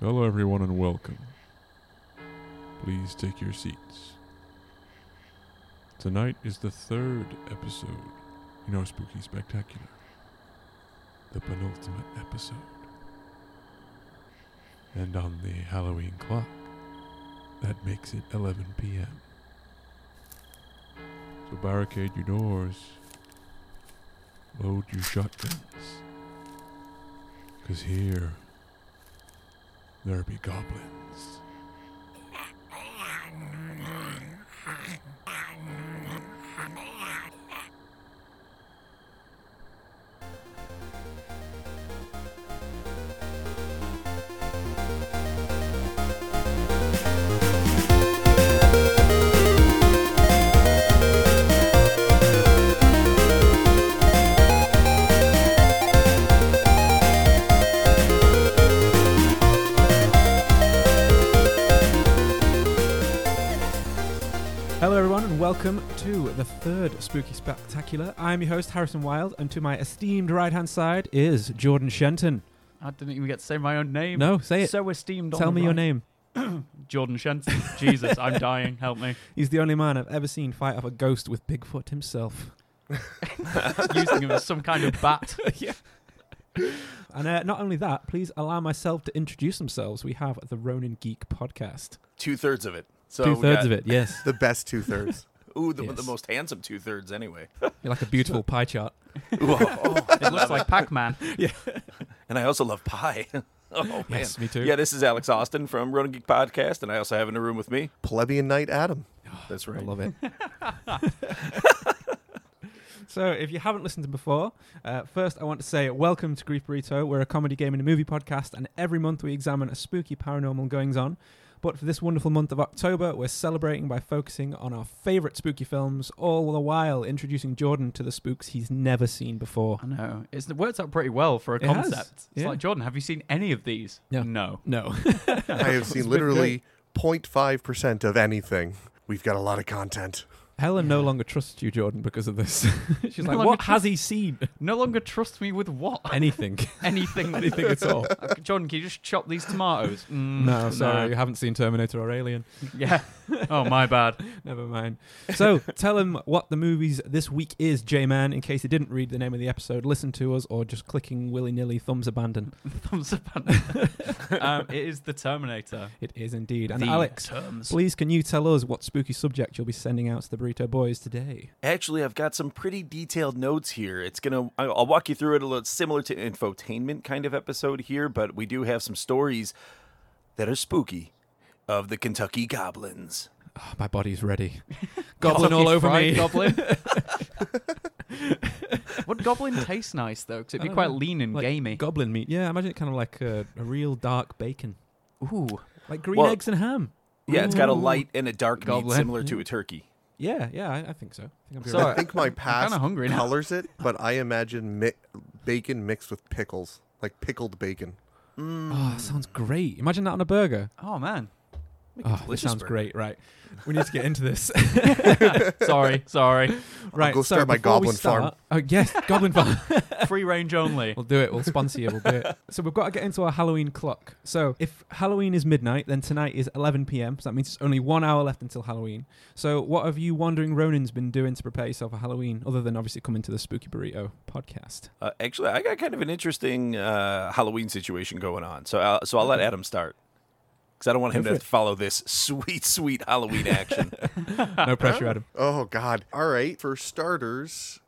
Hello, everyone, and welcome. Please take your seats. Tonight is the third episode in our Spooky Spectacular, the penultimate episode. And on the Halloween clock, that makes it 11 p.m. So barricade your doors, load your shotguns, because here there be goblins. Hello, everyone, and welcome to the third Spooky Spectacular. I'm your host, Harrison Wilde, and to my esteemed right hand side is Jordan Shenton. I didn't even get to say my own name. No, say it. So esteemed. on Tell me the your right. name. Jordan Shenton. Jesus, I'm dying. Help me. He's the only man I've ever seen fight off a ghost with Bigfoot himself. Using him as some kind of bat. And uh, not only that, please allow myself to introduce themselves. We have the Ronin Geek podcast. two thirds of it. So Two thirds of it, yes. The best two thirds. Ooh, the, the Yes. most handsome two thirds anyway. You're like a beautiful pie chart. Ooh, oh, oh, I It love looks like Pac-Man. and I also love pie. oh man, Yes, me too. Yeah, this is Alex Austin from Running Geek Podcast, and I also have in the room with me. Plebeian Knight Adam. That's I right. love it. so, if you haven't listened to before, uh, first I want to say welcome to Grief Burrito. We're a comedy game and a movie podcast, and every month we examine a spooky paranormal goings on. But for this wonderful month of October, we're celebrating by focusing on our favorite spooky films, all the while introducing Jordan to the spooks he's never seen before. I know. It's, it works out pretty well for a It has, concept. It's yeah. like Jordan. Have you seen any of these? No. No. No. I have seen literally 0.5% of anything. We've got a lot of content. Helen no longer trusts you, Jordan, because of this. She's No like, longer what has he seen? No longer trust me with what? Anything. Anything. Anything at all. Uh, Jordan, can you just chop these tomatoes? Mm, No, sorry, you haven't seen Terminator or Alien. Yeah. Oh, my bad. Never mind. So tell him what the movies this week is, J Man, in case he didn't read the name of the episode, listen to us, or just clicking willy nilly, thumbs abandon. Thumbs up. um, it is the Terminator. It is indeed. And The Alex, Terms. please can you tell us what spooky subject you'll be sending out to the Burrito Boys today? Actually, I've got some pretty detailed notes here. It's gonna. I- I'll walk you through it a little similar to infotainment kind of episode here, but we do have some stories that are spooky of the Kentucky goblins. Oh, my body's ready. Goblin all Kentucky over Fried me. Goblin. Would goblin taste nice though? Because it'd I be don't quite know. lean and Like gamey. Goblin meat. Yeah, imagine it kind of like a, a real dark bacon. Ooh, Like green Well- eggs and ham. Yeah, it's got a Ooh. light and a dark meat Goblin. similar to a turkey. Yeah, yeah, I, I think so. I think I'm So- right. I think my past kinda hungry now. colors it, but I imagine mi- bacon mixed with pickles, like pickled bacon. Oh, that sounds great. Imagine that on a burger. oh man. Make a Oh, this delicious sounds burger. great. Right. We need to get into this. Sorry, sorry. Right, go so start my before we goblin farm. start- Oh yes, goblin farm. Free range only. We'll do it. We'll sponsor you. We'll do it. So we've got to get into our Halloween clock. So if Halloween is midnight, then tonight is 11 p.m. So that means it's only one hour left until Halloween. So what have you wandering Ronins been doing to prepare yourself for Halloween, other than obviously coming to the Spooky Burrito podcast? Uh, actually, I got kind of an interesting uh, Halloween situation going on, so I'll, so I'll let Adam start because I don't want him Go to for it. follow this sweet, sweet Halloween action. No pressure, Adam. Oh, God. All right. For starters,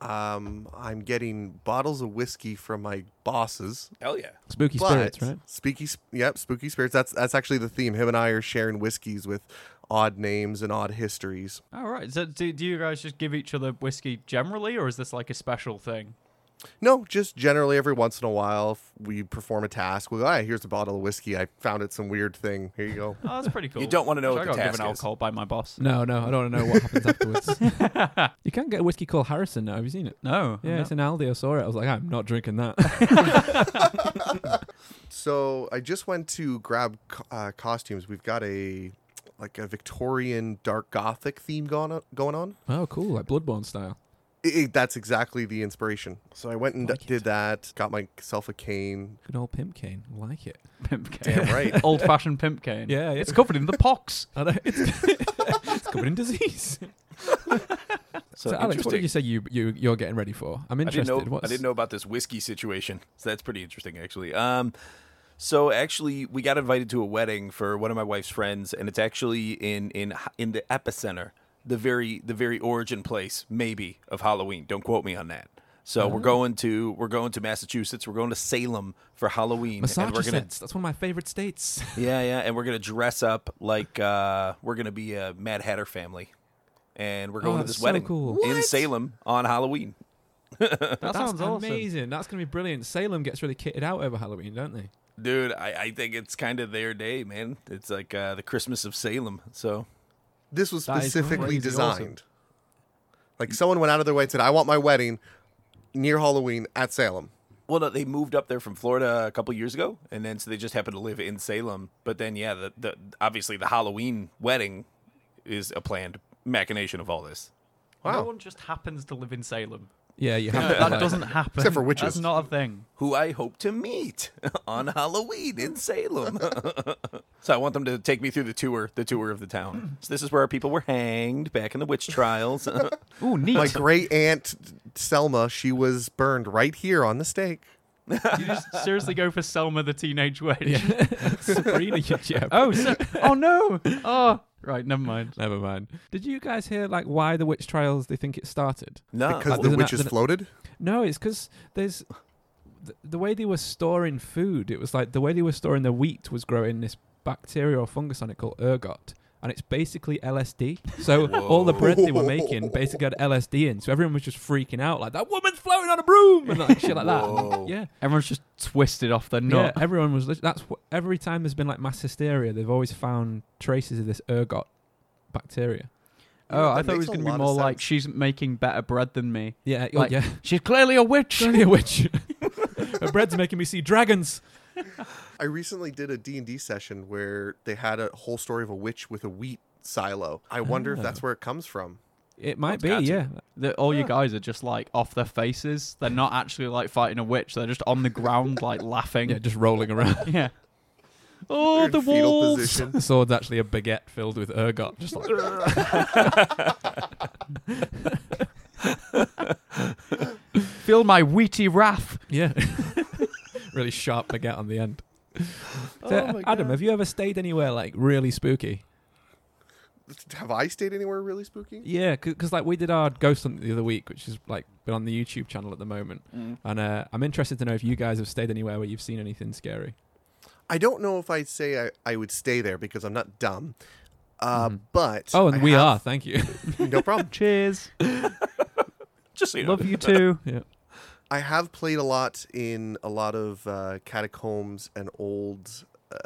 um, I'm getting bottles of whiskey from my bosses. Hell yeah! Spooky but spirits, right? Spooky, sp- yep, spooky spirits. That's that's actually the theme. Him and I are sharing whiskeys with odd names and odd histories. All right. So do, do you guys just give each other whiskey generally, or is this like a special thing? No, just generally every once in a while if we perform a task. We go, "Hey, here's a bottle of whiskey. I found it some weird thing. Here you go." Oh, that's pretty cool. don't wanna know Wish what I got the given task is. alcohol by my boss. No, no, I don't want to know what happens afterwards. you can't get a whiskey called Harrison now. Have you seen it? No. Yeah, no. it's in Aldi. I saw it. I was like, I'm not drinking that. so I just went to grab co- uh, costumes. We've got a like a Victorian dark gothic theme going on, going on. oh, cool, like Bloodborne style. it, that's exactly the inspiration. So I went and Like it. did that, got myself a cane. Good old pimp cane. I like it. Pimp cane. Damn right. Old fashioned pimp cane. Yeah, yeah. It's covered in the pox. I know, it's, it's covered in disease. So, So, Alex, what interesting. did you say you, you, you're getting ready for? I'm I interested. didn't know. I What's- didn't know about this whiskey situation. So that's pretty interesting, actually. Um, so actually, we got invited to a wedding for one of my wife's friends, and it's actually in in in the epicenter, the very the very origin place, maybe of Halloween. Don't quote me on that. So Oh. we're going to we're going to Massachusetts. We're going to Salem for Halloween, and we're gonna Massachusetts. That's one of my favorite states. yeah yeah, and we're gonna dress up like uh, we're gonna be a Mad Hatter family, and we're going Oh, to that's this so wedding cool. in Salem on Halloween. That sounds awesome. amazing. That's going to be brilliant. Salem gets really kitted out over Halloween, don't they? Dude, I, I think it's kind of their day, man. It's like uh, the Christmas of Salem. So This was That is specifically crazy awesome. designed. Like someone went out of their way and said, "I want my wedding near Halloween at Salem." Well, no, they moved up there from Florida a couple years ago, and then so they just happen to live in Salem. But then, yeah, the, the obviously the Halloween wedding is a planned machination of all this. Wow. No one just happens to live in Salem. Yeah, you have to. that doesn't happen. Except for witches. That's not a thing. Who I hope to meet on Halloween in Salem. so I want them to take me through the tour, the tour of the town. So this is where our people were hanged back in the witch trials. Ooh, neat. My great aunt Selma, she was burned right here on the stake. you just seriously go for Selma the teenage witch. Yeah. Sabrina, you yeah. Oh, so, oh no. Oh, right. Never mind. Never mind. Did you guys hear like why the witch trials? They think it started. no, because I- the there's an- witches there's an- floated. No, it's because there's the, the way they were storing food. It was like the way they were storing the wheat was growing this bacteria or fungus on it called ergot, and it's basically LSD. So all the bread they were making basically had LSD in. So everyone was just freaking out, like that woman's floating on a broom and like shit like Whoa. that. Yeah, Everyone's just twisted off their no, yeah. nut. Everyone was. lit- That's what, every time there's been like mass hysteria, they've always found traces of this ergot bacteria. You know, Oh, I that thought it makes was a going to lot be of more like sense. she's making better bread than me. Yeah, oh, Like, yeah. She's clearly a witch. Clearly a witch. Her bread's making me see dragons. I recently did a D&D session where they had a whole story of a witch with a wheat silo. I wonder if that's where it comes from. It might That's got to. be, yeah. that all you guys are just like off their faces. They're not actually like fighting a witch. They're just on the ground like laughing. Yeah, just rolling around. Yeah. Oh, They're in the fetal wolves. position. The sword's actually a baguette filled with ergot. Just like Feel my wheaty wrath. yeah, really sharp baguette on the end. So, Oh Adam, have you ever stayed anywhere like really spooky? Have I stayed anywhere really spooky? Yeah, because like we did our ghost hunt the other week, which has like been on the YouTube channel at the moment, Mm. and uh, I'm interested to know if you guys have stayed anywhere where you've seen anything scary. I don't know if I'd say I, I would stay there because I'm not dumb. Uh, But Oh, and I we are. have- Thank you. no problem. Cheers. just so you know, Love you too. yeah. I have played a lot in a lot of uh, catacombs and old, uh,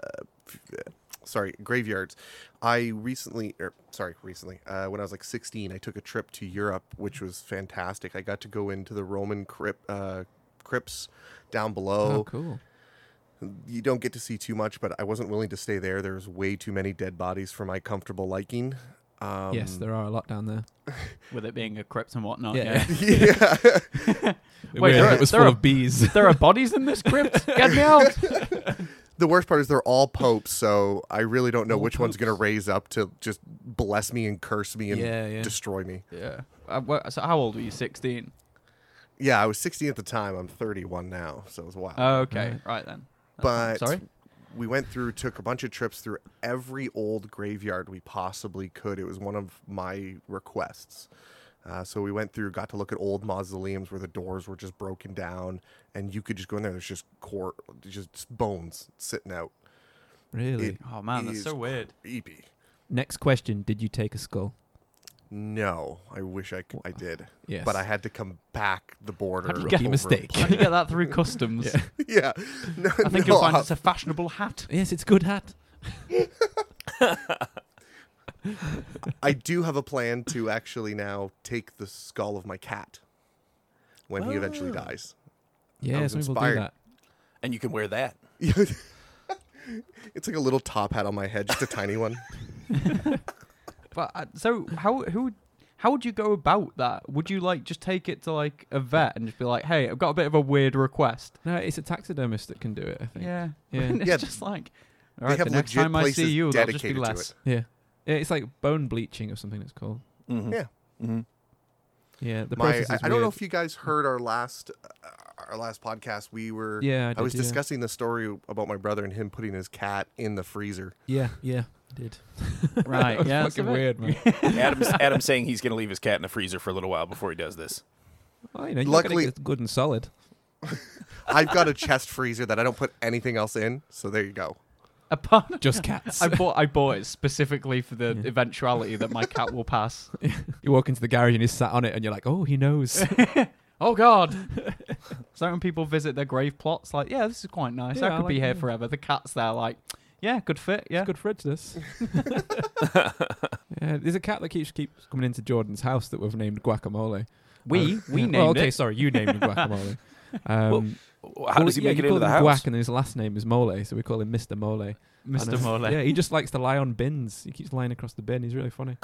f- uh, sorry, graveyards. I recently, er, sorry, recently, uh, when I was like 16, I took a trip to Europe, which was fantastic. I got to go into the Roman crypt, uh, crypts down below. cool. You don't get to see too much, but I wasn't willing to stay there. There's way too many dead bodies for my comfortable liking. Um, yes, there are a lot down there. With it being a crypt and whatnot. Yeah. Yeah. yeah. Wait, Weird, there are- it was there full are- of bees. there are bodies in this crypt. Get me out. the worst part is they're all popes, so I really don't know which one's going to raise up to just bless me and curse me and Yeah, yeah. destroy me. Yeah. Uh, wha- so how old were you? 16. Yeah, I was 16 at the time. I'm 31 now, so it was Uh, wild. Oh, okay. Right, then. but Sorry? we went through, took a bunch of trips through every old graveyard we possibly could. It was one of my requests. Uh, so we went through, got to look at old mausoleums where the doors were just broken down, and you could just go in there. There's just core, just bones sitting out. really. It Oh, man. That's is so weird. Creepy. Next question: Did you take a skull? No, I wish I, c- I did. Yes. But I had to come back the border. How'd you get- over mistake. and- How do you get that through customs? yeah. No, I think no, you'll find uh, it's a fashionable hat. Yes, it's a good hat. I do have a plan to actually now take the skull of my cat when he eventually Oh. dies. Yeah, was some people do inspired. that. and you can wear that. it's like a little top hat on my head, just a tiny one. But uh, so how who How would you go about that? Would you like just take it to like a vet and just be like, "Hey, I've got a bit of a weird request." No, it's a taxidermist that can do it. I think. Yeah, Yeah. And it's Yeah. just like, all right, have the next legit time I see places you, that'll just be dedicated to less. it. Yeah. Yeah, It's like bone bleaching or something. It's called. Mm-hmm. Yeah. Mm-hmm. Yeah. The My, process I, is I don't know weird. if you guys heard our last uh, our last podcast. We were Yeah, I I, did, was yeah. discussing the story about my brother and him putting his cat in the freezer. Yeah. Yeah. I Did. That Right, was yeah, that's Fucking a bit- weird, man. Adam's, Adam's saying he's going to leave his cat in the freezer for a little while before he does this. well, you know, you Luckily- luckily it's good and solid. I've got a chest freezer that I don't put anything else in. So there you go. Apart, Just cats. I bought I bought it specifically for the eventuality that my cat will pass. you walk into the garage and he's sat on it, and you're like, oh, he knows. Oh God! so when people visit their grave plots, like, yeah, this is quite nice. Yeah, I I could be like- here yeah. forever. The cat's there, like, yeah, good fit. Yeah, It's good for it to this. yeah, there's a cat that keeps keeps coming into Jordan's house that we've named Guacamole. We Uh, we yeah, named well, okay, it. sorry, you named him Guacamole. Um, Well, How well, does he yeah, make you it call into the him house? Guac, and his last name is Mole, so we call him Mr. Mole. Mr. And, uh, Morley. Yeah, he just likes to lie on bins. He keeps lying across the bin. He's really funny.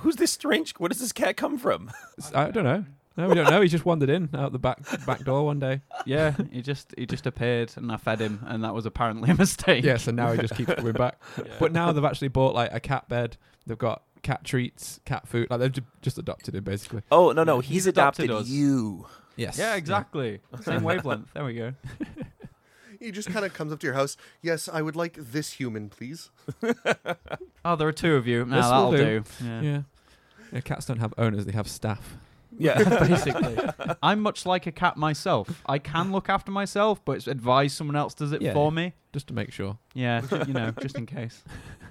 Who's this strange? Where does this cat come from? It's- I don't know. No, we don't know. He just wandered in out the back back door one day. Yeah, he just he just appeared and I fed him, and that was apparently a mistake. Yeah, so now he just keeps coming back. But now they've actually bought like a cat bed. They've got cat treats, cat food. Like they've ju- just adopted him basically. Oh no no, Yeah, he's, he's adopted, adopted us. you. Yes. yeah, exactly. Same wavelength. There we go. He just kind of comes up to your house. Yes, I would like this human, please. Oh, there are two of you. No, This will that'll do. do. Yeah. Yeah. Yeah, cats don't have owners; they have staff. Yeah. Basically, I'm much like a cat myself. I can look after myself, but it's advised someone else does it Yeah. for me. Just to make sure. Yeah, ju- you know, just in case.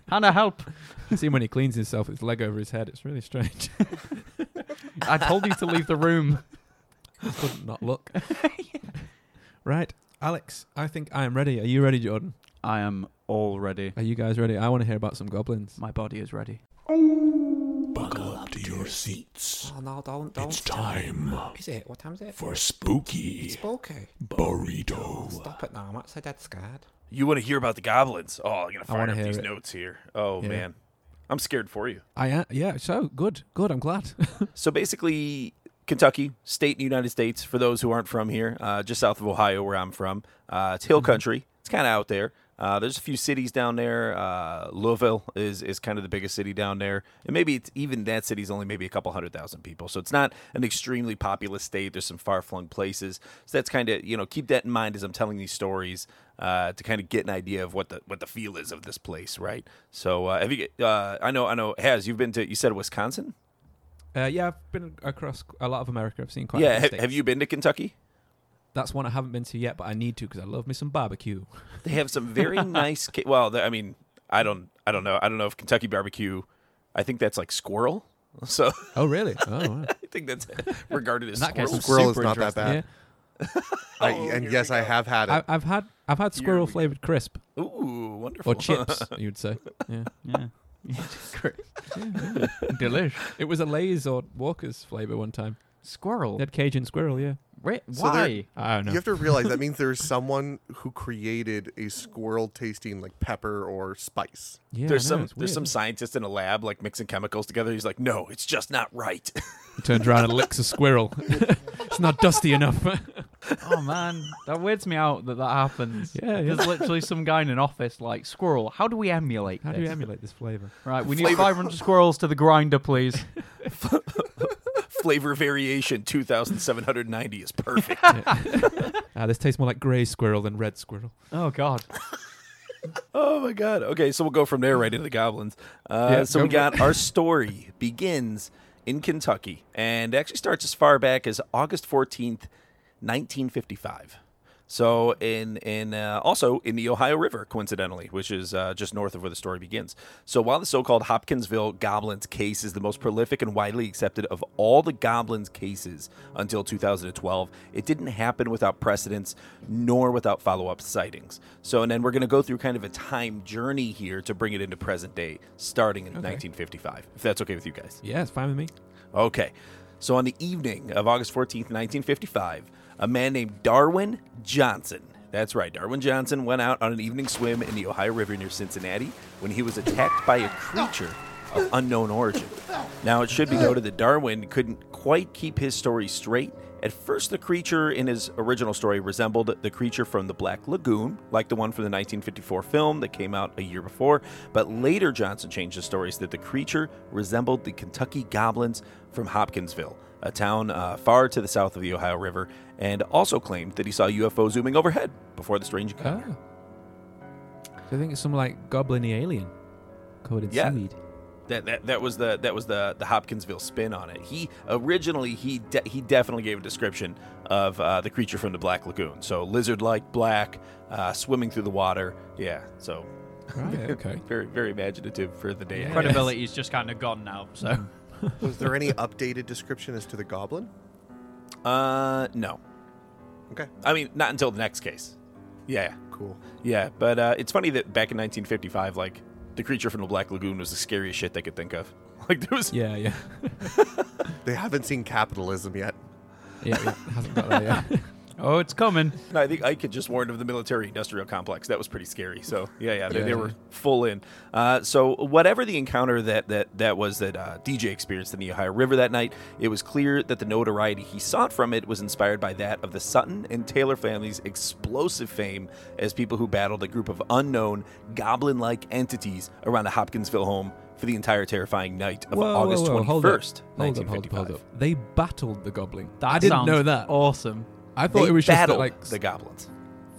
Hannah, help! You see him when he cleans himself, his leg over his head. It's really strange. I told you to leave the room. I couldn't not look. Right, Alex. I think I am ready. Are you ready, Jordan? I am all ready. Are you guys ready? I want to hear about some goblins. My body is ready. Buckle up to your seats. Oh no, don't, don't. It's time Is it? What time is it? for spooky Spooky. burrito. Stop it now, I'm actually dead scared. you want to hear about the goblins? Oh, I'm gonna fire wanna up hear these it. notes here. Oh Yeah. man, I'm scared for you. I am. Yeah. So good. Good. I'm glad. So basically, Kentucky, state in the United States, for those who aren't from here, uh, just south of Ohio, where I'm from. Uh, it's hill country. It's kind of out there. Uh, there's a few cities down there. Uh, Louisville is, is kind of the biggest city down there. And maybe it's, even that city's only maybe a couple hundred thousand people. So it's not an extremely populous state. There's some far flung places. So that's kind of, you know, keep that in mind as I'm telling these stories uh, to kind of get an idea of what the what the feel is of this place, right? So uh, have you, uh, I know, I know, Has, you've been to, you said Wisconsin? uh, yeah, I've been across a lot of America. I've seen quite. yeah. A ha- few Have, states. you been to Kentucky? That's one I haven't been to yet, but I need to because I love me some barbecue. They have some very nice. Ca- well, the- I mean, I don't, I don't know, I don't know if Kentucky barbecue. I think that's like squirrel. So Oh really? Oh. Wow. I think that's regarded as In that case, squirrel. it's Squirrel is super not that interesting. bad. yeah. I, Oh, and here yes, we I go. have had it. I, I've had I've had squirrel flavored crisp Ooh, wonderful. or chips. you'd say. Yeah. Yeah. Delish. It was a Lay's or Walker's flavor one time. Squirrel. That Cajun squirrel, yeah. Wait, So they're- why? I don't know. You have to realize that means there's someone who created a squirrel tasting like pepper or spice. yeah, there's I know, some it's there's some weird. scientist in a lab like mixing chemicals together. He's like, no, it's just not right. He turns around and licks a squirrel. it's not dusty enough. oh man, that weirds me out that that happens. Yeah, yeah. There's literally some guy in an office like squirrel. How do we emulate How this? do you emulate this flavor? right, we need 500 squirrels to the grinder, please. Flavor variation 2,790 is perfect. Ah, this tastes more like grey squirrel than red squirrel. Oh god. oh my god. Okay, so we'll go from there right into the goblins. Uh, Yeah, so go we for got our story begins in Kentucky and actually starts as far back as August 14th, 1955. So in in uh, also in the Ohio River, coincidentally, which is uh, just north of where the story begins. So while the so-called Hopkinsville goblins case is the most prolific and widely accepted of all the goblins cases until 2012, it didn't happen without precedents nor without follow-up sightings. So and then we're going to go through kind of a time journey here to bring it into present day, starting in 1955, if that's okay with you guys. Yeah, it's fine with me. Okay. So on the evening of August 14th, 1955, a man named Darwin Johnson. That's right. Darwin Johnson went out on an evening swim in the Ohio River near Cincinnati when he was attacked by a creature of unknown origin. Now, it should be noted that Darwin couldn't quite keep his story straight. At first, the creature in his original story resembled the creature from the Black Lagoon, like the one from the 1954 film that came out a year before, but later Johnson changed the stories that the creature resembled the Kentucky goblins from Hopkinsville, a town uh, far to the south of the Ohio River, and also claimed that he saw UFO zooming overhead before the strange encounter. I think it's some like goblin alien covered in Yeah. seaweed. That, that, that was the that was the, the Hopkinsville spin on it. He originally he de- he definitely gave a description of uh, the creature from the Black Lagoon. So lizard like, black, uh, swimming through the water. Yeah. So Right, okay. very very imaginative for the day. I guess. Credibility's just kind of gone now. So Was there any updated description as to the goblin? Uh, no. Okay. I mean, not until the next case. Yeah. Cool. Yeah. But uh, it's funny that back in 1955, like the creature from the Black Lagoon was the scariest shit they could think of. Like there was Yeah, yeah. They haven't seen capitalism yet. Yeah, yeah. hasn't got there yet. oh, it's coming. No, I think I could just warned of the military industrial complex. That was pretty scary. So yeah, yeah, they, Yeah, they yeah. were full in. Uh, so whatever the encounter that that that was that uh, DJ experienced in the Ohio River that night, it was clear that the notoriety he sought from it was inspired by that of the Sutton and Taylor families' explosive fame as people who battled a group of unknown goblin-like entities around the Hopkinsville home for the entire terrifying night of August hold up. twenty-first, Hold nineteen up, hold up, hold fifty-five. up. They battled the goblin. That I didn't sounds know that. Awesome. I thought They it was just that, battled like the goblins.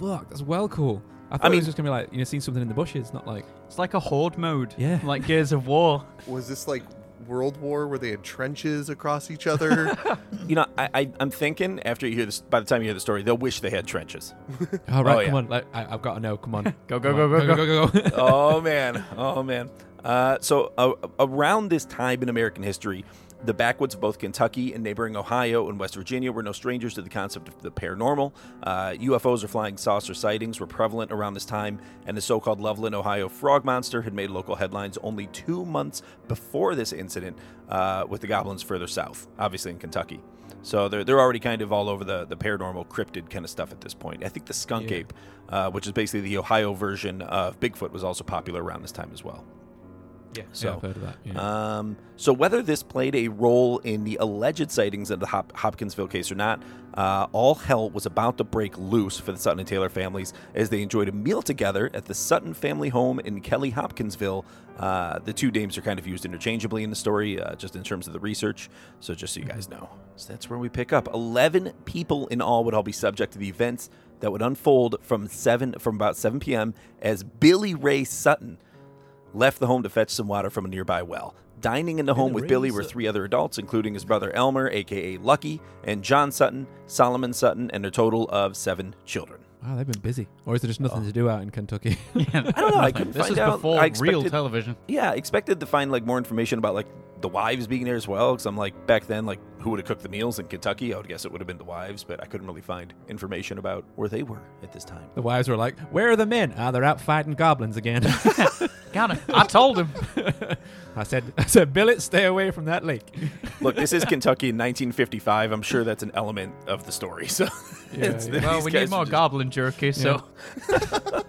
fuck. That's well cool. I thought it mean- was just gonna be like you know seeing something in the bushes, not like It's like a horde mode. Yeah. Like Gears of War. Was this like World War where they had trenches across each other? You know, I, I, I'm thinking after you hear this, by the time you hear the story, they'll wish they had trenches. all right, Oh, yeah. come on, like, I, I've got to know. Come on, Go, Come go, on. go, go, go, go, go. oh man, oh man. Uh, so uh, around this time in American history, the backwoods of both Kentucky and neighboring Ohio and West Virginia were no strangers to the concept of the paranormal. Uh, UFOs or flying saucer sightings were prevalent around this time, and the so-called Loveland, Ohio frog monster had made local headlines only two months before this incident uh, with the goblins further south, obviously in Kentucky. So they're, they're already kind of all over the, the paranormal cryptid kind of stuff at this point. I think the skunk Yeah. ape, uh, which is basically the Ohio version of Bigfoot, was also popular around this time as well. Yeah, So, I've heard of that. Yeah. Um, so whether this played a role in the alleged sightings of the Hop- Hopkinsville case or not, uh, all hell was about to break loose for the Sutton and Taylor families as they enjoyed a meal together at the Sutton family home in Kelly Hopkinsville. Uh, the two names are kind of used interchangeably in the story, uh, just in terms of the research. So just so you guys know, so that's where we pick up. Eleven people in all would all be subject to the events that would unfold from seven from about seven p.m. as Billy Ray Sutton left the home to fetch some water from a nearby well. Dining in the home with Billy uh, were three other adults, including his brother Elmer, aka Lucky, and John Sutton, Solomon Sutton, and a total of seven children. wow, they've been busy. Or is there just nothing oh. to do out in Kentucky? I don't know, I couldn't this find is out. before I real expected- television. Yeah, I expected to find like more information about like the wives being there as well, because I'm like back then, like who would have cooked the meals in Kentucky? I would guess it would have been the wives, but I couldn't really find information about where they were at this time. the wives were like, "Where are the men? Ah, they're out fighting goblins again." Kind of. I told him. I said, "I said, Billet, stay away from that lake." Look, this is Kentucky in 1955. I'm sure that's an element of the story. So, it's- yeah. these well, we guys need are more just- goblin jerky, so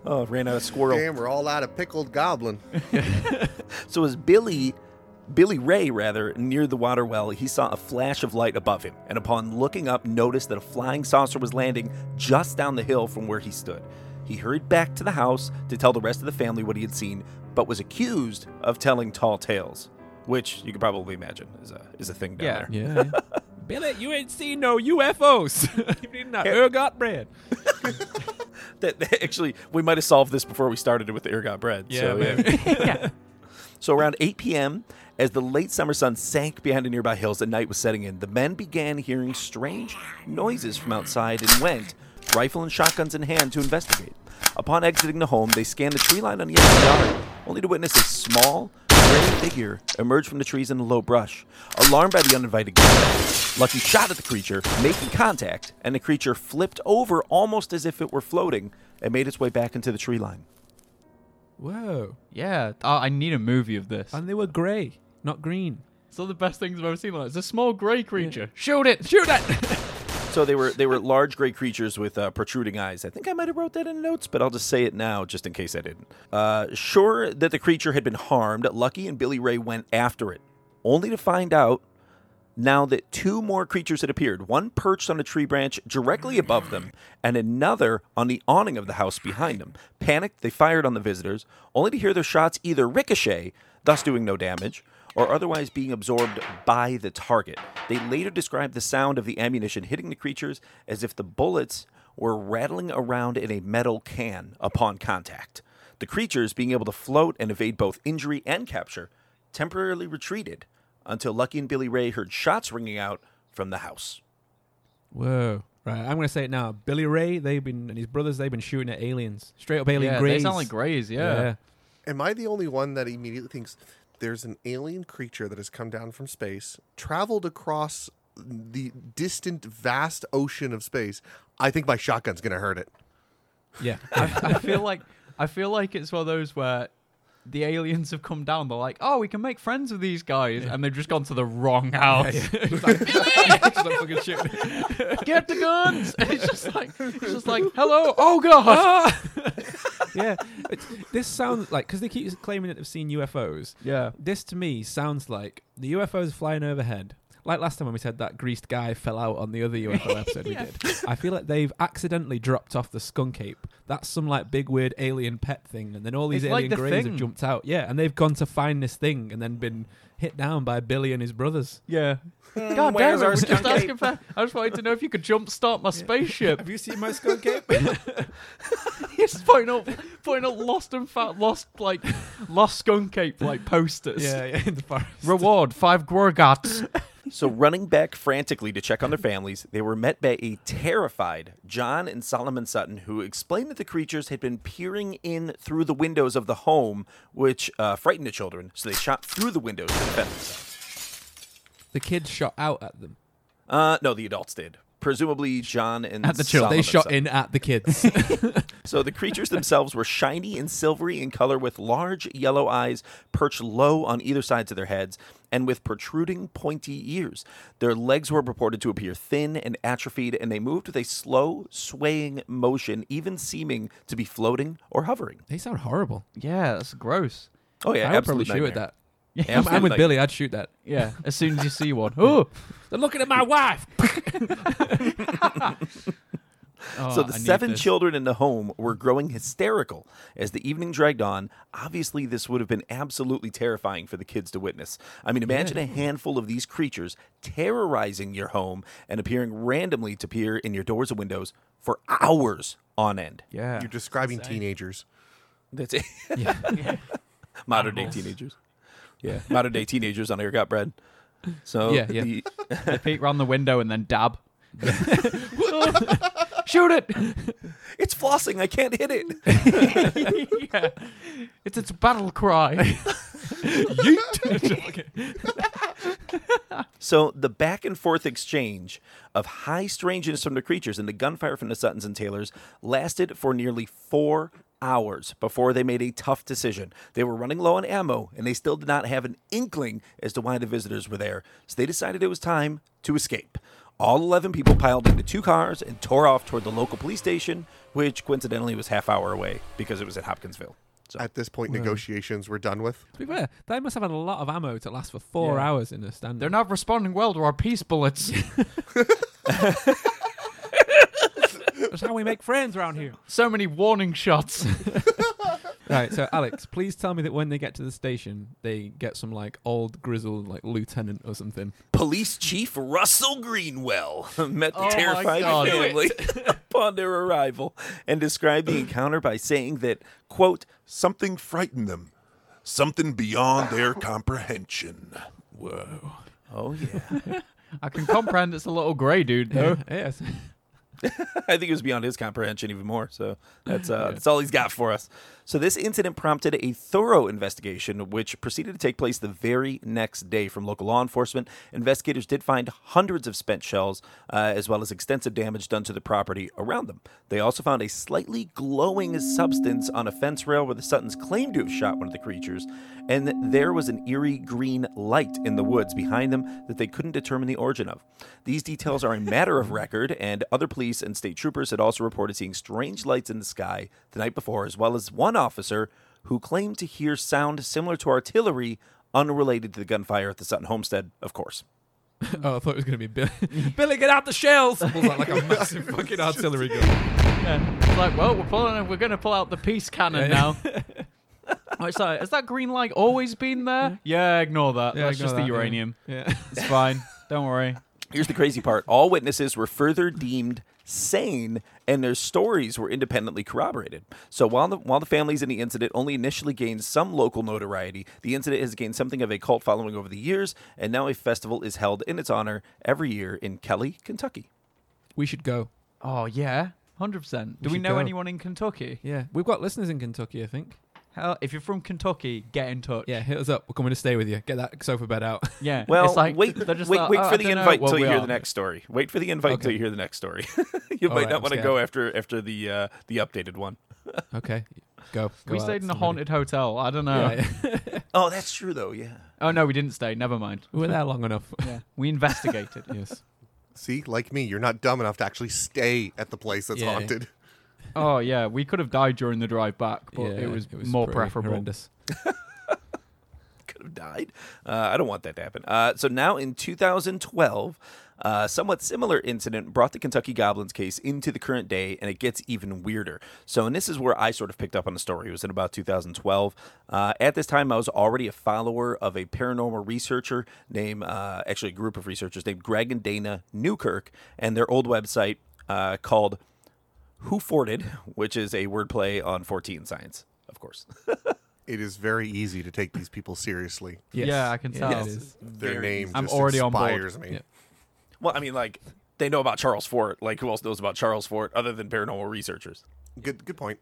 Oh, ran out of squirrel. Damn, we're all out of pickled goblin. So as Billy, Billy Ray rather, neared the water well, he saw a flash of light above him, and upon looking up, noticed that a flying saucer was landing just down the hill from where he stood. He hurried back to the house to tell the rest of the family what he had seen, but was accused of telling tall tales, which you can probably imagine is a is a thing down Yeah. there. yeah. Billet, you ain't seen no UFOs. You've eaten that ergot bread. That, that- actually, we might have solved this before we started it with the ergot bread. so, So around 8 p.m., as the late summer sun sank behind the nearby hills and night was setting in, the men began hearing strange noises from outside and went, rifle and shotguns in hand, to investigate. Upon exiting the home, they scanned the tree line on the edge of the yard, only to witness a small, gray figure emerge from the trees in the low brush. Alarmed by the uninvited guest, Lucky shot at the creature, making contact, and the creature flipped over almost as if it were floating and made its way back into the tree line. Whoa. yeah. Oh, I need a movie of this. And they were grey, not green. It's one of the best things I've ever seen. Like, it's a small grey creature. Shoot it! Shoot it! So they were they were large gray creatures with uh, protruding eyes. I think I might have wrote that in notes, but I'll just say it now, just in case I didn't. Uh, sure that the creature had been harmed, Lucky and Billy Ray went after it, only to find out now that two more creatures had appeared. One perched on a tree branch directly above them, and another on the awning of the house behind them. Panicked, they fired on the visitors, only to hear their shots either ricochet, thus doing no damage, or otherwise being absorbed by the target. They later described the sound of the ammunition hitting the creatures as if the bullets were rattling around in a metal can upon contact. The creatures, being able to float and evade both injury and capture, temporarily retreated until Lucky and Billy Ray heard shots ringing out from the house. Whoa. Right, I'm gonna say it now. Billy Ray, they've been and his brothers, they've been shooting at aliens, straight up alien yeah, greys. they sound like greys. Yeah. yeah. Am I the only one that immediately thinks there's an alien creature that has come down from space, traveled across the distant, vast ocean of space? I think my shotgun's gonna hurt it. Yeah. I, I feel like I feel like it's one of those where the aliens have come down. They're like, oh, we can make friends with these guys, and they've just gone to the wrong house. It's like, "Billy!" Just like fucking shit. Get the guns! And it's just like, it's just like, hello, oh god. yeah. It's, this sounds like because they keep claiming that they've seen UFOs. yeah. This to me sounds like the UFOs flying overhead. Like last time when we said that greased guy fell out on the other UFO episode we did. I feel like they've accidentally dropped off the skunk ape. That's some like big weird alien pet thing, and then all these It's like alien the greys have thing. jumped out. Yeah, and they've gone to find this thing, and then been hit down by Billy and his brothers. Yeah. God Hmm, damn where's it, our we're just skunk asking for, I just wanted to know if you could jump start my spaceship. Have you seen my skunk ape? He's putting up putting up lost and fat lost like lost skunk ape like posters. yeah, yeah, in the forest. Reward five gorgats. So, running back frantically to check on their families, they were met by a terrified John and Solomon Sutton, who explained that the creatures had been peering in through the windows of the home, which uh, frightened the children. So they shot through the windows to defend themselves. The kids shot out at them. Uh, no, the adults did. Presumably, John and At the children. they Solomon shot Sutton. in at the kids. So the creatures themselves were shiny and silvery in color, with large yellow eyes perched low on either sides of their heads, and with protruding pointy ears. Their legs were purported to appear thin and atrophied, and they moved with a slow, swaying motion, even seeming to be floating or hovering. they sound horrible. Yeah, that's gross. Oh yeah, I would probably absolute shoot at nightmare. that. I'm, I'm with Absolute nightmare. Billy. I'd shoot that. Yeah, as soon as you see one. Oh, They're looking at my wife. Oh, Oh, So the seven children in the home were growing hysterical as the evening dragged on. Obviously, this would have been absolutely terrifying for the kids to witness. I mean, imagine a handful of these creatures terrorizing your home and appearing randomly to peer in your doors and windows for hours on end. Yeah. You're describing teenagers. That's it. Modern day teenagers. Yeah, modern day teenagers on Got Bread. So Yeah, yeah. the- peek round the window and then dab. Shoot it! it's flossing. I can't hit it. yeah. It's its battle cry. Yeet! So the back and forth exchange of high strangeness from the creatures and the gunfire from the Suttons and Taylors lasted for nearly four hours before they made a tough decision. They were running low on ammo and they still did not have an inkling as to why the visitors were there. So they decided it was time to escape. All 11 people piled into two cars and tore off toward the local police station, which coincidentally was half hour away because it was at Hopkinsville. So At this point, negotiations were done with. To be fair, they must have had a lot of ammo to last for four Yeah. hours in the stand. They're not responding well to our peace bullets. That's how we make friends around here. so many warning shots. right. So, Alex, please tell me that when they get to the station, they get some like old grizzled like lieutenant or something. Police Chief Russell Greenwell met the Oh my terrified God. family upon their arrival and described the encounter by saying that, quote, Something frightened them. Something beyond their comprehension. oh yeah, I can comprehend it's a little grey dude, though. Uh, yes. I think it was beyond his comprehension even more. So that's uh, that's all he's got for us. So this incident prompted a thorough investigation, which proceeded to take place the very next day from local law enforcement. Investigators did find hundreds of spent shells, uh, as well as extensive damage done to the property around them. They also found a slightly glowing substance on a fence rail where the Suttons claimed to have shot one of the creatures, and there was an eerie green light in the woods behind them that they couldn't determine the origin of. These details are a matter of record, and other police and state troopers had also reported seeing strange lights in the sky the night before, as well as one officer who claimed to hear sound similar to artillery unrelated to the gunfire at the Sutton homestead, of course. Oh, I thought it was going to be Billy. Billy, get out the shells! Pulls out like a massive fucking artillery gun. Yeah. It's like, well, we're pulling. We're going to pull out the peace cannon now. Oh, it's like, has that green light always been there? Yeah, ignore that. Yeah, That's ignore just that, the yeah. uranium. Yeah. It's fine. Don't worry. Here's the crazy part all witnesses were further deemed sane, and their stories were independently corroborated. So while the, while the families in the incident only initially gained some local notoriety, the incident has gained something of a cult following over the years, and now a festival is held in its honor every year in Kelly, Kentucky. We should go. Oh yeah, hundred percent. Do We we, should know go. anyone in Kentucky? Yeah, we've got listeners in Kentucky, I think. Hell, if you're from Kentucky, get in touch. Yeah, hit us up. We're coming to stay with you. Get that sofa bed out. yeah. Well, it's like, wait, they're just wait, like, wait "Oh, I for the don't know invite what till you we hear are." the next story. Wait for the invite till Okay. you hear the next story. All you might right, not I'm want to scared. go after after the uh, the updated one. Okay, go. We go out, stayed in a somebody. haunted hotel. I don't know. Yeah, yeah. Oh, that's true though. Yeah. Oh no, we didn't stay. Never mind. we were there long enough. Yeah, we investigated. yes. See, like me, you're not dumb enough to actually stay at the place that's Yeah. haunted. oh yeah, we could have died during the drive back, but Yeah, it, was more pretty preferable. horrendous. could have died. Uh, I don't want that to happen. Uh, so now in 2012, uh, somewhat similar incident brought the Kentucky Goblins case into the current day, and it gets even weirder. So, and this is where I sort of picked up on the story. It was in about 2012. Uh, at this time, I was already a follower of a paranormal researcher named, uh, actually, a group of researchers named Greg and Dana Newkirk, and their old website uh, called Who Forted, which is a wordplay on 14 science, of course. It is very easy to take these people seriously. Yes. Yeah, I can Yeah, tell. it is. Their Very name I'm just already on board. inspires me. Yeah. Well, I mean, like they know about Charles Fort. Like, who else knows about Charles Fort other than paranormal researchers? Good, good point.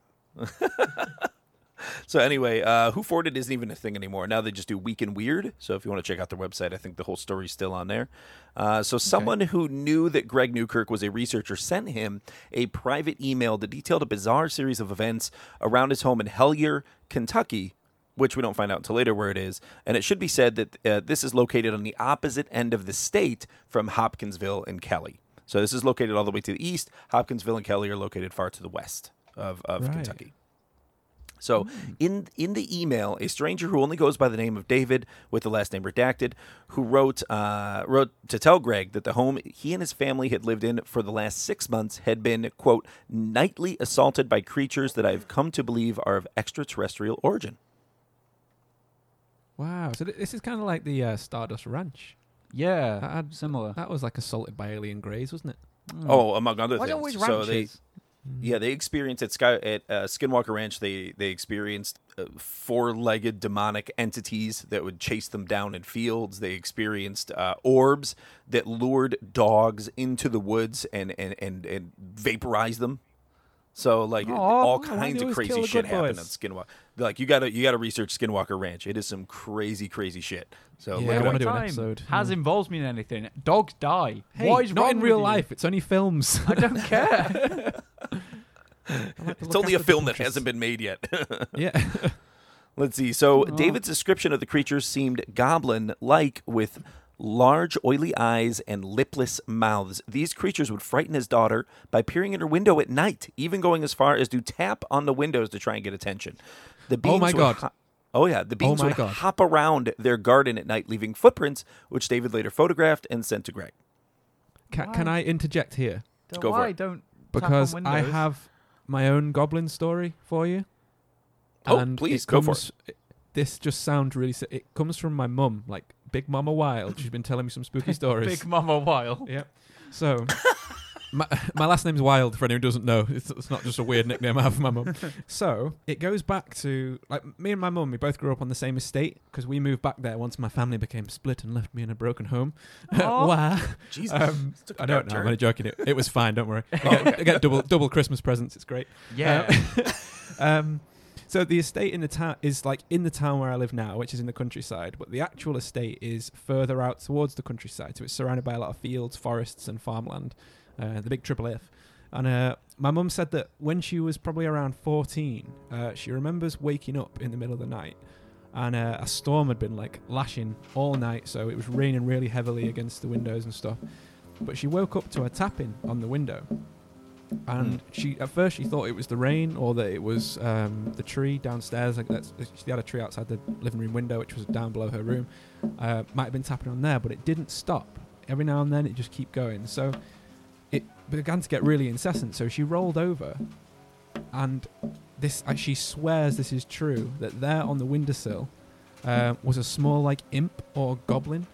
So anyway, uh, who forwarded isn't even a thing anymore. Now they just do weak and weird. So if you want to check out their website, I think the whole story's still on there. Uh, so someone who knew that Greg Newkirk was a researcher sent him a private email that detailed a bizarre series of events around his home in Hellier, Kentucky. Which we don't find out until later where it is. And it should be said that uh, this is located on the opposite end of the state from Hopkinsville and Kelly. So this is located all the way to the east. Hopkinsville and Kelly are located far to the west of, of Right. Kentucky. So in in the email, a stranger who only goes by the name of David, with the last name redacted, who wrote uh, wrote to tell Greg that the home he and his family had lived in for the last six months had been quote nightly assaulted by creatures that I've come to believe are of extraterrestrial origin. Wow. So th- this is kind of like the uh, Stardust Ranch. Yeah, That had- similar. That was like assaulted by alien greys, wasn't it? Hmm. Oh, among other Why things. always so they ranches? yeah they experienced at Sky at uh, Skinwalker Ranch they they experienced uh, four-legged demonic entities that would chase them down in fields. They experienced uh, orbs that lured dogs into the woods and and and, and vaporized them. So like Oh, Aw, all why do kinds they of always kill crazy the shit good happened boys? on Skinwalker. Like you gotta you gotta research Skinwalker Ranch. It is some crazy crazy shit. So Yeah, look I it wanna up. do an Time episode. Has Yeah. involved me in anything. Dogs die. Hey, what is not wrong in with real you? life. It's only films. I don't care. It's only a film that hasn't been made yet. Yeah. Let's see. So Mm-hmm. David's description of the creatures seemed goblin-like, with large, oily eyes and lipless mouths. These creatures would frighten his daughter by peering in her window at night, even going as far as to tap on the windows to try and get attention. The beings Oh my would God. ho- Oh yeah, the beings my would God. hop around their garden at night, leaving footprints, which David later photographed and sent to Greg. Can, can I interject here? Don't, Go for why it. don't tap on Because I windows? have my own goblin story for you. Oh, please, go for it. it. This just sounds really. si- It comes from my mum, like Big Mama Wild. She's been telling me some spooky stories. Big Mama Wild. Yep. So my, my last name's Wild. For anyone who doesn't know, it's, it's not just a weird nickname I have for my mum. So it goes back to like me and my mum. We both grew up on the same estate because we moved back there once my family became split and left me in a broken home. Aw. wow. Jesus. Um, This took a I don't dark know. I'm turn. only joking. It, it was fine. Don't worry. I get, I get double double Christmas presents. It's great. Yeah. Um, so the estate in the town is like in the town where I live now, which is in the countryside, but the actual estate is further out towards the countryside. So it's surrounded by a lot of fields, forests, and farmland. Uh, the big triple F. And uh, my mum said that when she was probably around 14, uh, she remembers waking up in the middle of the night and uh, a storm had been like lashing all night, so it was raining really heavily against the windows and stuff. But she woke up to a tapping on the window, and she at first she thought it was the rain or that it was um, the tree downstairs. Like that's she had a tree outside the living room window, which was down below her room. Uh, might have been tapping on there, but it didn't stop. Every now and then it just kept going. So it began to get really incessant. So she rolled over, and this uh, she swears this is true that there on the windowsill uh, was a small like imp or goblin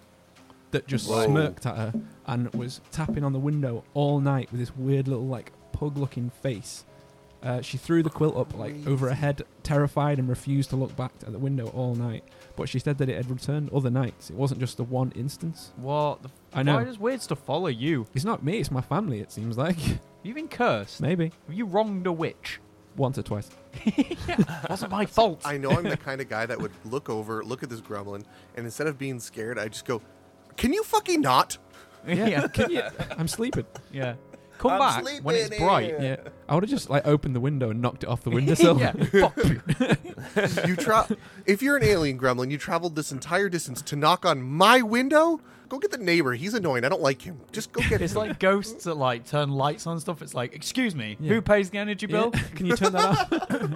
that just Whoa. smirked at her and was tapping on the window all night with this weird little like pug looking face. Uh, she threw the quilt up like over her head, terrified, and refused to look back at the window all night. But she said that it had returned other nights. It wasn't just the one instance. what? The f- I know. Why does weird stuff follow you? It's not me. It's my family. It seems like You've been cursed. maybe Have you wronged a witch? once or twice. wasn't my fault. I know I'm the kind of guy that would look over, look at this gremlin, and instead of being scared, I just go, "Can you fucking not?" yeah. Can you- I'm sleeping. Yeah. Come I'm back when it's sleeping bright. here. Yeah, I would have just like opened the window and knocked it off the windowsill. yeah. Fuck you. You tra- If you're an alien gremlin, you traveled this entire distance to knock on my window. Go get the neighbor. He's annoying. I don't like him. Just go get It's him. like uh, ghosts that like turn lights on and stuff. It's like, excuse me, Yeah. who pays the energy Yeah. bill? Can you turn that off?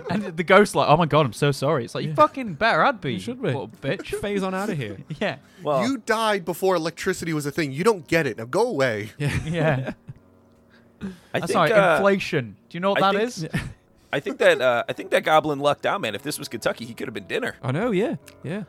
And the ghost like, oh my god, I'm so sorry. It's like you Yeah. fucking better I'd be. You should be. Little bitch. Phase on out of here. yeah. Well, you died before electricity was a thing. You don't get it. Now go away. Yeah. I I'm think, sorry. uh, inflation. Do you know what I that think- is? I think that uh, I think that goblin lucked out, man. If this was Kentucky, he could have been dinner. I know. Yeah, yeah.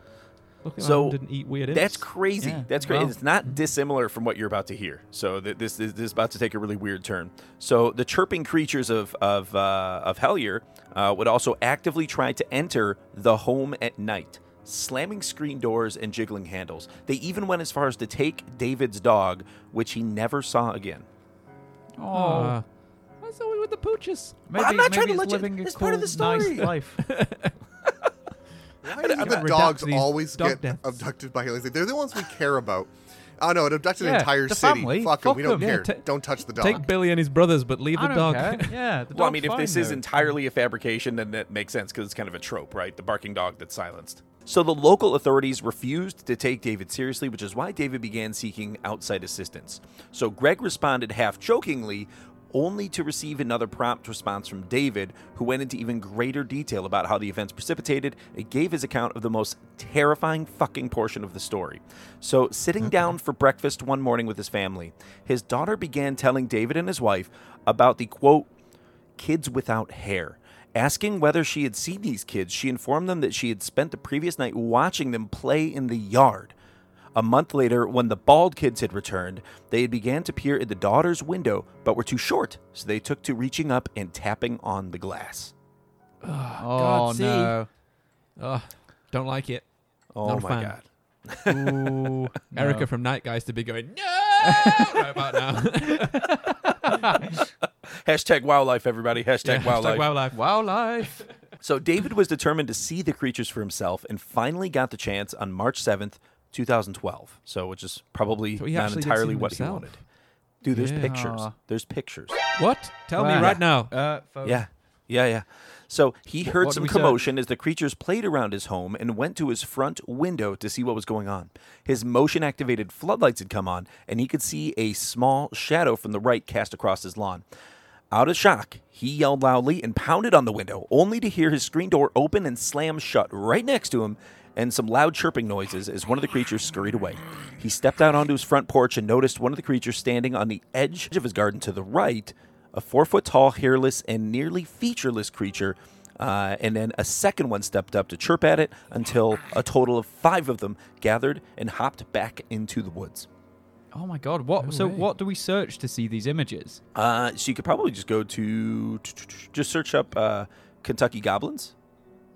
Look at So, so didn't eat weird. That's imps. crazy. Yeah, That's crazy. well. mm-hmm. It's not dissimilar from what you're about to hear. So th- this, this this is about to take a really weird turn. So the chirping creatures of of uh, of Hellier uh, would also actively try to enter the home at night, slamming screen doors and jiggling handles. They even went as far as to take David's dog, which he never saw again. Oh. Ah. What's the way with the pooches? Maybe, I'm not maybe trying to it's let you- living a it's cool, part of the story. nice life. Why do gotta the redact dogs these always dog get deaths. abducted by aliens? Like, They're the ones we care about. Oh no! It abducted an Yeah, entire the city. family. Fuck 'em, Fuck We don't 'em. care. Yeah, ta- don't touch the dog. Take Billy and his brothers, but leave I the don't dog. care. Yeah. The Well, I dog's mean, if fine, this is though. entirely a fabrication, then that makes sense because it's kind of a trope, right? The barking dog that's silenced. So the local authorities refused to take David seriously, which is why David began seeking outside assistance. So Greg responded half jokingly, only to receive another prompt response from David, who went into even greater detail about how the events precipitated. It gave his account of the most terrifying fucking portion of the story. So, sitting down for breakfast one morning with his family, his daughter began telling David and his wife about the quote, kids without hair. Asking whether she had seen these kids, she informed them that she had spent the previous night watching them play in the yard. A month later, when the bald kids had returned, they had began to peer in the daughter's window, but were too short, so they took to reaching up and tapping on the glass. Oh no. Ugh, Oh, don't like it. Oh Not a my fan. god. Ooh, Erica from Night Guys to be going no right about now. Hashtag wildlife, everybody. Hashtag wildlife. Hashtag wildlife. wildlife. So David was determined to see the creatures for himself and finally got the chance on March 7th, 2012. So, which is probably So he not actually did see entirely them what himself. he wanted. Dude, there's Yeah. pictures. There's pictures. What? Tell Wow. me right now. Uh, folks. Yeah. Yeah, yeah. So he heard what do some we say? commotion as the creatures played around his home and went to his front window to see what was going on. His motion activated floodlights had come on, and he could see a small shadow from the right cast across his lawn. Out of shock, he yelled loudly and pounded on the window, only to hear his screen door open and slam shut right next to him and some loud chirping noises as one of the creatures scurried away. He stepped out onto his front porch and noticed one of the creatures standing on the edge of his garden to the right, a four foot tall, hairless, and nearly featureless creature. Uh, and then a second one stepped up to chirp at it until a total of five of them gathered and hopped back into the woods. Oh my god! What? so what do we search to see these images? Uh, so you could probably just go to just search up uh, Kentucky goblins.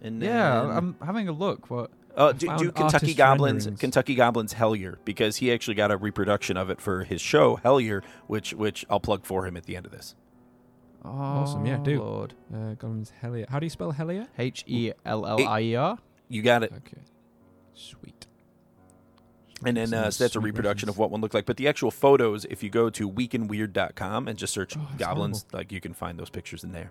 And Yeah, then- I'm having a look. What? Uh, do, found do Kentucky artist Goblins, renderings. Kentucky Goblins Hellier, because he actually got a reproduction of it for his show Hellier, which which I'll plug for him at the end of this. Oh, Awesome, yeah, do. Lord. Uh, Goblins Hellier. How do you spell Hellier? H e l l i e r. You got it, Okay. Sweet. and then uh, so that's a reproduction of what one looked like. But the actual photos, if you go to weekandweird.com and just search Oh, that's goblins, like you can find those pictures in there.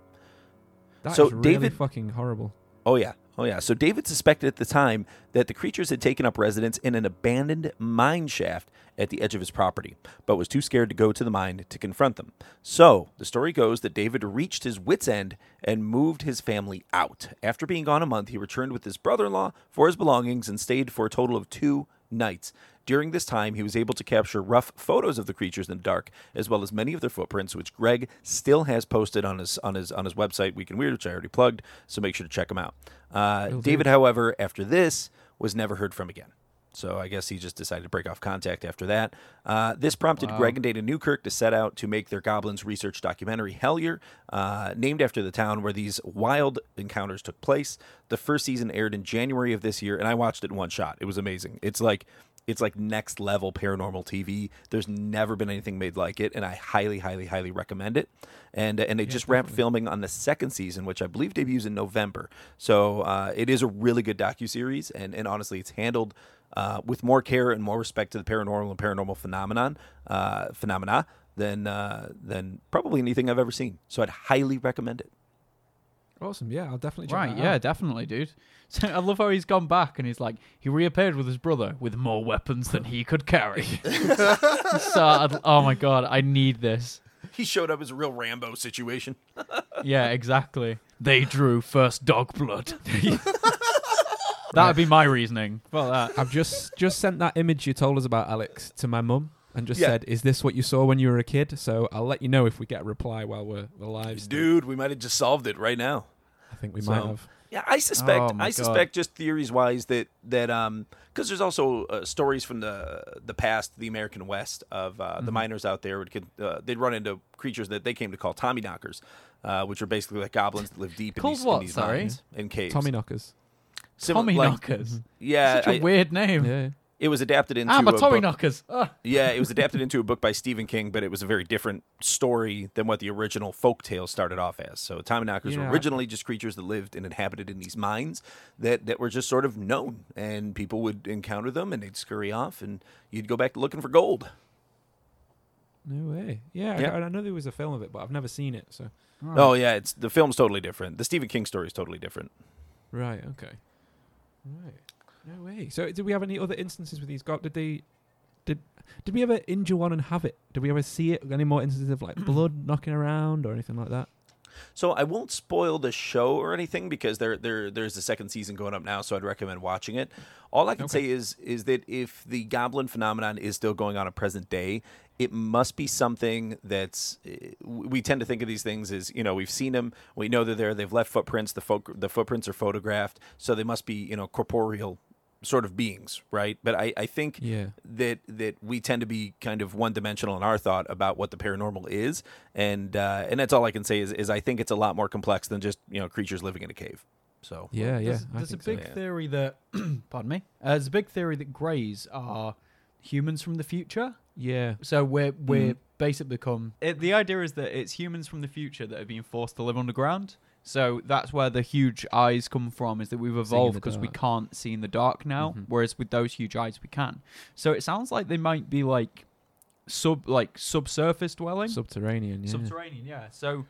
That's So, really David- fucking horrible. Oh yeah, oh yeah. So David suspected at the time that the creatures had taken up residence in an abandoned mine shaft at the edge of his property, but was too scared to go to the mine to confront them. So the story goes that David reached his wits' end and moved his family out. After being gone a month, he returned with his brother-in-law for his belongings and stayed for a total of two nights. During this time, he was able to capture rough photos of the creatures in the dark, as well as many of their footprints, which Greg still has posted on his on his on his website, Week in Weird, which I already plugged. So make sure to check him out. Uh, David, however, after this, was never heard from again. So I guess he just decided to break off contact after that. Uh, this prompted Greg and Dana Newkirk to set out to make their Goblins research documentary Hellier, uh, named after the town where these wild encounters took place. The first season aired in January of this year, and I watched it in one shot. It was amazing. It's like it's like next level paranormal TV. There's never been anything made like it, and I highly, highly, highly recommend it. And and they just wrapped filming on the second season, which I believe debuts in November. So uh, it is a really good docu series, and and honestly, it's handled uh, with more care and more respect to the paranormal and paranormal phenomenon uh, phenomena than uh, than probably anything I've ever seen. So I'd highly recommend it. Awesome. Yeah, I'll definitely check Right, that yeah, out. definitely, dude. So I love how he's gone back and he's like, he reappeared with his brother with more weapons than he could carry. so, I'd- oh my god, I need this. He showed up as a real Rambo situation. Yeah, exactly. They drew first dog blood. that would be my reasoning. Well, that. I've just just sent that image you told us about, Alex, to my mum and just Yeah. said, "Is this what you saw when you were a kid?" So I'll let you know if we get a reply while we're alive. still. Dude, we might have just solved it right now. I think we So- might have. Yeah, I suspect. Oh my I God. suspect just theories wise that that um because there's also uh, stories from the the past, the American West of uh, Mm-hmm. the miners out there would could, uh, they'd run into creatures that they came to call Tommy knockers, uh, which are basically like goblins that live deep in Called these, what, in these sorry? mines and caves. Tommy knockers. Simi- Tommy like- Knockers. Yeah, Such a I- weird name. Yeah. it was adapted into I'm a a Ah, Tommy book- Knockers. Ah. Yeah, it was adapted into a book by Stephen King, but it was a very different story than what the original folktale started off as. So Tommy knockers Yeah. were originally just creatures that lived and inhabited in these mines that, that were just sort of known and people would encounter them and they'd scurry off and you'd go back to looking for gold. No way. Yeah, Yeah. I, I know there was a film of it, but I've never seen it. So Oh yeah, it's the film's totally different. The Stephen King story is totally different. right, okay, right. No way. So did we have any other instances with these? God, did they? Did did we ever injure one and have it? Did we ever see it? Any more instances of like blood knocking around or anything like that? So I won't spoil the show or anything because there there there's a second season going up now, so I'd recommend watching it. All I can say is is that if the goblin phenomenon is still going on at present day, it must be something that's eh, we tend to think of these things as you know we've seen them, we know they're there, they've left footprints, the folk, the footprints are photographed, so they must be you know corporeal sort of beings, right? But I I think Yeah. that that we tend to be kind of one dimensional in our thought about what the paranormal is, and uh, and that's all I can say is is I think it's a lot more complex than just you know creatures living in a cave. So Yeah, yeah. There's, I there's a think so. big yeah. theory that, pardon me, uh, there's a big theory that greys are humans from the future. Yeah. So we're we're basically become. Mm. It, the idea is that it's humans from the future that are being forced to live underground. So that's where the huge eyes come from. Is that we've evolved because we dark. can't see in the dark now, whereas with those huge eyes we can. So it sounds like they might be like sub like subsurface dwelling, Subterranean. Yeah. subterranean. Yeah. So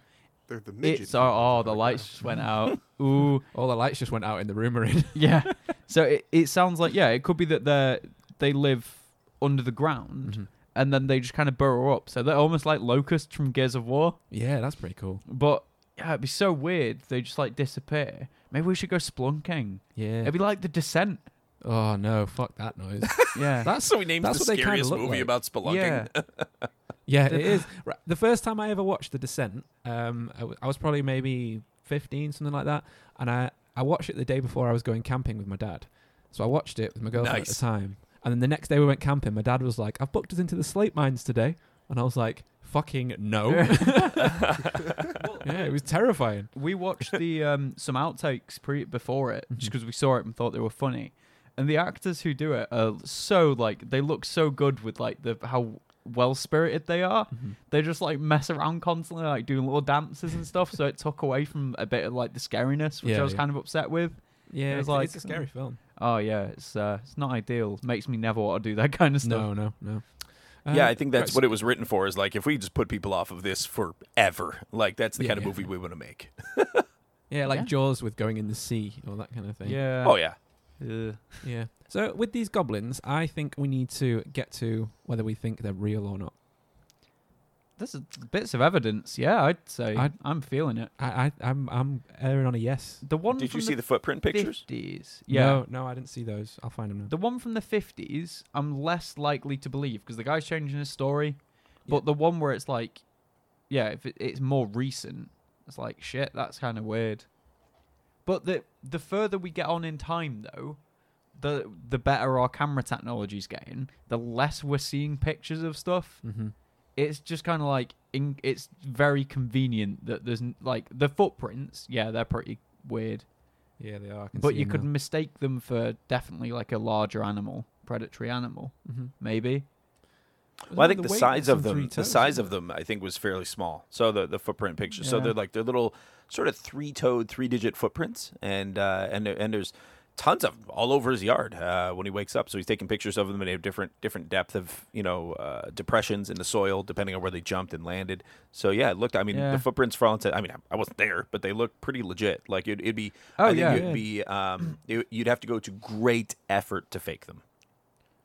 They're the midget. it's oh, oh the lights just went out. Ooh. All the lights just went out in the room we're in. yeah. So it, it sounds like yeah, it could be that they they live under the ground and then they just kind of burrow up. So they're almost like locusts from Gears of War, yeah, that's pretty cool. but yeah, it'd be so weird. They just like disappear. Maybe we should go splunking. Yeah. It'd be like the descent. oh no, fuck that noise. Yeah. that's so we named that's the what they kinda scariest look movie like. about spelunking. yeah. Yeah, it is. Right. The first time I ever watched The Descent, um, I, w- I was probably maybe 15, something like that. And I, I watched it the day before I was going camping with my dad. So I watched it with my girlfriend at Nice. the time. And then the next day we went camping. My dad was like, I've booked us into the slate mines today. And I was like, fucking no. yeah, it was terrifying. we watched the um, some outtakes pre before it Mm-hmm. just because we saw it and thought they were funny and the actors who do it are so like they look so good with like the how well spirited they are they just like mess around constantly like doing little dances and stuff so it took away from a bit of like the scariness which Yeah, i was yeah. kind of upset with Yeah, It was it's, like- it's a scary film. oh yeah it's uh, it's not ideal makes me never want to do that kind of stuff No, no, no. Uh, Um, yeah, I think that's what it was written for. Is like if we just put people off of this forever, like that's the Yeah, kind of yeah. movie we want to make. Yeah, like Yeah. Jaws with going in the sea or that kind of thing. yeah oh yeah, Ugh. Yeah. So with these goblins, I think we need to get to whether we think they're real or not. there's bits of evidence yeah i'd say i I'd- am feeling it I, I I'm I'm erring on a yes. the one did from you see the, footprint pictures? 50s yeah No, no, I didn't see those. I'll find them now. The one from the 50s, I'm less likely to believe because the guy's changing his story. But Yeah. the one where it's like, yeah, if it, it's more recent, it's like, shit, that's kind of weird. But the the further we get on in time, though, the the better our camera technology's getting, the less we're seeing pictures of stuff. Mhm. It's just kind of like, in, it's very convenient that there's n- like the footprints, yeah, they're pretty weird Yeah, they are. I can but see you them could now. mistake them for definitely like a larger animal, predatory animal, maybe. Well, I Isn't it think the, Mm-hmm. weight size that's of on them, three the toes, size isn't of them, I think was fairly small. So the the footprint pictures. So Yeah. they're like they're little, sort of three toed, three digit footprints, and uh, and there- and there's tons of 'em all over his yard uh, when he wakes up. So he's taking pictures of them, and they have different different depth of you know uh, depressions in the soil depending on where they jumped and landed. So yeah, it looked. I mean, Yeah. the footprints for all intents. I mean, I wasn't there, but they looked pretty legit. Like it'd, it'd be. Oh, I think yeah. it'd Yeah. be. Um, it, you'd have to go to great effort to fake them.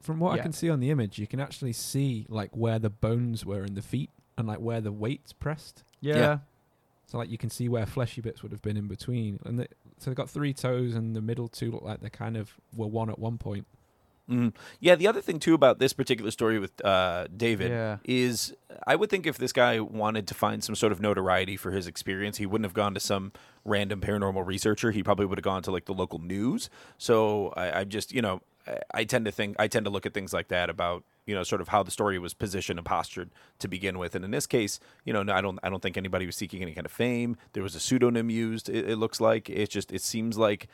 From what Yeah. I can see on the image, you can actually see like where the bones were in the feet and like where the weight's pressed. Yeah. Yeah. So like you can see where fleshy bits would have been in between. And they, so they've got three toes and the middle two look like they kind of were one at one point. Mm. Yeah, the other thing too about this particular story with uh, David Yeah. is, I would think if this guy wanted to find some sort of notoriety for his experience, he wouldn't have gone to some random paranormal researcher. He probably would have gone to like the local news. So I, I just, you know, I, I tend to think, I tend to look at things like that about, you know, sort of how the story was positioned and postured to begin with. And in this case, you know, no, I don't, I don't think anybody was seeking any kind of fame. There was a pseudonym used. It, it looks like it just, it seems like.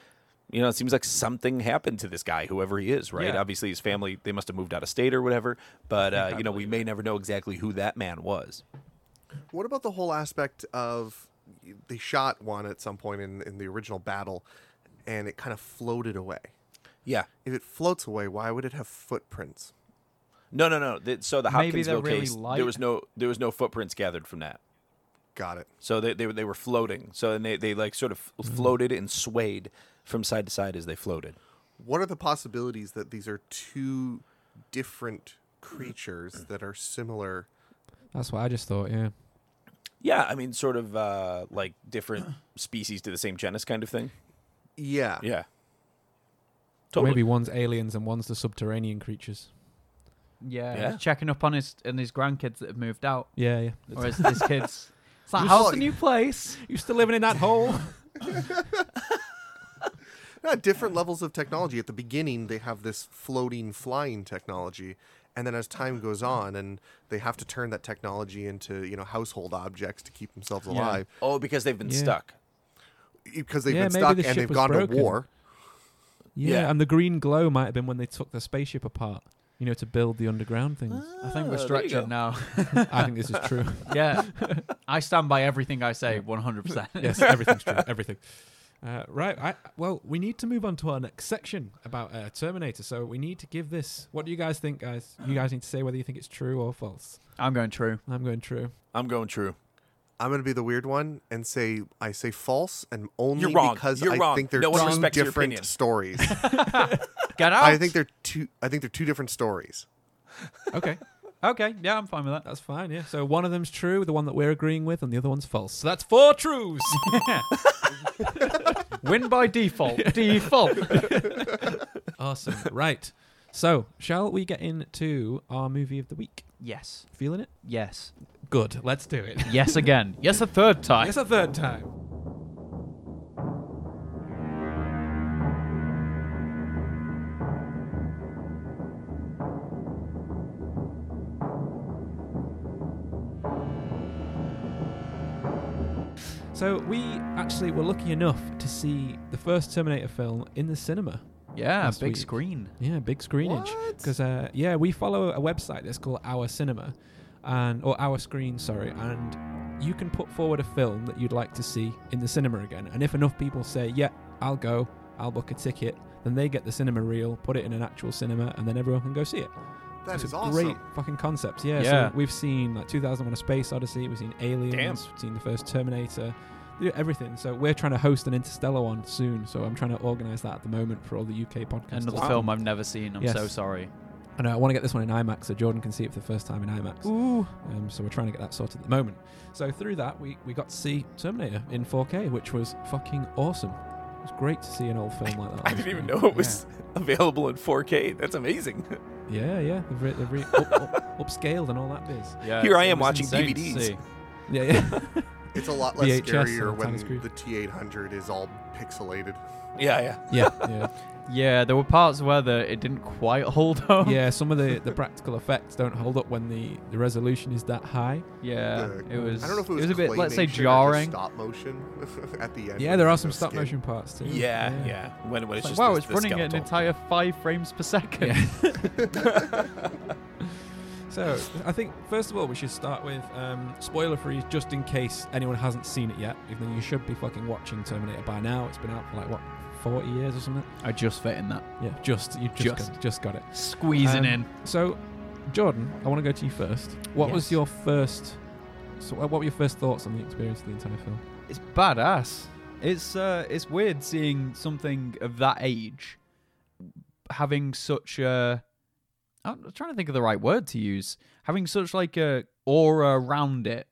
You know, it seems like something happened to this guy, whoever he is, right? Yeah. Obviously, his family, they must have moved out of state or whatever, but, uh, you know, we may never know exactly who that man was. What about the whole aspect of they shot one at some point in, in the original battle and it kind of floated away? Yeah. If it floats away, why would it have footprints? No, no, no. Th- so the Maybe they're Hopkinsville really case, light. there was no there was no footprints gathered from that. Got it. So they they, were- they were floating. So and they, they like sort of Mm-hmm. floated and swayed from side to side as they floated. What are the possibilities that these are two different Mm. creatures that are similar? That's what I just thought. Yeah. Yeah, I mean, sort of uh, like different species to the same genus kind of thing. Ah. Yeah. Yeah. Totally. Maybe one's aliens and one's the subterranean creatures. Yeah. Yeah. he's checking up on his and his grandkids that have moved out, Yeah, yeah. or his, his kids. It's like, You how's saw- the new place? You still living in that hole? Yeah, different levels of technology. At the beginning, they have this floating, flying technology, and then as time goes on, and they have to turn that technology into you know household objects to keep themselves alive Oh, because they've been Yeah. stuck. because they've Yeah, been maybe stuck the and ship they've was gone broken. to war. yeah. Yeah. and the green glow might have been when they took the spaceship apart, you know, to build the underground things. I think we're Oh, there you structured go. now. I think this is true. yeah, I stand by everything I say, 100. percent yes, everything's true. Everything. Uh, right. I, well, we need to move on to our next section about uh, Terminator. So we need to give this. What do you guys think, guys? You guys need to say whether you think it's true or false. I'm going true. I'm going true. I'm going true. I'm gonna be the weird one and say I say false, and only You're wrong. because You're I wrong. think they're No one two respects your different opinion. stories. Get out. I think they're two. I think they're two different stories. Okay. Okay, yeah, I'm fine with that. That's fine, yeah. So one of them's true, the one that we're agreeing with, and the other one's false. So that's four trues. Win by default. default. awesome. Right. So, shall we get into our movie of the week? Yes. Feeling it? Yes. Good. Let's do it. Yes again. Yes a third time. It's a third time. So we actually were lucky enough to see the first Terminator film in the cinema. Yeah, Last big week. screen. Yeah, big screenage. Because uh, yeah, we follow a website that's called Our Cinema, and or Our Screen, sorry, and you can put forward a film that you'd like to see in the cinema again. And if enough people say, "Yeah, I'll go, I'll book a ticket," then they get the cinema reel, put it in an actual cinema, and then everyone can go see it. That It's is a awesome. Great fucking concept. Yeah. Yeah. So we've seen like 2001: A Space Odyssey. We've seen Aliens. We've seen the first Terminator. They do everything. So we're trying to host an Interstellar one soon. So I'm trying to organise that at the moment for all the UK podcasts. Another film I've never seen. I'm Yes. so sorry. And I want to get this one in IMAX so Jordan can see it for the first time in IMAX. Ooh. Um, so we're trying to get that sorted at the moment. So through that, we, we got to see Terminator in 4K, which was fucking awesome. It was great to see an old film like that. I didn't even know it was available in 4K. That's amazing. Yeah, yeah. They've, re- they've re- up, up, upscaled and all that biz. Yeah, Here I it am was watching insane to DVDs. see. Yeah, yeah. It's a lot less VHS scarier on when uh, Times Square. the T800 is all pixelated. Yeah, yeah. yeah, yeah. Yeah, there were parts where the, it didn't quite hold Oh. up. Yeah, some of the, the practical effects don't hold up when the, the resolution is that high. Yeah, The- it was. I don't know if it was, a bit, let's say, claymation or just jarring. Stop motion at the end. Yeah, there when they are show some stop skin. motion parts too. Yeah, yeah. When, when it's, Like, just wow, the- it's the running at an skeletal. entire five frames per second. So I think first of all we should start with um, spoiler free, just in case anyone hasn't seen it yet. Even though you should be fucking watching Terminator by now. It's been out for like what forty years or something. I just fit in that. Yeah, just you just Just. got, just got it. Squeezing Um, in. So, Jordan, I want to go to you first. What was Yes. your first? So what were your first thoughts on the experience of the entire film? It's badass. It's uh, it's weird seeing something of that age having such a. I'm trying to think of the right word to use. Having such like a aura around it.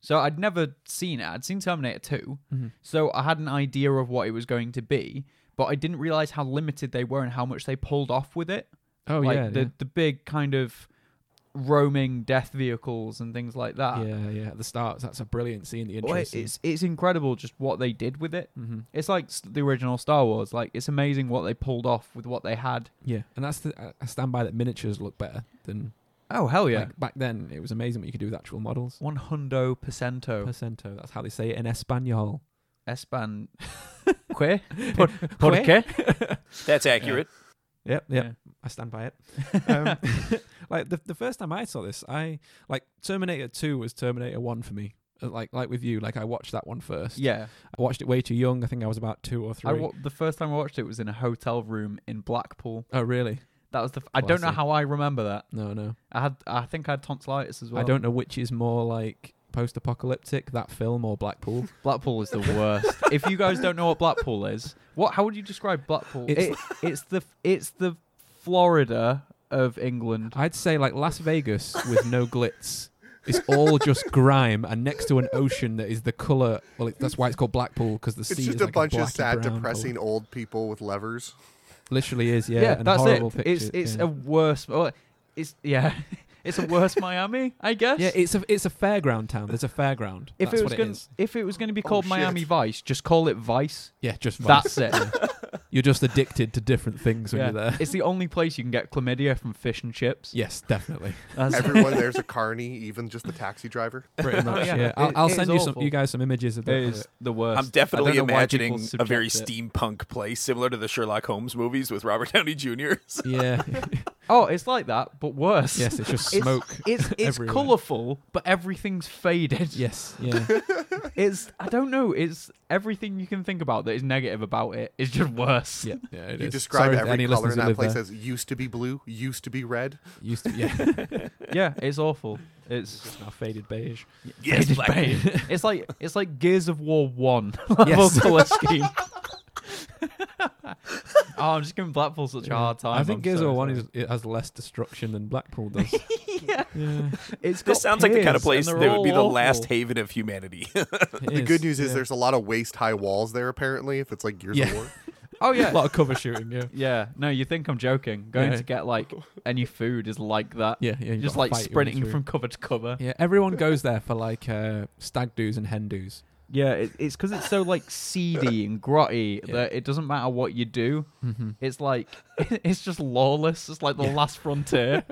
So I'd never seen it. I'd seen Terminator 2, Mhm. so I had an idea of what it was going to be, but I didn't realize how limited they were and how much they pulled off with it. Oh like yeah, the the big kind of roaming death vehicles and things like that. yeah, yeah, yeah. At the start, that's a brilliant scene. The uh, Well, intro. it- it's it's incredible just what they did with it. mm-hmm. It's like s- the original Star Wars. Like it's amazing what they pulled off with what they had. Yeah, and that's the I- I stand by that miniatures look better than Oh hell yeah, like, back then. It was amazing what you could do with actual models. one hundo percento Percento, that's how they say it in Espanol. Espan. Que? Qué? That's accurate. Yep, yep. Yeah. I stand by it. Um, like the the first time I saw this, I like Terminator Two was Terminator One for me. Uh, Like like with you, like I watched that one first. Yeah, I watched it way too young. I think I was about two or I three. wa- the first time I watched it was in a hotel room in Blackpool. oh really? That was the. F- I don't know Classy. how I remember that. No, no. I had. I think I had tonsillitis as well. I don't know which is more like post-apocalyptic, that film or Blackpool. Blackpool is the worst. if you guys don't know what Blackpool is, what? How would you describe Blackpool? It's- It- it's the it's the Florida of England. I'd say like Las Vegas with no glitz. It's all just grime, and next to an ocean that is the color. Well, it, that's why it's called Blackpool because the sea It's is just a like bunch of blacky sad, brown depressing color. old people with levers. Literally is, yeah. and that's horrible it. Pictures, It's it's yeah. a worse. Well, it's yeah, it's a worse Miami, I guess. yeah, it's a it's a fairground town. There's a fairground. if that's it was what going it is. if it was going to be Oh, called shit. Miami Vice, just call it Vice. yeah, just That's vice. it. You're just addicted to different things when Yeah. you're there. It's the only place you can get chlamydia from fish and chips. Yes, definitely. That's- Everyone there's a carny, even just the taxi driver. Pretty much. yeah. yeah. It- I'll, I'll it is send you some, awful. you guys some images of it the- of is it. the worst. I'm definitely I don't know why people imagining a subject very it. steampunk place, similar to the Sherlock Holmes movies with Robert Downey Jr. Yeah. Oh, it's like that, but worse. yes, it's just It's- smoke. It's it's everywhere. colourful, but everything's faded. Yes. Yeah. It's I don't know. It's everything you can think about that is negative about it is just worse. Yeah. yeah it You is. describe Sorry to every any color listeners in who that live place there. as used to be blue, used to be red. Used to, yeah. Yeah, it's awful. It's Now faded beige. yes, faded Black beige. It's like it's like Gears of War One level Yes. color scheme. oh, I'm just giving Blackpool such a hard time. I think I'm Gears so of War One sorry. is it has less destruction than Blackpool does. yeah. It's This got sounds like the kind piers, of place that and would be they're the all last awful. haven of humanity. it The good news is yeah. there's a lot of waist high walls there apparently. If it's like Gears Yeah. of War, Oh a yeah. lot of cover shooting. Yeah. Yeah, no, you think I'm joking. Going Yeah. to get like any food is like that. Yeah. Yeah. you Just gotta like fight your way sprinting through. from cover to cover. Yeah, everyone goes there for like uh, stag doos and hen doos. Yeah, it, it's because it's so like seedy and grotty Yeah. that it doesn't matter what you do. Mm-hmm. It's like it's just lawless. It's like the last frontier.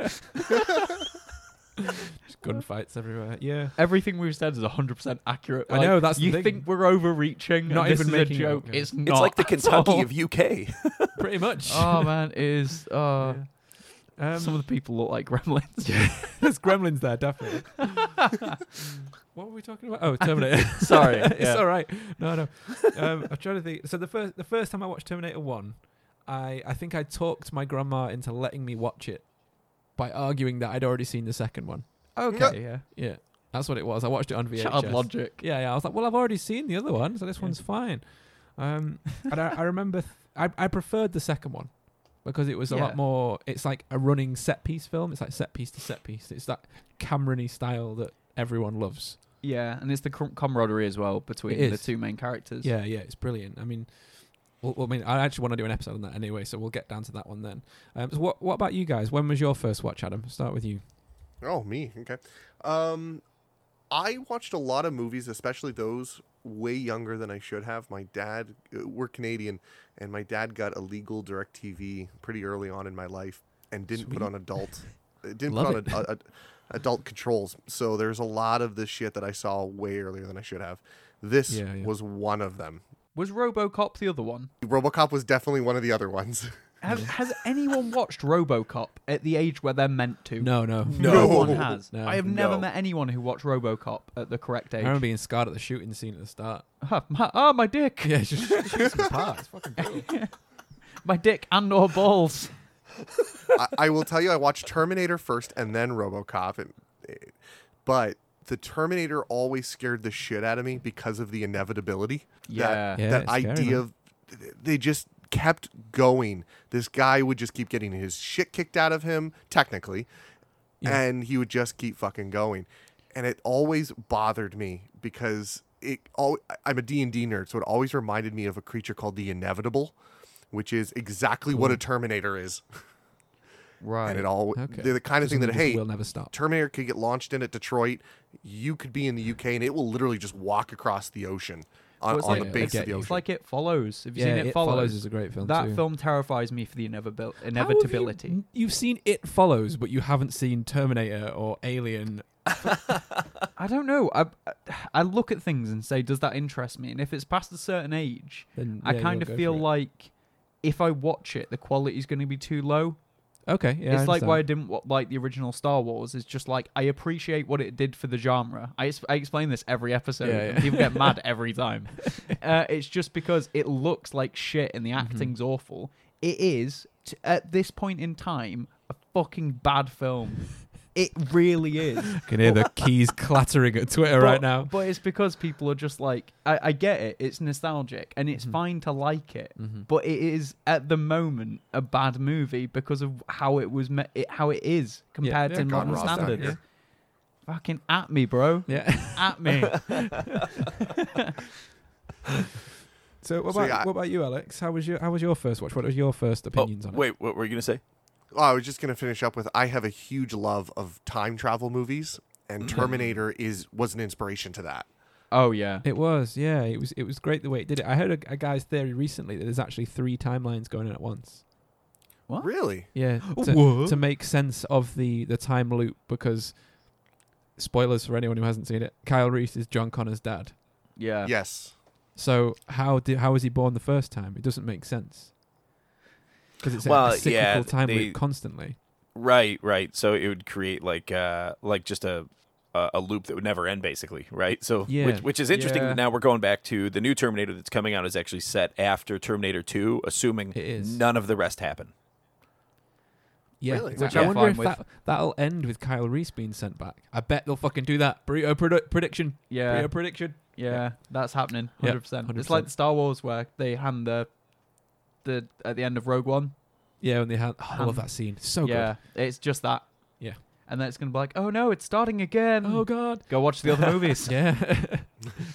gunfights everywhere. Yeah. Everything we've said is 100% accurate. I Like, know, that's the You thing. think we're overreaching? Not and this even is making it a joke. up, yeah. It's not. It's like the at Kentucky all. of UK. Pretty much. oh man, it is. Uh, Um, some of the people look like gremlins. There's gremlins there, definitely. what were we talking about? Oh, Terminator. Sorry. it's yeah. all right. No, no. Um, I'm trying to think. So the first the first time I watched Terminator One, I I think I talked my grandma into letting me watch it by arguing that I'd already seen the second one. Okay. Yeah. Yeah, that's what it was. I watched it on VHS. Child logic. Yeah, yeah. I was like, well, I've already seen the other one, so this one's fine. Um, and I, I remember th- I I preferred the second one because it was a Yeah. lot more. It's like a running set piece film. It's like set piece to set piece. It's that Camerony style that everyone loves. Yeah, and it's the com- camaraderie as well between It the is. two main characters. Yeah, yeah, it's brilliant. I mean, well, well, I mean, I actually want to do an episode on that anyway, so we'll get down to that one then. Um, so what what about you guys? When was your first watch, Adam? Start with you. Oh, me. Okay. Um, I watched a lot of movies, especially those way younger than I should have. My dad, uh, we're Canadian, and my dad got a legal direct TV pretty early on in my life and didn't put on adult. uh, Didn't Love put on a, a, adult controls. So there's a lot of this shit that I saw way earlier than I should have. This Yeah, yeah. was one of them. Was RoboCop the other one? RoboCop was definitely one of the other ones. Has, has anyone watched RoboCop at the age where they're meant to? No, no, No one has. No. I have never No. met anyone who watched RoboCop at the correct I age. remember being scarred at the shooting scene at the start. Ah, my, ah, my dick. Yeah, it's just shoot some parts. Fucking brutal. My dick and or balls. I, I will tell you, I watched Terminator first and then RoboCop, and, eh, but the Terminator always scared the shit out of me because of the inevitability. Yeah. that, Yeah, that it's scary, idea man. of they just kept going. This guy would just keep getting his shit kicked out of him, technically, Yeah. and he would just keep fucking going, and it always bothered me because it. All I'm a D and D nerd, so it always reminded me of a creature called the inevitable. Which is exactly what a Terminator is Right. and it all Okay. they're the kind of thing that Something just hey will never stop. terminator could get launched in at detroit you could be in the uk and it will literally just walk across the ocean on, Well, it's on like- the I base get of the you. ocean It's like It Follows. Have you yeah, seen It, it Follows? is a great film. that too. film terrifies me for the inevitabil- How have inevitability. You, you've seen It Follows, but you haven't seen Terminator or Alien. I don't know. I I look at things and say, does that interest me? And if it's past a certain age, Then, I yeah, kind you'll of go feel for it. like if I watch it, the quality's going to be too low. Okay, yeah, I it's like understand. why I didn't wa- like the original Star Wars. It's just like I appreciate what it did for the genre. I, ex- I explain this every episode. Yeah, and yeah. People get mad every time. Uh, it's just because it looks like shit and the Mm-hmm. acting's awful. It is t- at this point in time a fucking bad film. It really is. can hear the keys clattering at Twitter But- right now. But it's because people are just like, I, I get it. It's nostalgic and Mm-hmm. it's fine to like it, but it is at the moment a bad movie because of how it was, me- it, how it is compared Yeah, to God, modern Ross Down standards. here. Fucking at me, bro. yeah. At me. So what So, about yeah, I- what about you, Alex? How was your how was your first watch? What was your first Oh, opinions on it? wait, what were you going to say? Oh, i was just going to finish up with i have a huge love of time travel movies and Mm-hmm. terminator is was an inspiration to that oh yeah. It was, yeah. It was it was great the way it did it. I heard a, a guy's theory recently that there's actually three timelines going on at once. What? really Yeah, to, What? to make sense of the the time loop because spoilers for anyone who hasn't seen it, Kyle Reese is John Connor's dad. Yeah. yes So how did how was he born the first time? It doesn't make sense because it's a- Well, a cyclical yeah, time they- loop constantly. Right, right. So it would create like uh like just a a a loop that would never end basically, right? So Yeah. which which is interesting Yeah. that now we're going back to the new Terminator that's coming out is actually set after Terminator 2, assuming It is. none of the rest happen. Yeah, Really? I- Which I I'm wonder fine if with. that that'll end with Kyle Reese being sent back. I bet they'll fucking do that. Burrito produ- prediction. Yeah. Burrito prediction. Yeah, that's happening. Yeah, Hundred percent. It's 100%. like the Star Wars where they hand the the at the end of Rogue One. Yeah, and they had. Oh, I love Um, that scene. So yeah, it's just that. Yeah. And then it's gonna be like, oh no, it's starting again. good. Oh God. Go watch the other movies. Yeah.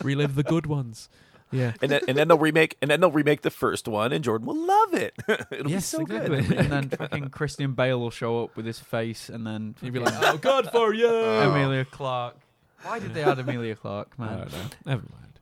Relive the good ones. Yeah. And then and then they'll remake and then they'll remake the first one and Jordan will love it. It'll be Yes, so exactly. good. and then fucking Christian Bale will show up with his face, and then You'd be like, oh God for you. Oh. Amelia Clark. Why did they add Amelia Clark, I man? don't know. Never mind.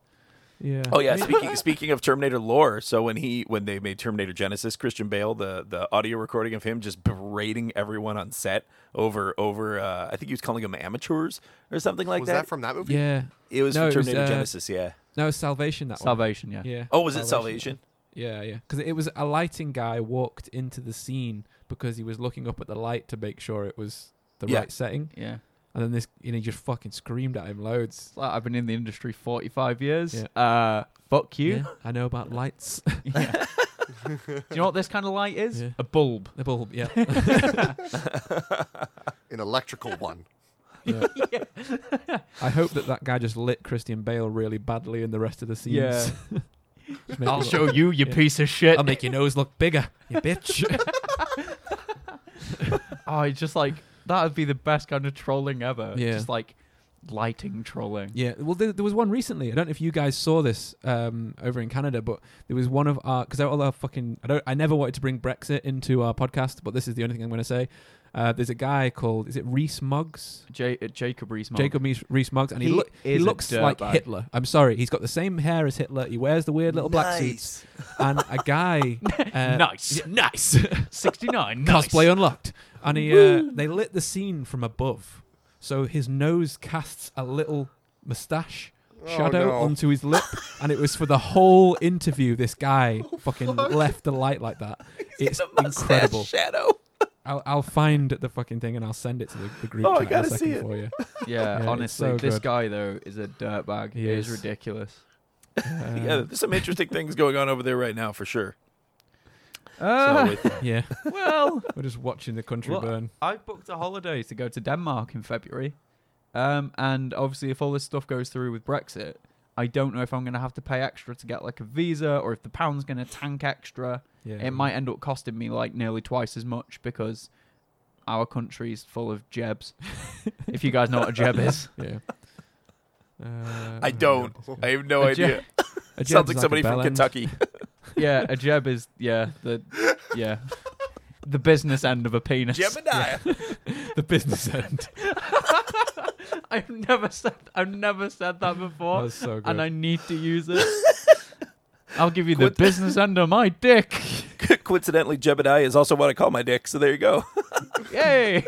Yeah. Oh yeah, speaking speaking of Terminator lore, so when he when they made Terminator Genesis, Christian Bale, the the audio recording of him just berating everyone on set over over uh, I think he was calling them amateurs or something like was that from that movie? Yeah. it was No, it from was, Terminator uh, Genesis, yeah. No, it's Salvation that one. Salvation, yeah. Yeah. Oh, was it Salvation? Yeah, yeah. Because it was a lighting guy walked into the scene because he was looking up at the light to make sure it was the Yeah. right setting, Yeah. and then this and he just fucking screamed at him loads. It's like I've been in the industry 45 years. Yeah. Uh, fuck Yeah, you. I know about lights. Yeah. Do you know what this kind of light is? Yeah. A bulb. the bulb. Yeah. An electrical one. I hope that that guy just lit Christian Bale really badly in the rest of the scenes. Yeah. Just make I'll it- show you, you Yeah. piece of shit. I'll make your nose look bigger, you bitch. oh, it's just like that would be the best kind of trolling ever. Yeah. Just like lighting trolling. Yeah, well, there, there was one recently. I don't know if you guys saw this um, over in Canada, but there was one of our because all our fucking I don't I never wanted to bring Brexit into our podcast, but this is the only thing I'm going to say. Uh, there's a guy called is it Reese Moggs? J- uh, Jacob Rees-Mogg. Jacob Reese Moggs, and he, He loo- he is a looks like dirtbag. Hitler. I'm sorry, he's got the same hair as Hitler. He wears the weird little black suits, and a guy uh, nice, nice. 69, nice. cosplay unlocked. And he, uh, they lit the scene from above, so his nose casts a little moustache shadow no. onto his lip, and it was for the whole interview. This guy fucking left the light like that. it's incredible. Shadow. I'll, I'll find the fucking thing and I'll send it to the, the group Oh, chat I in a gotta see second it. for you. Yeah, it's honestly, so this good. guy though is a dirtbag. He He, is. is. ridiculous. Uh, yeah, Um, there's some interesting things going on over there right now for sure. Ah, Uh, so with, Yeah, well, we're just watching the country Well, burn. I booked a holiday to go to Denmark in February, um, and obviously, if all this stuff goes through with Brexit, I don't know if I'm going to have to pay extra to get like a visa, or if the pound's going to tank extra. Yeah, It might end up costing me like nearly twice as much because our country's full of jebs. if you guys know what a jeb is, Yeah. Uh, I don't. I have no A je- idea. It Sounds like somebody from Kentucky. yeah, a jeb is yeah the yeah the business end of a penis. Gemini. the business end. I've never said I've never said that That before, was so good. and I need to use it. I'll give you the Quit- business under my dick. Coincidentally, Jebediah is also what I call my dick. So there you go. Yay!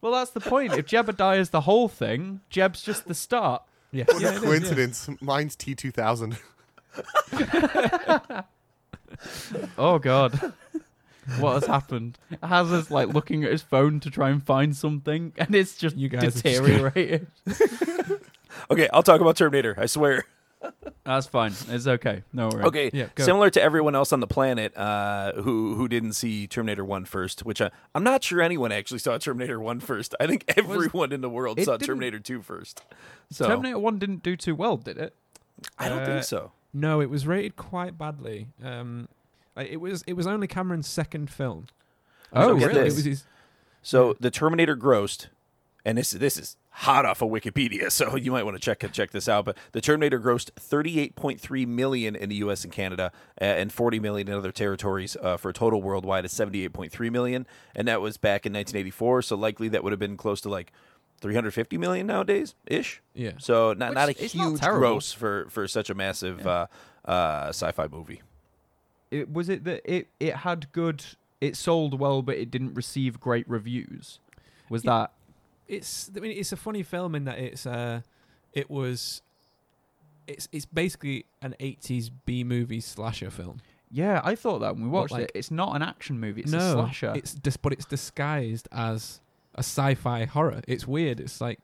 well, that's the point. If Jebediah is the whole thing, Jeb's just the start. yes. What Yeah, it a is, yeah. coincidence. Mine's T two thousand. Oh God. What has happened? Haz is like looking at his phone to try and find something, and it's just You guys have just got- deteriorated. Okay, I'll talk about Terminator. I swear. That's fine. It's okay. No worries. Okay, Yeah, go. similar to everyone else on the planet uh, who who didn't see Terminator One first, which I, I'm not sure anyone actually saw Terminator One first. I think everyone in the world it saw didn't- Terminator Two first. So Terminator One didn't do too well, did it? I don't uh, think so. No, it was rated quite badly. Um, like, it was it was only Cameron's second film. Oh, So it was- really? It was his, So the Terminator grossed, and this this is hot off of Wikipedia, so you might want to check check this out. But the Terminator grossed 38.3 million in the U.S. and Canada, uh, and 40 million in other territories uh, for a total worldwide of 78.3 million, and that was back in 1984. So likely that would have been close to like 350 million nowadays ish. Yeah. So not not a Which is not huge terrible. gross for for such a massive uh, uh, sci-fi movie. it was it that it it had good it sold well but it didn't receive great reviews was that it's I mean it's a funny film in that it's uh it was it's it's basically an 80s B movie slasher film. yeah i thought that when we watched like- it it's not an action movie it's a slasher it's dis- but it's disguised as a sci-fi horror. It's weird. It's like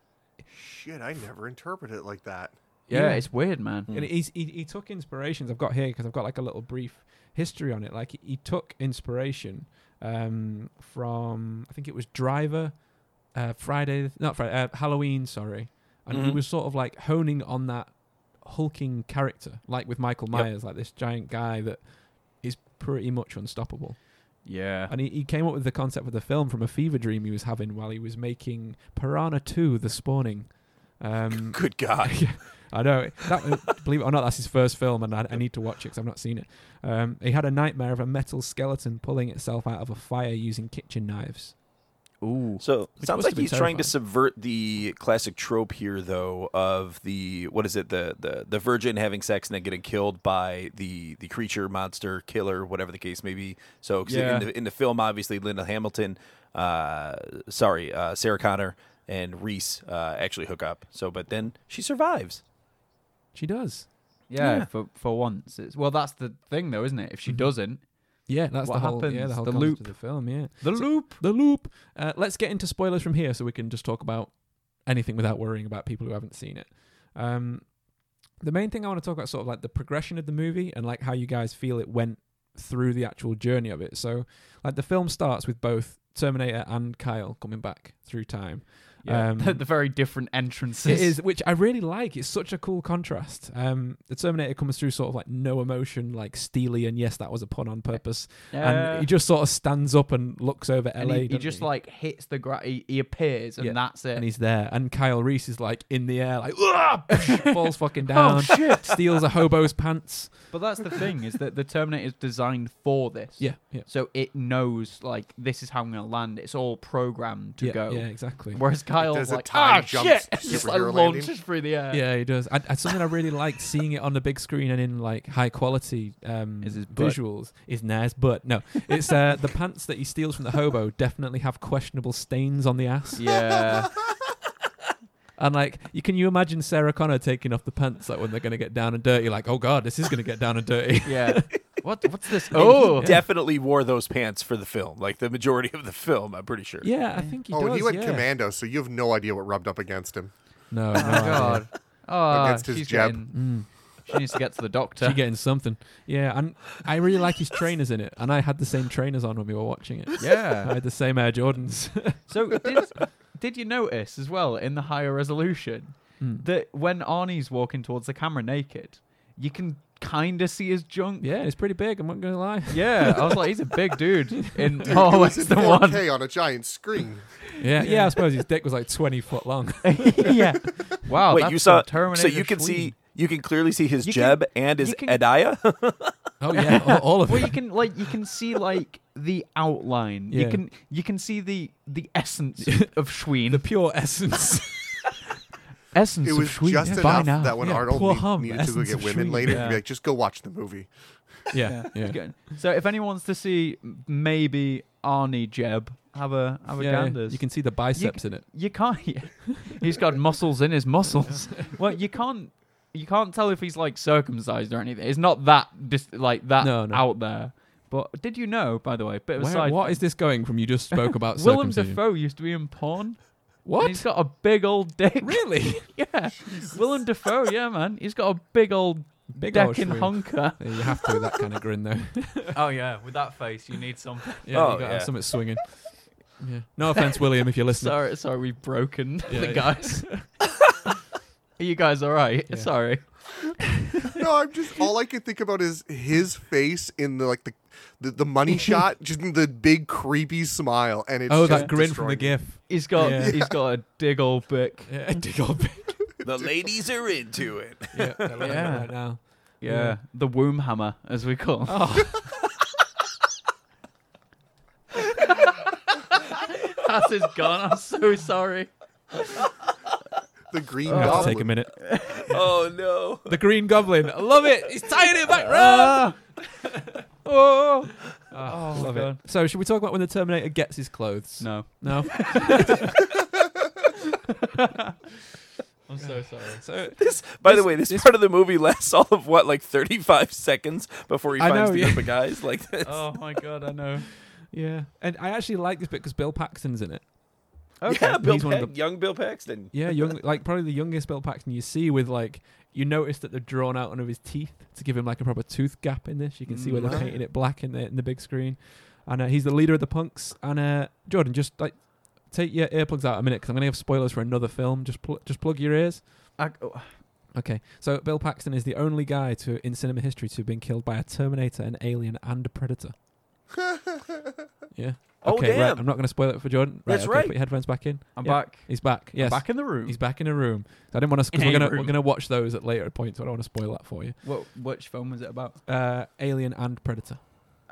Shit, I never interpret it like that. yeah, yeah. it's weird man and he's, he he took inspirations. I've got here because I've got like a little brief history on it. Like he, he took inspiration um, from I think it was Driver, uh, Friday, not Friday, uh, Halloween. Sorry, and he Mm-hmm. Mhm. was sort of like honing on that hulking character, like with Michael Yep. Myers, like this giant guy that is pretty much unstoppable. yeah And he, he came up with the concept for the film from a fever dream he was having while he was making Piranha Two: The Spawning. Um, Good God. I know. That, uh, believe it or not, that's his first film, and I, I need to watch it because I've not seen it. Um, he had a nightmare of a metal skeleton pulling itself out of a fire using kitchen knives. Ooh. So Which must sounds have like been he's trying to terrifying. subvert the classic trope here, though, of the what is it the the, the virgin having sex and then getting killed by the the creature, monster, killer, whatever the case may be. So 'cause Yeah. in, the, in the film, obviously, Linda Hamilton, uh, sorry, uh, Sarah Connor and Reese uh, actually hook up. So, but then she survives. She does. Yeah, Yeah. for for once. It's, well, that's the thing, though, isn't it? If she Mm-hmm. doesn't, Yeah, that's What the whole yeah happens? the whole The concept loop. of the film. Yeah, the So- loop. the loop. Uh, let's get into spoilers from here, so we can just talk about anything without worrying about people who haven't seen it. Um, the main thing I want to talk about, is sort of like the progression of the movie and like how you guys feel it went through the actual journey of it. So, like the film starts with both Terminator and Kyle coming back through time. Yeah. Um, the, the very different It entrances. is, which I really like. It's such a cool contrast. Um, the Terminator comes through sort of like no emotion, like steely, and yes, that was a pun on purpose. Yeah. And he just sort of stands up and looks over LA. Uh, And he, he doesn't just he? like hits the ground. He, he appears, and Yeah. that's it. and he's there. And Kyle Reese is like in the air, like "Ugh!" falls Oh, fucking down, steals a hobo's pants. but that's the thing is that the Terminator is designed for this. Yeah, yeah, So it knows like this is how I'm gonna land. It's all programmed to yeah, go. yeah, exactly. Whereas Kyle's does a like, ah, time jump shit, s- just like superhero launches landing. through the air. yeah, he does. I, I, something I really liked seeing it on the big screen and in like high quality um, Is his butt. visuals is Nair's butt. No, it's uh, the pants that he steals from the hobo definitely have questionable stains on the ass. Yeah. And like, you can you imagine Sarah Connor taking off the pants like when they're gonna get down and dirty? Like, oh god, this is gonna get down and dirty. yeah. What? What's this? And he Oh, definitely wore those pants for the film, like the majority of the film. I'm pretty sure. yeah, I think he oh, does. and he went yeah. commando, so you have no idea what rubbed up against him. No, no, Oh god. Oh, Against his she's jab. getting- she needs to get to the doctor. She getting something. Yeah, and I really like his trainers in it. And I had the same trainers on when we were watching it. I yeah. had the same Air Jordans. So did did you notice as well in the higher resolution Hmm. that when Arnie's walking towards the camera naked, you can kind of see his junk. yeah, it's pretty big. I'm not gonna lie. Yeah, I was like, he's a big dude. In It oh, was it's in the one. 4K on a giant screen. Yeah, yeah. I suppose his dick was like 20 foot long. yeah. Wow. Wait, that's you saw the Terminator. so you can tween. see you can clearly see his You can- Jeb and his you can- Adiah. Oh yeah, all, all of Well, you it. can like you can see like the outline. Yeah. You can you can see the the essence of- of Schween. The pure essence. essence It was of Schween. just yeah, by enough now. that when Yeah, Arnold poor need- hum, needed to essence get of women Schween. later, he'd Yeah. be like, just go watch the movie. yeah, yeah. Good. So if anyone wants to see m- maybe Arnie Jeb, have a have a Yeah, ganders. You can see the biceps in it. you can't. Yeah. He's got muscles in his muscles. well, you can't. You can't tell if he's like circumcised or anything. It's not that dis- like that No, no. out there. But did you know, by the way, bit of a Where, side. what is this going from? You just spoke about Willem circumcision. Dafoe used to be in porn. and What? he's got a big old dick. Really? yeah. Willem Dafoe, yeah, man. He's got a big old Big old decking shrew. honker. Yeah, You have to with that kind of grin though. Oh yeah, with that face, you need something. Yeah, Oh, you gotta have yeah. something swinging. Yeah. No offense, William, if you're listening. Sorry, sorry, we've broken Yeah, the yeah. guys. Are you guys all right? Yeah. Sorry. No, I'm just all I can think about is his face in the like the the, the money shot, just the big creepy smile, and it's Oh, just that grin from the destroying- GIF. He's got Yeah. he's got a dig old bick. Yeah, dig up. the ladies are into it. yeah, they're looking at it right now. Yeah. Oh. Yeah. The womb hammer, as we call. it. That's his gun. I'm so sorry. The green I have to goblin. take a minute. oh no. The Green Goblin. I love it. He's tying it back round. Ah! oh. love God. it. So, should we talk about when the Terminator gets his clothes? No. No. I'm so sorry. So, This, by the This- way, this, this- part of the movie lasts all of what, like thirty-five seconds before he I finds know, the yeah. group of guys. Like, this. Oh my god, I know. yeah. And I actually like this bit because Bill Paxton's in it. yeah, Bill He's one of Pax- young Bill Paxton. Yeah, young, like probably the youngest Bill Paxton you see with like, you notice that they've drawn out one of his teeth to give him like a proper tooth gap in this. You can see where Mm-hmm. they're Mhm. painting it black in the, in the big screen. And uh, he's the leader of the punks. And uh, Jordan, just like, take your earplugs out a minute because I'm going to have spoilers for another film. Just, pl- just plug your ears. I, oh, Okay, so Bill Paxton is the only guy to in cinema history to have been killed by a Terminator, an alien, and a Predator. yeah. Oh, okay, right. damn. I'm not going to spoil it for Jordan. That's okay, right. Put your headphones back in. I'm Yeah, back. He's back. Yes. I'm back in the room. He's back in a room. So I didn't want to. In we're a gonna we're room. gonna watch those at later points. So I don't want to spoil that for you. What which film was it about? Uh, alien and Predator.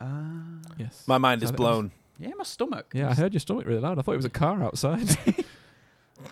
Ah. Yes. My mind So is that was- blown. Yeah, my stomach. Yeah, I heard your stomach really loud. I thought it was a car outside.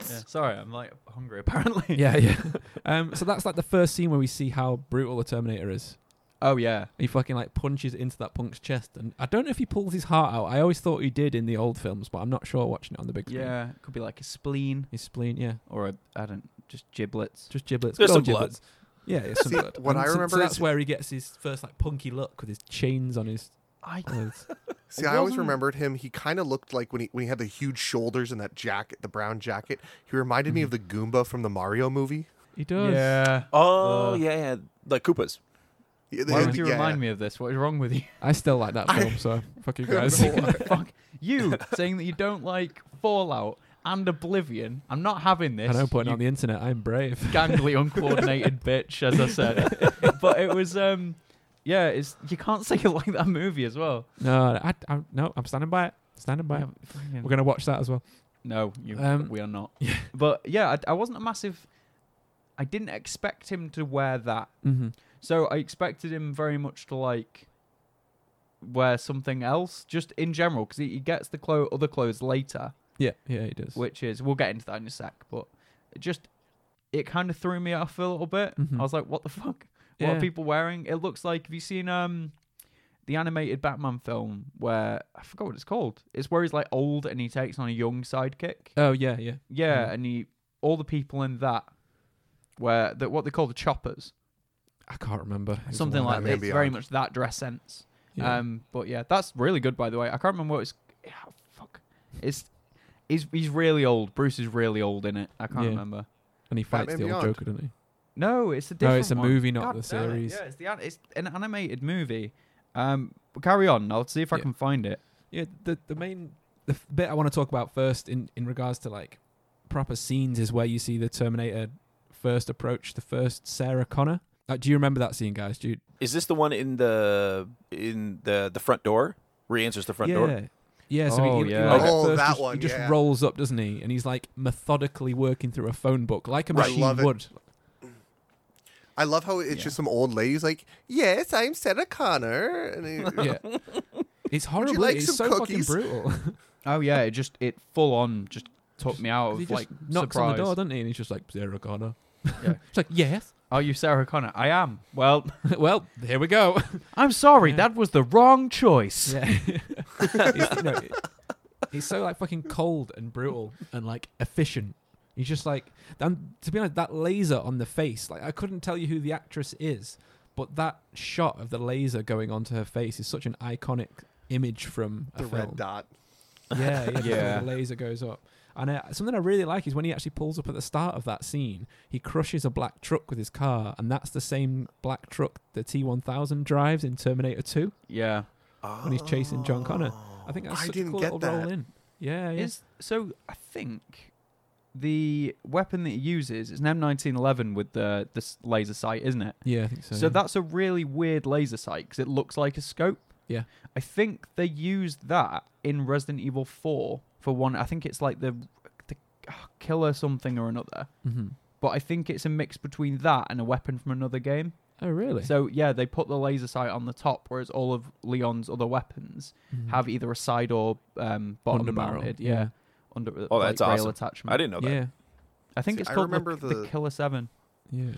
Yeah, sorry, I'm like hungry apparently. yeah, yeah. Um, so that's like the first scene where we see how brutal the Terminator is. Oh yeah. He fucking like punches into that punk's chest, and I don't know if he pulls his heart out. I always thought he did in the old films, but I'm not sure watching it on the big screen. Yeah, could be like a spleen his spleen, yeah, or a, I don't just giblets. just giblets. There's Good some old giblets. Yeah, yeah, some See, blood. what And I so- so remember that's is- where he gets his first like punky look with his chains on his. I clothes. See, I always Wasn't- remembered him. He kind of looked like when he when he had the huge shoulders and that jacket, the brown jacket. He reminded Mm-hmm. me of the Goomba from the Mario movie. he does. yeah. Oh Uh, yeah, yeah, like Koopas. Yeah, they Why had would the- you yeah, remind yeah. me of this? What is wrong with you? I still like that film, so fuck you guys. Fuck you saying that you don't like Fallout and Oblivion. I'm not having this. I know, putting you on the internet, I'm brave. gangly, uncoordinated bitch, as I said. but it was, um, yeah, it's you can't say you like that movie as well. No, I, I, no, I'm standing by it. Standing by Yeah, it. fucking- We're gonna watch that as well. No, you, Um, we are not. But yeah, I, I wasn't a massive. I didn't expect him to wear that. Mm-hmm. So I expected him very much to like wear something else, just in general, because he, he gets the clo- other clothes later, Yeah, yeah, he does. which is we'll get into that in a sec. But it just it kind of threw me off a little bit. Mhm. I was like, what the fuck? What Yeah. are people wearing? It looks like have you seen um the animated Batman film where I forgot what it's called. It's where he's like old and he takes on a young sidekick. Oh yeah, yeah. Yeah, Mm. and he all the people in that where that what they call the choppers, I can't remember. It was something one of like that that. may It's be very on. much that dress sense. them. Yeah. Um, but yeah, that's really good. By the way, I can't remember what it's. Yeah, fuck, it's. He's, he's really old. Bruce is really old in it. I can't Yeah. remember. and he fights Batman the old Beyond. Joker, doesn't he? No, it's a No, different. it's a one. movie, not God the damn it, series. Yeah, it's the an- it's an animated movie. Um, but carry on. I'll see if I Yeah. can find it. Yeah, the the main the f- bit I want to talk about first in in regards to like proper scenes is where you see the Terminator first approach the first Sarah Connor. Uh, do you remember that scene, guys? Do you, Is this the one in the in the the front door? Where he answers the front yeah. door. Yeah, so he- Oh, he, yeah. like, at Oh, first that just- one, He just yeah. rolls up, doesn't he? And he's like methodically working through a phone book, like a Right. machine Love it. would. I love how it's just some old ladies like, "Yes, I'm Sarah Connor," and he- Yeah, it's horrible. like it's some so cookies? fucking brutal. Oh yeah, it just it full on just took me out of he just like knocks surprise. on the door, doesn't he? And he's just like Sarah Connor. Yeah. It's like yes. Are you Sarah Connor? I am. Well, well, here we go. I'm sorry, Yeah. that was the wrong choice. Yeah. he's, you know, he's so like fucking cold and brutal and like efficient. He's just like, and to be honest, that laser on the face, like I couldn't tell you who the actress is, but that shot of the laser going onto her face is such an iconic image from a the film. red dot. Yeah, yeah. yeah. Yeah. The laser goes up. And uh, something I really like is when he actually pulls up at the start of that scene, he crushes a black truck with his car, and that's the same black truck the T 1000 drives in Terminator 2 Yeah. when he's chasing John Connor. I think that's Oh, I such a didn't cool get little roll that. in. Yeah, yeah. Is so I think the weapon that he uses is an M1911 with the this laser sight, isn't it? yeah, I think so. So, yeah. that's a really weird laser sight because it looks like a scope. Yeah. I think they used that in Resident Evil 4 for one. I think it's like the the oh, killer something or another. Mhm. But I think it's a mix between that and a weapon from another game. Oh, really? So yeah, they put the laser sight on the top, whereas all of Leon's other weapons Mhm. have either a side or um, bottom Under barrel, mounted, yeah. yeah. under Oh, like, that's rail awesome. attachment. I didn't know that. yeah, I think See, it's I called the- remember the, the- Killer Seven. yeah.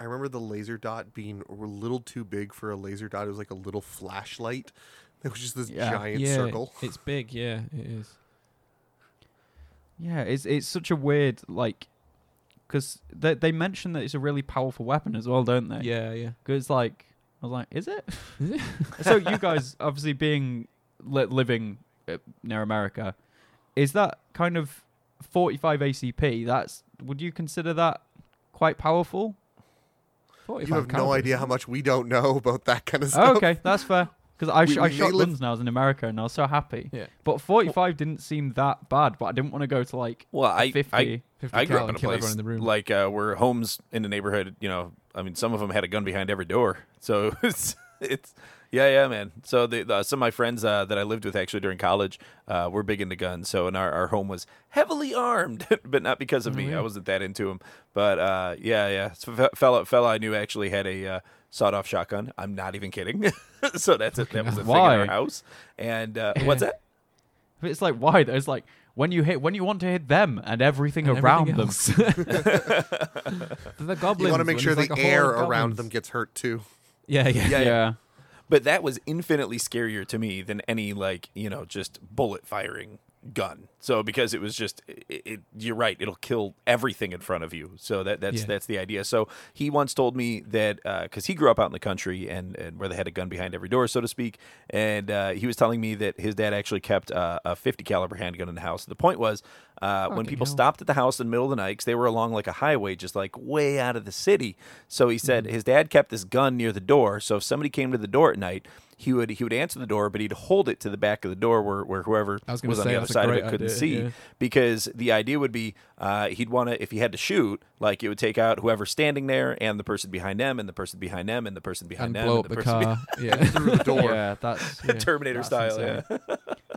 I remember the laser dot being a little too big for a laser dot. It was like a little flashlight. It was just this Yeah. giant yeah, circle. It's big, yeah, it is. Yeah, it's it's such a weird like because they they mention that it's a really powerful weapon as well, don't they? Yeah, yeah. because like I was like, is it? so you guys obviously being li- living uh, near America, is that kind of 45 ACP? That's would you consider that quite powerful? 45 You have no caliber. idea how much we don't know about that kind of Oh, stuff. okay, that's fair. Because I, sh- We- I we shot may live- guns now as in America, and I was so happy. Yeah. But 45 didn't seem that bad. But I didn't want to go to like Well, I 50. I, 50 I grew cal up in and a kill place everyone in the room. like uh, where homes in the neighborhood. You know, I mean, some of them had a gun behind every door. So it's it's yeah, yeah, man. So the, uh, some of my friends uh, that I lived with actually during college uh, were big into guns. So and our, our home was heavily armed, but not because of me. I wasn't that into them. But uh, yeah, yeah. So fe- fella, fella I knew actually had a uh, sawed-off shotgun. I'm not even kidding. so that's it. That was a thing in Why? our house. And uh, what's that? If it's like wide, it's like when you hit when you want to hit them and everything And around everything them. else. the goblins. You want to when make sure there's the like a horde air of around goblins. them gets hurt too. Yeah, yeah. Yeah, yeah. But that was infinitely scarier to me than any like you know just bullet firing gun. So because it was just it, it, you're right, it'll kill everything in front of you. So that that's Yeah. that's the idea. So he once told me that because he grew up out in the country and and where they had a gun behind every door, so to speak, and uh, he was telling me that his dad actually kept uh, a 50 caliber handgun in the house. The point was uh, when Fucking people Oh, hell. stopped at the house in the middle of the night because they were along like a highway, just like way out of the city. So he Mm-hmm. said his dad kept this gun near the door. So if somebody came to the door at night, he would he would answer the door, but he'd hold it to the back of the door where, where whoever I was was, gonna say, on the other that's a side of great it couldn't idea, see. yeah. Because the idea would be uh, he'd want to if he had to shoot, like it would take out whoever's standing there and the person behind them and the person behind them and the person And behind them blow and up the person behind- car. Yeah. through the door. Yeah, that's yeah. Terminator That's style. insane. Yeah.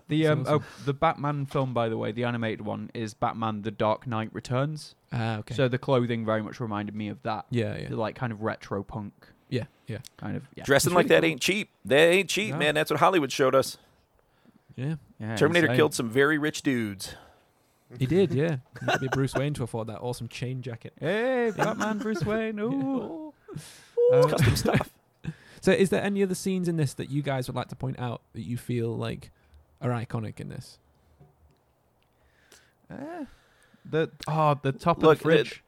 The um, awesome. oh, the Batman film, by the way, the animated one is Batman: The Dark Knight Returns. Ah, okay. So the clothing very much reminded me of that, yeah, yeah, The, like kind of retro punk yeah, yeah, kind of. Yeah. Dressing like that ain't cheap. That ain't cheap, No. man. That's what Hollywood showed us. yeah. Yeah, Terminator insane. killed some very rich dudes. He did, yeah. Maybe Bruce Wayne to afford that awesome chain jacket. Hey, Batman, Bruce Wayne. Ooh. Uh, Custom stuff. so, is there any other scenes in this that you guys would like to point out that you feel like are iconic in this? Eh. The oh, the top Look, of it- the fridge.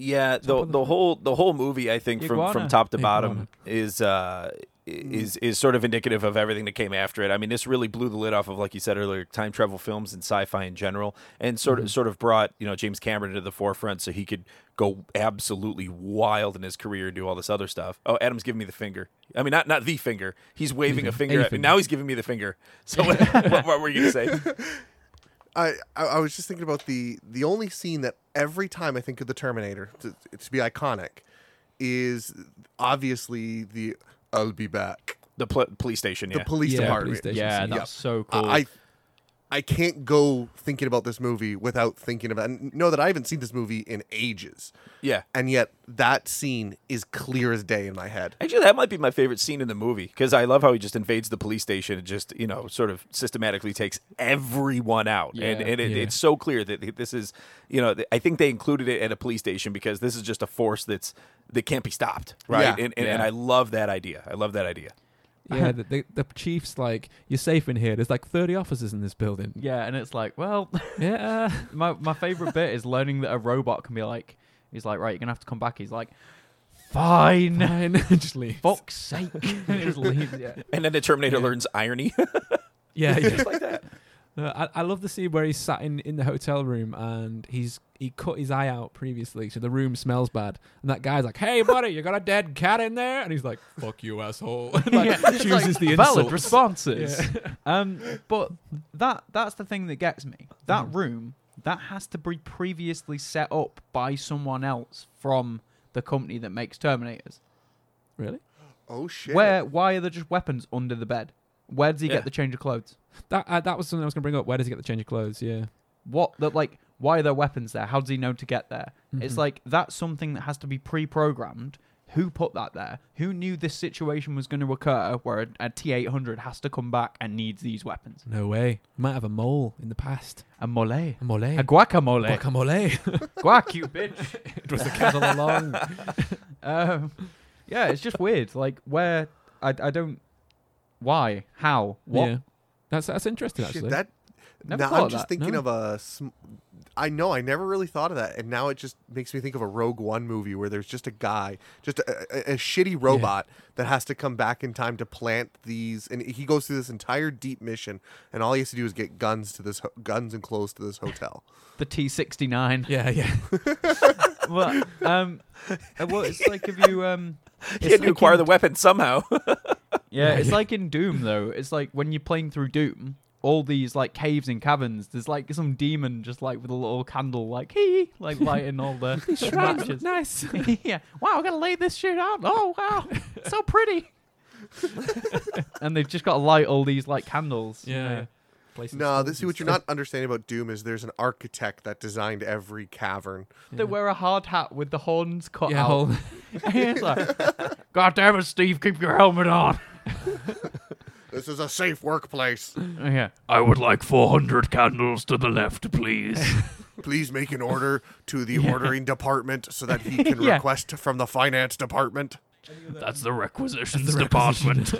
Yeah, the of the the whole the whole movie, I think, from, Iguana. from top to bottom is uh, is is sort of indicative of everything that came after it. I mean, this really blew the lid off of, like you said earlier, time travel films and sci-fi in general, and sort of sort of brought you know James Cameron into the forefront so he could go absolutely wild in his career and do all this other stuff. Oh, Adam's giving me the finger. I mean, not not the finger. He's waving a A finger. at me. finger. Now he's giving me the finger. So what, what, what were you gonna say? I, I I was just thinking about the the only scene that every time I think of the Terminator to, to be iconic is obviously the I'll be back. The pl- police station. Yeah. The police Yeah, department. police yeah, Jason, that's yeah. so I cool. I I can't go thinking about this movie without thinking about and know that I haven't seen this movie in ages. yeah. And yet that scene is clear as day in my head. Actually, that might be my favorite scene in the movie because I love how he just invades the police station and just you know sort of systematically takes everyone out, and Yeah. and it, Yeah. it's so clear that this is you know th- I think they included it at a police station because this is just a force that's that can't be stopped, right? Yeah. And, and, and Yeah. I love that idea. I love that idea. Yeah, the, the, the chief's like, "You're safe in here." There's like 30 officers in this building. yeah, and it's like, well, Yeah, my my favorite bit is learning that a robot can be like. He's like, right, you're gonna have to come back. He's like, fine, nine. Just leave. fuck's sake. And he just leaves. Yeah. And then the Terminator learns irony. Yeah, yeah. just like that. I, I love the scene where he's sat in, in the hotel room and he's he cut his eye out previously, so the room smells bad. And that guy's like, "Hey, buddy, you got a dead cat in there?" And he's like, "Fuck you, asshole!" And like, Yeah, it's chooses like the valid insult. responses. um, but that that's the thing that gets me. That Mm. room that has to be previously set up by someone else from the company that makes Terminators. Really? Oh shit. Where why are there just weapons under the bed? Where does he Yeah. get the change of clothes? That uh, that was something I was gonna bring up. Where does he get the change of clothes? Yeah, What that like? Why are there weapons there? How does he know to get there? It's like that's something that has to be pre-programmed. Who put that there? Who knew this situation was going to occur where a- a T eight hundred has to come back and needs these weapons? no way. Might have a mole in the past. A mole, a A mole. A guacamole. guacamole. Guac, you bitch. it was the cat all along. Um, yeah, it's just weird. Like, where I, I don't. Why? How? What? Yeah. That's that's interesting Shit, actually. that Never now thought I'm of just that, thinking no. of a. Sm- I know I never really thought of that, and now it just makes me think of a Rogue One movie where there's just a guy, just a, a, a shitty robot that has to come back in time to plant these, and he goes through this entire deep mission, and all he has to do is get guns to this ho- guns and clothes to this hotel. The T sixty nine. yeah, yeah. Well, um, uh, well, it's like if you um, he had to like acquire in- the weapon somehow. yeah, it's like in Doom though. It's like when you're playing through Doom, all these like caves and caverns. There's like some demon just like with a little candle, like hee, like lighting all the Shrines look matches. nice. yeah. Wow, I gotta lay this shit out. Oh wow, so pretty. and they've just got to light all these like candles. you Yeah. know. no, this see what you're not understanding about Doom is there's an architect that designed every cavern. They wear a hard hat with the horns cut Yeah, out. whole- It's like, God damn it, Steve, keep your helmet on. This is a safe workplace. Yeah. I would like 400 candles to the left, please. Please make an order to the ordering department so that he can Yeah. request from the finance department. That's the requisitions department.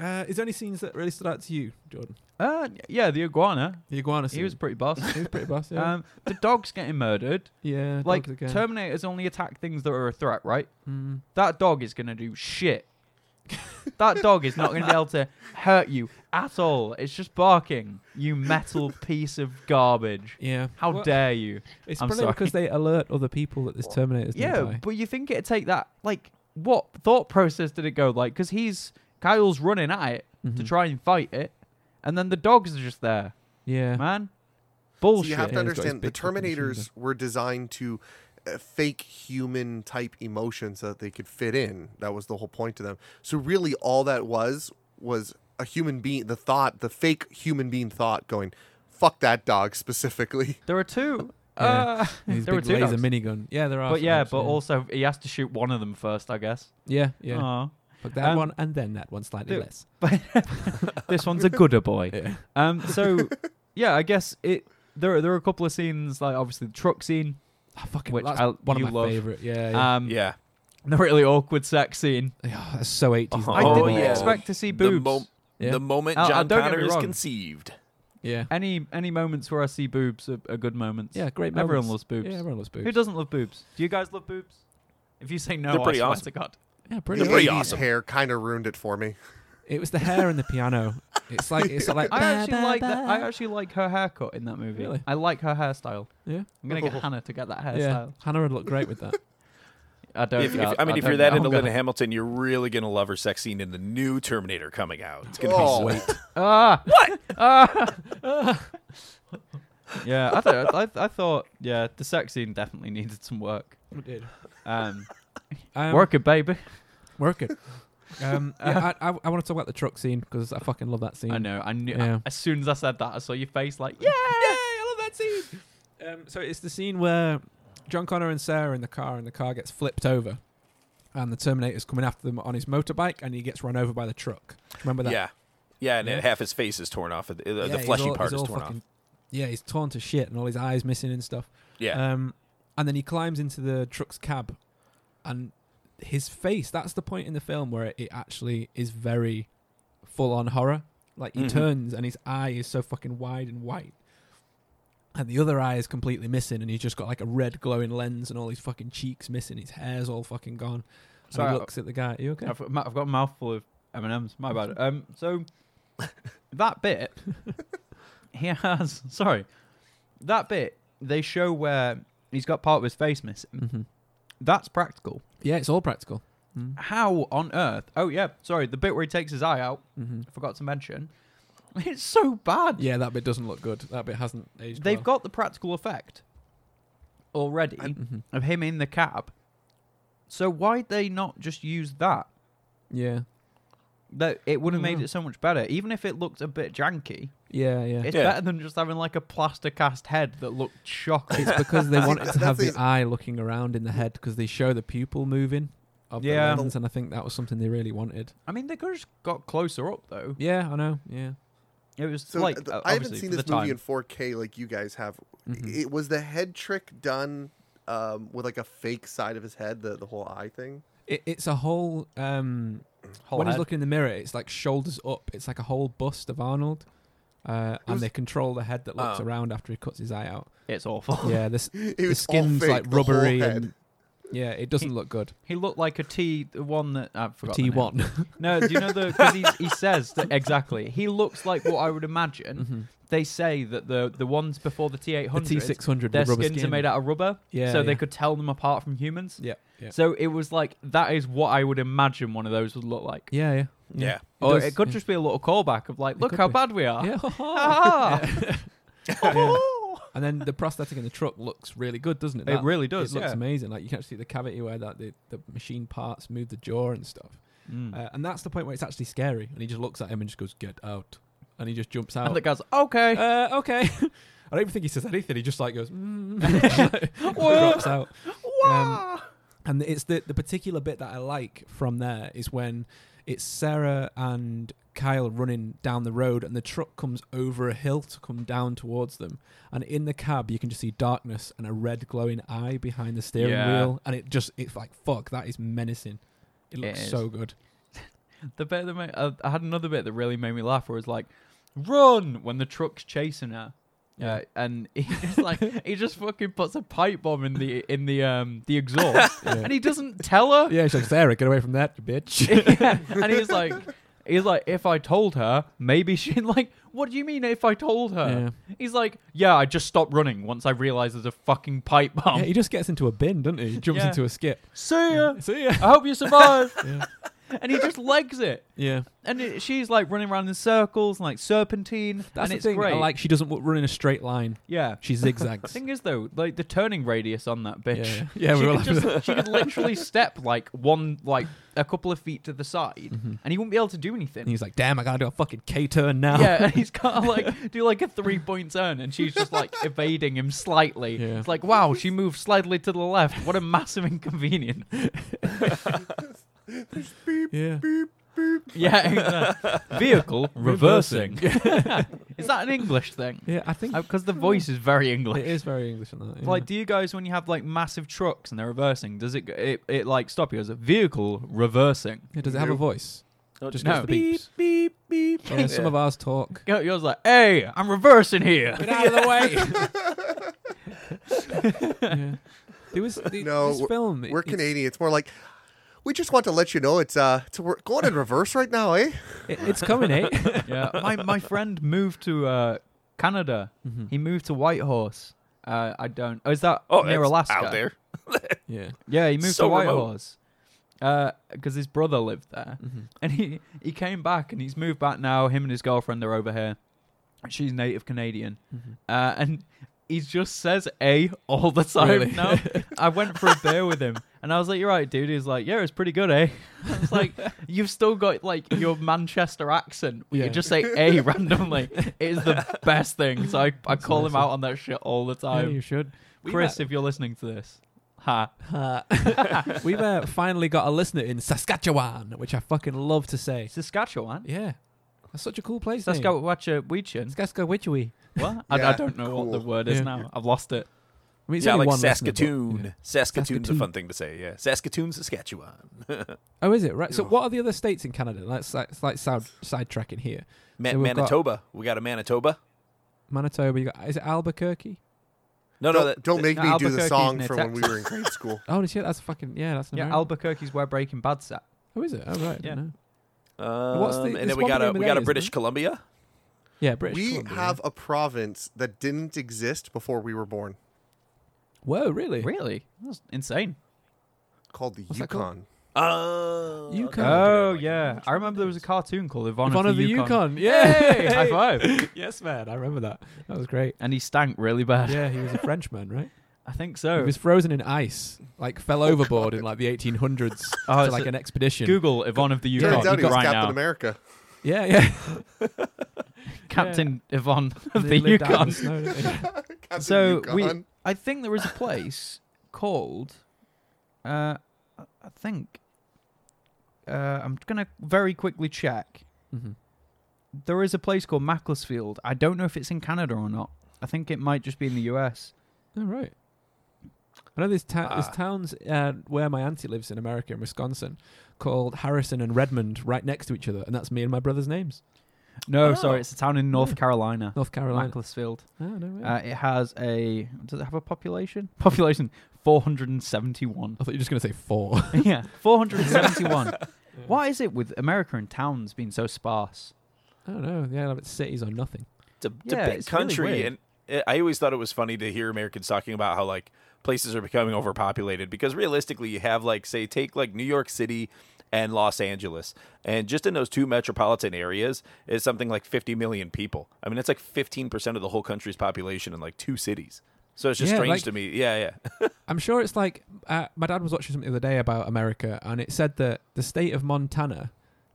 Uh, is there any scenes that really stood out to you, Jordan? Uh, yeah, the iguana. The iguana scene. He was pretty boss. He was pretty boss. Yeah. um, the dog's getting murdered. yeah. like dogs again. Terminators only attack things that are a threat, right? Mm. That dog is gonna do shit. that dog is not gonna be able to hurt you at all. It's just barking. You metal piece of garbage. Yeah. How Well, dare you? It's I'm probably sorry. because they alert other people that this Terminator's Yeah, nearby. but you think it'd take that? Like, what thought process did it go like? Because he's Kyle's running at it to Mhm. try and fight it, and then the dogs are just there. yeah. Man, So bullshit. you have Yeah, he's to got his understand the big fucking machine Terminators were designed to uh, fake human type emotions so that they could fit in. That was the whole point to them. So really, all that was was a human being, the thought, the fake human being thought going, "Fuck that dog" specifically. there are two. Yeah. Uh, And his there were big two laser dogs. minigun. Yeah, there are. but some yeah, dogs, but also he has to shoot one of them first, I guess. Yeah, yeah. Aw. But that Um, one and then that one slightly Dude. less. But this one's a gooder boy. Yeah. Um, so yeah, I guess it. There are there are a couple of scenes like obviously the truck scene. I fucking Which that's I- one you of my love. favorite. Yeah, yeah. Um, Yeah. the really awkward sex scene. Yeah, that's so 80s. Oh, I didn't yeah. expect to see The, boobs. mo- Yeah. the moment Uh, uh, John don't get me Connor is wrong. conceived. yeah. any any moments where I see boobs are, are good moments. Yeah, great moments. Everyone loves boobs. Yeah, everyone loves boobs. Who doesn't love boobs? Do you guys love boobs? If you say no, They're I pretty swear awesome. to God. Yeah, The brilliant. pretty 80s awesome. hair kind of ruined it for me. It was the hair and the piano. It's like it's like I ba, actually ba, like ba. that. I actually like her haircut in that movie. Really? I like her hairstyle. Yeah. I'm gonna get Hannah to get that hairstyle. Yeah. Hannah would look great with that. I don't. If- if- doubt- I mean, if don't you're that doubt. into I'm gonna- Linda Hamilton, you're really gonna love her sex scene in the new Terminator coming out. It's gonna Oh. be Wait. Ah. What? Ah. Ah. yeah, I thought. I, I thought. Yeah, the sex scene definitely needed some work. did. Um, Um, work it, baby. Work it. Um, yeah, I, I, I want to talk about the truck scene because I fucking love that scene. I know. I knew. Yeah. as soon as I said that, I saw your face. Like, yeah. I love that scene. Um, so it's the scene where John Connor and Sarah are in the car, and the car gets flipped over, and the Terminator's coming after them on his motorbike, and he gets run over by the truck. Do you Remember that? Yeah, yeah, and Yeah. half his face is torn off. uh, The, Yeah, the he's fleshy all- part he's is all torn off. fucking- Yeah, he's torn to shit, and all his eyes missing and stuff. Yeah, Um, and then he climbs into the truck's cab, and his face—that's the point in the film where it actually is very full-on horror. Like he Mhm. turns, and his eye is so fucking wide and white, and the other eye is completely missing, and he's just got like a red glowing lens, and all his fucking cheeks missing, his hair's all fucking gone. So Sorry, he I- looks at the guy. Are you okay? I've, got- I've got a mouthful of M and M's. My bad. Um, so that bit he has. Sorry, that bit they show where he's got part of his face missing. mm-hmm. That's practical. Yeah, it's all practical. How on earth? Oh yeah, sorry. The bit where he takes his eye out, Mm-hmm. I forgot to mention. It's so bad. Yeah, that bit doesn't look good. That bit hasn't aged. They've well. got the practical effect already Mhm. of him in the cab. So why'd they not just use that? Yeah, That it would have made dunno. it so much better, even if it looked a bit janky. yeah, yeah. It's Yeah. better than just having like a plaster cast head that looked shocking. It's because they wanted to That's have the his- eye looking around in the head because they show the pupil moving of Yeah. the lens, and I think that was something they really wanted. I mean, they could have just got closer up though. Yeah, I know. Yeah, It was So like th- uh, I haven't obviously, seen for this the movie time. in 4K like you guys have. Mhm. It was the head trick done um, with like a fake side of his head, the the whole eye thing. it, it's a whole. Um, Whole when he's head. looking in the mirror, it's like shoulders up. It's like a whole bust of Arnold, uh, and was- they control the head that looks Oh. around after he cuts his eye out. It's awful. Yeah, this It the was all skin's fake, like the whole rubbery head. and yeah, it doesn't look good. He looked like a T, the one that I forgot. the T name. one. No, do you know the? Because he he says that exactly. He looks like what I would imagine. They say that the the ones before the T eight Mm-hmm. The T hundred, six hundred. their skins are made out of rubber. Yeah, so they yeah. could tell them apart from humans. Yeah, yeah, So it was like that is what I would imagine one of those would look like. yeah, yeah. Yeah. or does, it could yeah. just be a little callback of like, look could how be. bad we are. Yeah. Ah. Yeah. And then the prosthetic in the truck looks really good, doesn't it? It really does, It looks yeah. amazing. Like you can actually see the cavity where that the, the machine parts move the jaw and stuff. Mm. Uh, and that's the point where it's actually scary. And he just looks at him and just goes, "Get out!" And he just jumps out. And the guy's okay. uh, okay. I don't even think he says anything. He just like goes, mm, drops out. Um, and it's the the particular bit that I like from there is when it's Sarah and Kyle running down the road, and the truck comes over a hill to come down towards them. And in the cab, you can just see darkness and a red glowing eye behind the steering Yeah. wheel, and it just it's like fuck, that is menacing. It It looks is. so good. The bit that made, uh, I had another bit that really made me laugh. Where it was like, "Run!" when the truck's chasing her. Yeah, Yeah. and he just like he just fucking puts a pipe bomb in the in the um the exhaust, Yeah. and he doesn't tell her. Yeah, she's like Sarah, get away from that, you bitch. Yeah. and he's like, he's like, if I told her, maybe she'd like. What do you mean if I told her? He's like, yeah, I just stopped running once I realized there's a fucking pipe bomb. Yeah, he just gets into a bin, doesn't he? He jumps Um. Yeah. into a skip. See ya. See ya. I hope you survive. Yeah. And he just legs it. Yeah, And it, she's like running around in circles and like serpentine. that's and the it's thing. I great. like she doesn't w- run in a straight line; yeah. she zigzags. Thing is though, like the turning radius on that bitch. Yeah, yeah. Yeah, we were she, could laughing at just, she could literally step like one, like a couple of feet to the side, Mm-hmm. and he wouldn't be able to do anything. and he's like, "Damn, I gotta do a fucking K turn now." Yeah, and he's got to like do like a three point turn, and she's just like evading him slightly. Yeah. It's like, wow, she moved slightly to the left. What a massive inconvenience. yeah. yeah, exactly. vehicle reversing. is that an English thing? Yeah, I think Because the voice is very it English. is very English on that. Yeah. Like, do you guys when you have like massive trucks and they're reversing? Does it it, it like stop you as a vehicle reversing? Yeah, does it have a voice? No, Just no. gets the beeps. beep beep. Yeah, Some of ours talk. Go- Yours like, hey, I'm reversing here. Get out of the way. yeah. There was the, No, this we're- film. it- We're it's- Canadian. It's more like we just want to let you know it's uh it's we're going in reverse right now, eh? it- it's coming, eh? yeah. My my friend moved to uh, Canada. Mm-hmm. He moved to Whitehorse. Uh, I don't. Oh, is that Oh, near it's Alaska? out there. yeah. Yeah, he moved So to remote. Whitehorse. Because his brother lived there, and he he came back and he's moved back now. Him and his girlfriend are over here. She's native Canadian, Mm-hmm. uh, and he just says "a" all the time Really? now. I went for a beer with him, and I was like, "You're right, dude." He's like, "Yeah, it's pretty good, eh?" I was like, "You've still got like your Manchester accent. where Yeah. You just say "a" randomly. It is the best thing." So I, I call him out on that shit all the yeah, time. you should. We Chris, if you're listening to this, ha. Uh, we've uh, finally got a listener in Saskatchewan, which I fucking love to say. Saskatchewan. Yeah, that's such a cool place. Let's name. go watch a Weechin. Saskatchewan. What? I, I Yeah, don't know what the cool. word is Yeah. now. I've lost it. I mean, it's yeah, only like one listener, but- Saskatoon. yeah. Saskatoon's Saskatoon. a fun thing to say. Yeah, Saskatoon, Saskatchewan. Oh, is it right? So, what are the other states in Canada? That's like, it's like side sidetracking here. Ma- So we've got- Manitoba. We got a Manitoba. Manitoba. You got is it Albuquerque? No, no, don't, that, don't make no, me do the Albuquerque's song near from when we Texas. were in grade school. Oh shit, that's fucking yeah, that's an Yeah, American. Albuquerque's where Breaking Bad's at. Oh, is it? Oh right, yeah. Yeah. Um, What's the- and it's then we one got of a them we got a days, British isn't it? Columbia. Yeah, British. we Columbia, yeah. have a province that didn't exist before we were born Whoa, really? Really? That's insane. called the What's that called? Yukon. Oh, You okay. can- Oh, yeah. I remember there was a cartoon called Yvonne, Yvonne of the Yukon. Yay! High five. yes, man. I remember that. That was great. And he stank really bad. Yeah, he was a Frenchman, right? Oh. I think He so. was frozen in ice, like fell overboard in like the 1800s Oh, to it's like a- an expedition. Google Yvonne of the Yeah, Yukon Turns out he was right Captain now. America. Yeah, yeah. Captain Yvonne of They the lived out in Yukon. the snow, didn't they? Captain So we, Yukon. I think there is a place called, uh, I I think, uh, I'm gonna very quickly check. Mhm. There is a place called Macclesfield. I don't know if it's in Canada or not. I think it might just be in the US. Oh, right. I know there's, ta- Ah. there's towns uh, where my auntie lives in America, in Wisconsin, called Harrison and Redmond, right next to each other, and that's me and my brother's names. No, Oh. sorry, it's a town in North Carolina. North Carolina. Macclesfield. Oh, no way. Uh, it has a. Does it have a population? Population 471. I thought you were just going to say four. yeah, 471. Why is it with America and towns being so sparse? I don't know. Yeah, it's cities or nothing. It's a, it's a Yeah, big it's really country, weird. and it, I always thought it was funny to hear Americans talking about how like places are becoming overpopulated because realistically, you have like say take like New York City and Los Angeles, and just in those two metropolitan areas is something like 50 million people. I mean, it's like 15 percent of the whole country's population in like two cities. So it's just Yeah, strange like- to me. Yeah, yeah. I'm sure it's like uh, my dad was watching something the other day about America, and it said that the state of Montana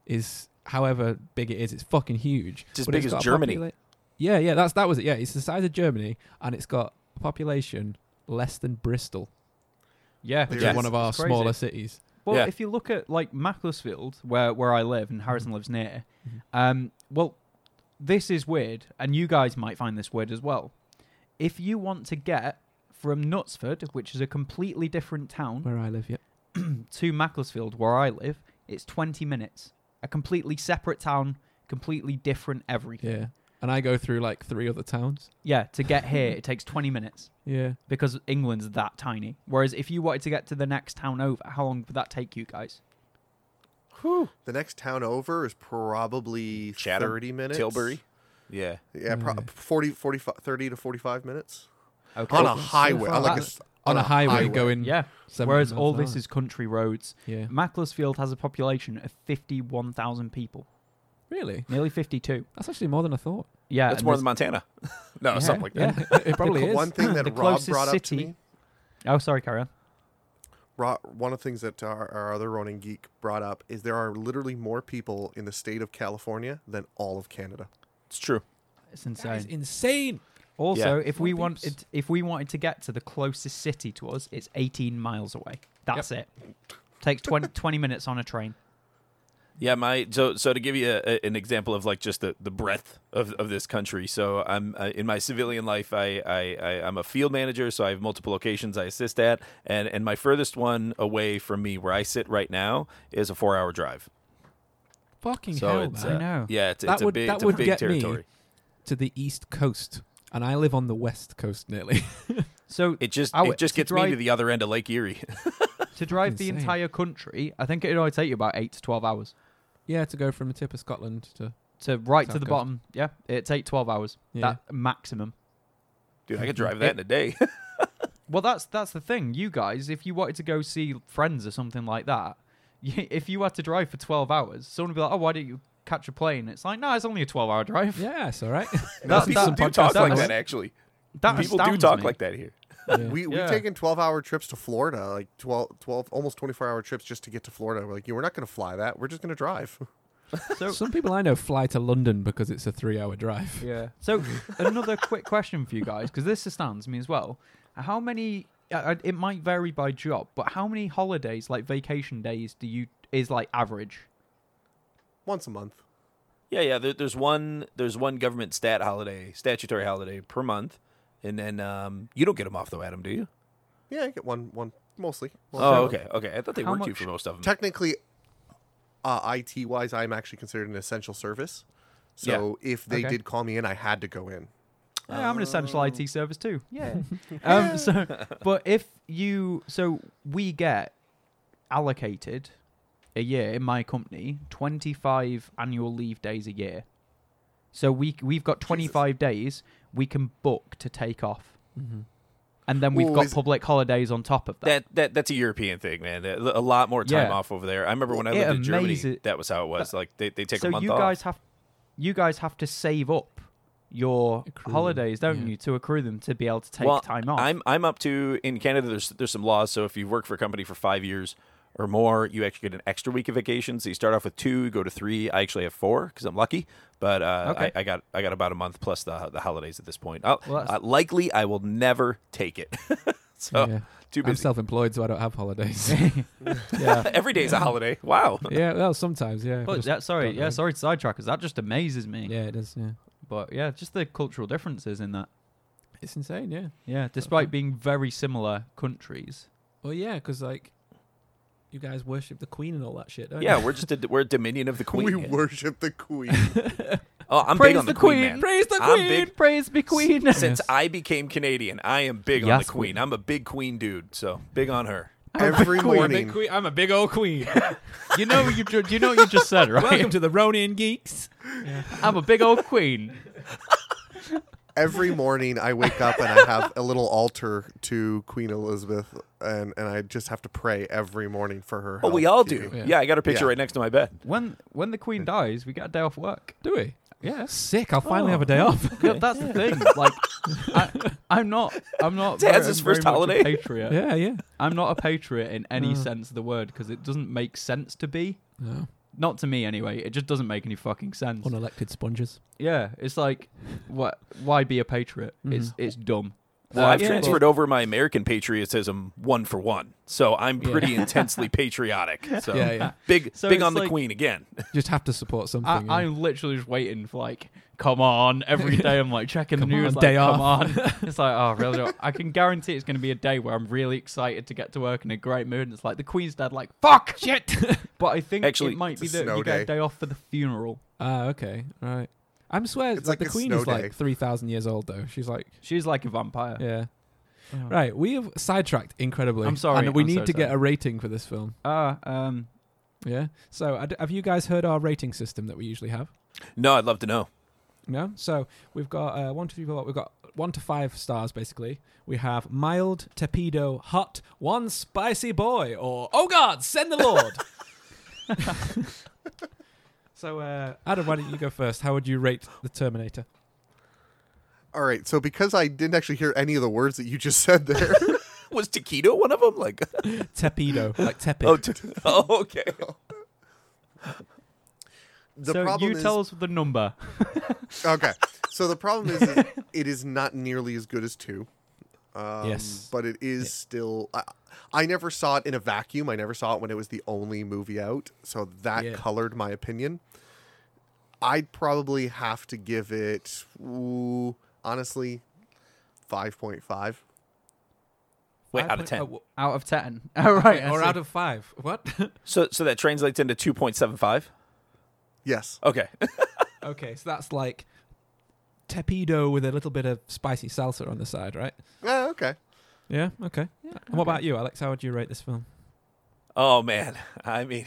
is, however big it is, it's fucking huge. It's as but big as got a Germany. popula- yeah, yeah, that's that was it. Yeah, it's the size of Germany, and it's got a population less than Bristol, Yeah, which Yes. is one of It's our crazy. smaller cities. Well, Yeah. if you look at like Macclesfield, where where I live and Harrison lives near, um, well, this is weird, and you guys might find this weird as well. If you want to get from Knutsford, which is a completely different town, Where I live, yeah. to Macclesfield, where I live, it's 20 minutes. A completely separate town, completely different everything. Yeah. And I go through like three other towns. Yeah, to get here, it takes 20 minutes Yeah. because England's that tiny. Whereas if you wanted to get to the next town over, how long would that take you guys? The next town over is probably Chatham, 30 minutes. Tilbury. Yeah. Yeah, pro- 40, 45, 30 to 45 minutes. Okay. on a highway. I like a s- On, a, highway, going. yeah. 70 Whereas miles all an this hour. is country roads. Yeah. Macclesfield has a population of 51,000 people, Really? nearly 52. That's actually more than I thought. Yeah, That's Uh, and more there's- than Montana. no, something like that. Yeah. it probably is. One thing that The Rob closest brought up to city- me, Oh, sorry, carry on. Ro- one of the things that our, our other Ronin geek brought up is there are literally more people in the state of California than all of Canada. It's true. It's insane. That is insane. Also, Yeah. if we Four wanted if we wanted to get to the closest city to us, it's 18 miles away. That's it. Takes 20, 20 minutes on a train. Yeah, my so so to give you a, a- an example of like just the, the breadth of, of this country. So I'm uh, in my civilian life, I, I I I'm a field manager, so I have multiple locations I assist at, and and my furthest one away from me where I sit right now is a four hour drive. Fucking So hell, it's man. uh, I know. yeah, it's, That it's would- a big that it's a would big get me. territory. to the east coast, and I live on the west coast nearly. So It just Oh, it just to gets me drive- to the other end of Lake Erie. to drive the Insane. entire country, I think it'd only take you about 8 to 12 hours. yeah, to go from the tip of Scotland to To right to South the coast. bottom, yeah, it'd take 12 hours. Yeah. That maximum. Dude, Mm. I could drive that in a day. Well, that's that's the thing. You guys, if you wanted to go see friends or something like that, you, if you had to drive for 12 hours, someone would be like, "Oh, why don't you catch a plane?" It's like, "No, it's only a 12-hour drive." yeah, it's all right. That- People that- do talk that like was- that actually. That People do astounds talk me. like that here. We, Yeah. We've taken 12 hour trips to Florida, like 12, 12 almost 24 hour trips just to get to Florida. We're like, yeah, we're not going to fly that. We're just going to drive. Some people I know fly to London because it's a three-hour drive. Yeah. So another quick question for you guys, because this astounds me as well. How many? I- I- It might vary by job, but how many holidays, like vacation days, do you is like average? Once a month. Yeah, yeah. There, there's one. There's one government stat holiday, statutory holiday per month, and then um, you don't get them off though, Adam, do you? Yeah, I get one, one mostly. Once a Oh, month. okay, okay. I thought they How worked you much- for most of them. technically uh, IT wise, I'm actually considered an essential service. So if they Okay. did call me in, I had to go in. Yeah, I'm an essential IT service too. Yeah. um, so, but if you, so we get allocated a year in my company, 25 annual leave days a year. So we we've got 25 days we can book to take off, and then we've Ooh, got is- public holidays on top of that. That that that's a European thing, man. A a lot more time Yeah. off over there. I remember when I It lived in Germany, amazes- that was how it was. But- Like they, they take so a month you off. guys have you guys have to save up your Accrue them, holidays, don't yeah. you, to accrue them to be able to take well, time off. I'm I'm up to in Canada. There's there's some laws. So if you work for a company for five years or more, you actually get an extra week of vacation. So you start off with two, you go to three. I actually have four because I'm lucky. But uh, Okay. I, I got I got about a month plus the the holidays at this point. I'll, Well, that's- uh, likely I will never take it. so Yeah. too I'm busy. self-employed, so I don't have holidays. Every day's a holiday. Wow. yeah, well, sometimes, yeah. But just yeah, sorry, don't yeah, know. sorry to sidetrack us. That just amazes me. Yeah, it is. Yeah, But yeah, just the cultural differences in that. it's insane. Yeah. Yeah, despite being very similar countries. Well, yeah, because like, you guys worship the Queen and all that shit, don't Yeah, you? we're just a, we're a dominion of the queen. we here. worship the queen. Oh, I'm big on the, queen. man. praise the I'm queen, big- praise the queen. Since I became Canadian, I am big on the Yes, queen. queen. I'm a big queen dude, so big on her. Every Big morning, queen- I'm a big old queen. you know you ju- you know what you just said, right? Welcome to the Ronin Geeks. I'm a big old queen. every morning I wake up and I have a little altar to Queen Elizabeth, and, and I just have to pray every morning for her. Oh, we health. all do. Yeah, I got her picture Yeah. right next to my bed. When when the queen dies, we get a day off work. Do we? Yeah. Sick. I'll finally Oh. have a day off. Yeah, that's the thing. Like, I, I'm not. I'm not. Dad's very- his very first much a holiday. Patriot. yeah, yeah. I'm not a patriot in any sense of the word because it doesn't make sense to be. No. Not to me, anyway. It just doesn't make any fucking sense. Unelected sponges. Mm-hmm. Yeah, it's like, what? Why be a patriot? It's it's dumb. Well, Uh, I've yeah, transferred over my American patriotism one for one, so I'm pretty intensely patriotic. So Yeah, yeah. big, So big it's on the like- Queen again. Just have to support something. I, yeah. I'm literally just waiting for like, come on, every day. I'm like checking the Come news, on, like, day come on. It's like, oh, really? I can guarantee it's going to be a day where I'm really excited to get to work in a great mood. And it's like the Queen's dead, like fuck, shit. But I think Actually, it might it's be a that snow you get a day. day off for the funeral. Ah, okay, right. I'm swear It's like, like the a queen snow is like day. three thousand years old though. She's like, She's like a vampire. yeah. Oh. Right, we have sidetracked incredibly. I'm sorry, and we I'm need so to get sorry. a rating for this film. Ah, um, Yeah. So, I d- have you guys heard our rating system that we usually have? No, I'd love to know. No. So we've got uh, one to three, four. We've got one to five stars basically. We have mild, torpedo, hot, one spicy boy, or oh god, send the Lord. so uh, Adam, why don't you go first? How would you rate the Terminator? All right. So because I didn't actually hear any of the words that you just said there, Was Taquito one of them? Like, Torpedo, like tepid. oh, t- oh, okay. the so problem you is tell us the number. okay. So the problem is, is it is not nearly as good as two. Um, Yes. But it is still. I, I never saw it in a vacuum. I never saw it when it was the only movie out. So that Yeah. colored my opinion. I'd probably have to give it, ooh, honestly, 5.5. Wait, Five out of point- ten. oh, w- Out of ten. All right. or out of five? What? So, so that translates into two point seven five. Yes. Okay, okay, so that's like torpedo with a little bit of spicy salsa on the side, right? Ah, okay. Yeah. Okay. And what about you, Alex? How would you rate this film? Oh man, I mean,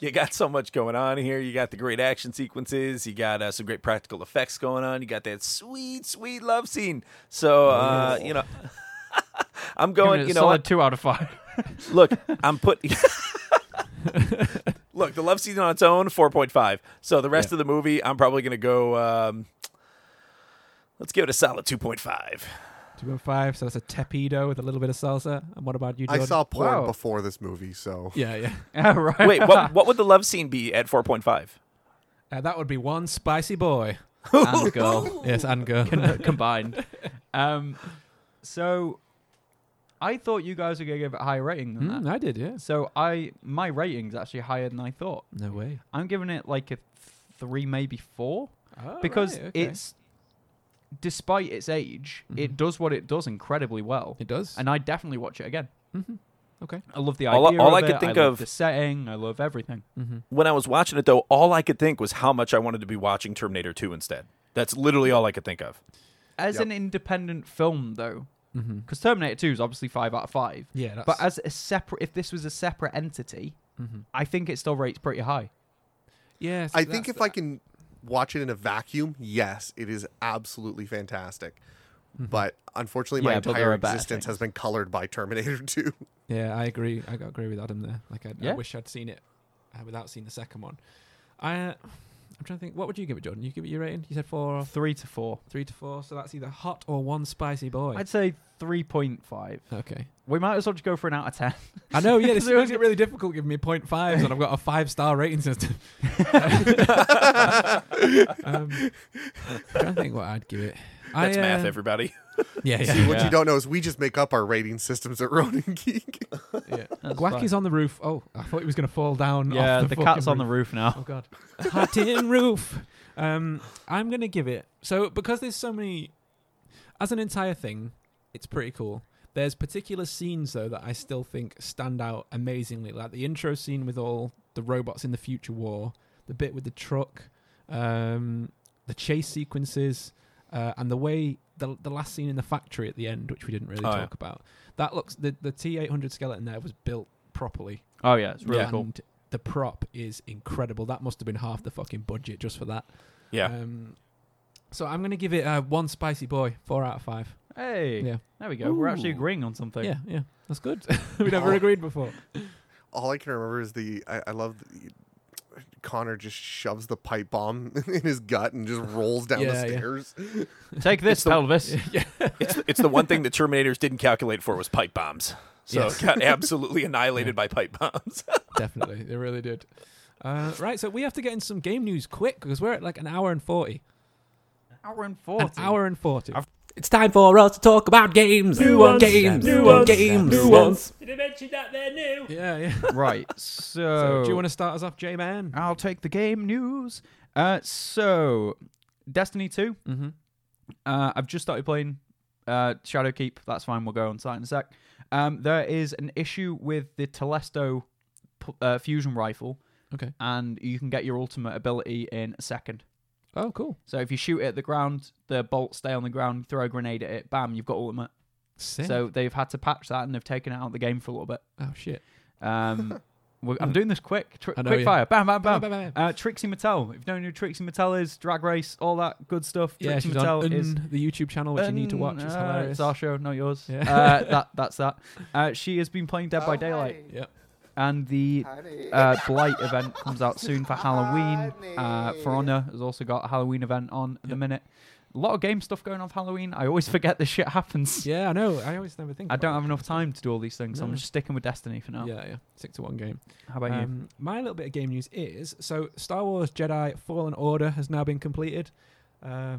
you got so much going on here. You got the great action sequences. You got uh, some great practical effects going on. You got that sweet, sweet love scene. So uh, you know, I'm going. You know, solid what? two out of five. look, I'm putting. look, the love scene on its own, four point five. So the rest of the movie, I'm probably gonna go. Um, let's give it a solid two point five. Two and five. So that's a torpedo with a little bit of salsa. And what about you? I Jordan? saw porn Wow. before this movie, so Yeah, yeah. All Oh, right. Wait, what? What would the love scene be at four point five? Uh, that would be one spicy boy. and girl. Yes, and girl. combined. Um, so I thought you guys were gonna give it a higher rating than Hmm, Mm, that. I did, yes. So I my rating's actually higher than I thought. No way. I'm giving it like a three, maybe four, Oh, because it's despite its age, Mm-hmm. it does what it does incredibly well, it does. Mm-hmm. and I definitely watch it again. okay. I love the idea. All I- all of I it, could think love of- the setting. I love everything. Mm-hmm. when I was watching it, though, all I could think was how much I wanted to be watching Terminator 2 instead. That's literally all I could think of. As Yep. an independent film, though, because Terminator Two is obviously five out of five. Mm-hmm. Yeah, that's, Mm-hmm. But as a separate, if this was a separate entity, I think it still rates pretty high. yes, I think if I I can watch it in a vacuum, yes, it is absolutely fantastic. Mm-hmm. But unfortunately, my Yeah, but there entire are bad existence has been colored by Terminator 2. yeah, I agree. I got- agree with Adam there. Like, I, I Yeah. wish I'd seen it uh, without seeing the second one. I, uh, I'm trying to think. What would you give it, Jordan? You give it your rating? You said four, or Three to four. three to four. So that's either hot or one spicy boy. I'd say 3.5. okay. We might as well just go for an out of 10. I know. Yeah, this makes it really difficult giving me point fives, and I've got a five star rating system. um, I don't think what I'd give it. That's I, uh, math, everybody. Yeah, yeah. What you don't know is we just make up our rating systems at Ronin Geek. yeah. That's Guac fine. is on the roof. Oh, I thought he was going to fall down. Yeah, off the, the, cat's fucking on the roof Oh now. god, hot tin roof. Um, I'm gonna give it. So because there's so many, as an entire thing, it's pretty cool. There's particular scenes though that I still think stand out amazingly, like the intro scene with all the robots in the future war, the bit with the truck, um, the chase sequences, uh, and the way the the last scene in the factory at the end, which we didn't really Oh, yeah. talk about. That looks the the T800 skeleton there was built properly Oh, yeah, it's really and cool. The prop is incredible. That must have been half the fucking budget just for that. Yeah. Um, so I'm gonna give it uh, one spicy boy, four out of five. Hey, Yeah. there we go. We're actually agreeing on something. Yeah, yeah, that's good. we never agreed before. All I can remember is the. I, I love. The, Connor just shoves the pipe bomb in his gut and just rolls down Yeah, the yeah. stairs. Take this, pelvis. it's, it's the one thing the Terminators didn't calculate for was pipe bombs. So Yes. it got absolutely annihilated by pipe bombs. Definitely, they really did. Uh, right, so we have to get in some game news quick because we're at like an hour and forty. Hour and 40. An hour and 40 It's time for us to talk about games. New ones. Games. New ones. Games. New ones. Yeah, yeah. right. So, So, do you want to start us off, J Man? I'll take the game news. Uh, so, Destiny 2. Mm-hmm. Uh, I've just started playing uh, Shadowkeep. That's fine. We'll go on to that in a sec. Um, there is an issue with the Telesto p- uh, fusion rifle, Okay. and you can get your ultimate ability in a second. Oh, cool. So if you shoot it at the ground, the bolt stay on the ground, throw a grenade at it, bam, you've got ultimate. Sick. So they've had to patch that, and they've taken it out of the game for a little bit. oh shit. Um, we- I'm doing this quick, tr- I know, quick yeah. fire, bam, bam, Bam, bam. bam, bam, Uh, Trixie Mattel. If you don't know who Trixie Mattel is, Drag Race, all that good stuff. Yeah, Trixie she's Mattel on Un, is the YouTube channel, which you need to watch. It's uh, hilarious. It's our show, not yours. Yeah. Uh, that that's that. Uh, she has been playing Dead by Daylight, Yep. and the uh, Blight event comes out soon for Halloween. Uh, for Honor has also got a Halloween event on at the minute. A lot of game stuff going on for Halloween. I always forget this shit happens. Yeah, I know. I always never think. I about don't it. have enough time to do all these things, so I'm No. just sticking with Destiny for now. Yeah, yeah. Stick to one game. How about you? Um, my little bit of game news is so Star Wars Jedi Fallen Order has now been completed. Uh,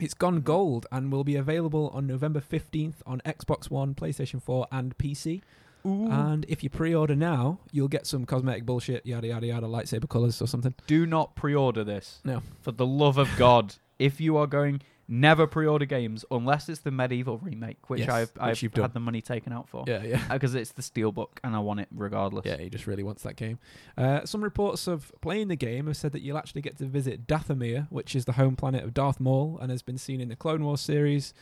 It's gone gold and will be available on November 15th on Xbox One, PlayStation 4, and PC. And if you pre order now, you'll get some cosmetic bullshit, yada, yada, yada, lightsaber colors or something. Do not pre-order this. No. For the love of God, if you are going, never pre-order games unless it's the medieval remake, which Yes, I've, which I've you've had done. the money taken out for. Yeah, yeah. because Uh, it's the steelbook and I want it regardless. Yeah, he just really wants that game. Uh, some reports of playing the game have said that you'll actually get to visit Dathomir, which is the home planet of Darth Maul and has been seen in the Clone Wars series.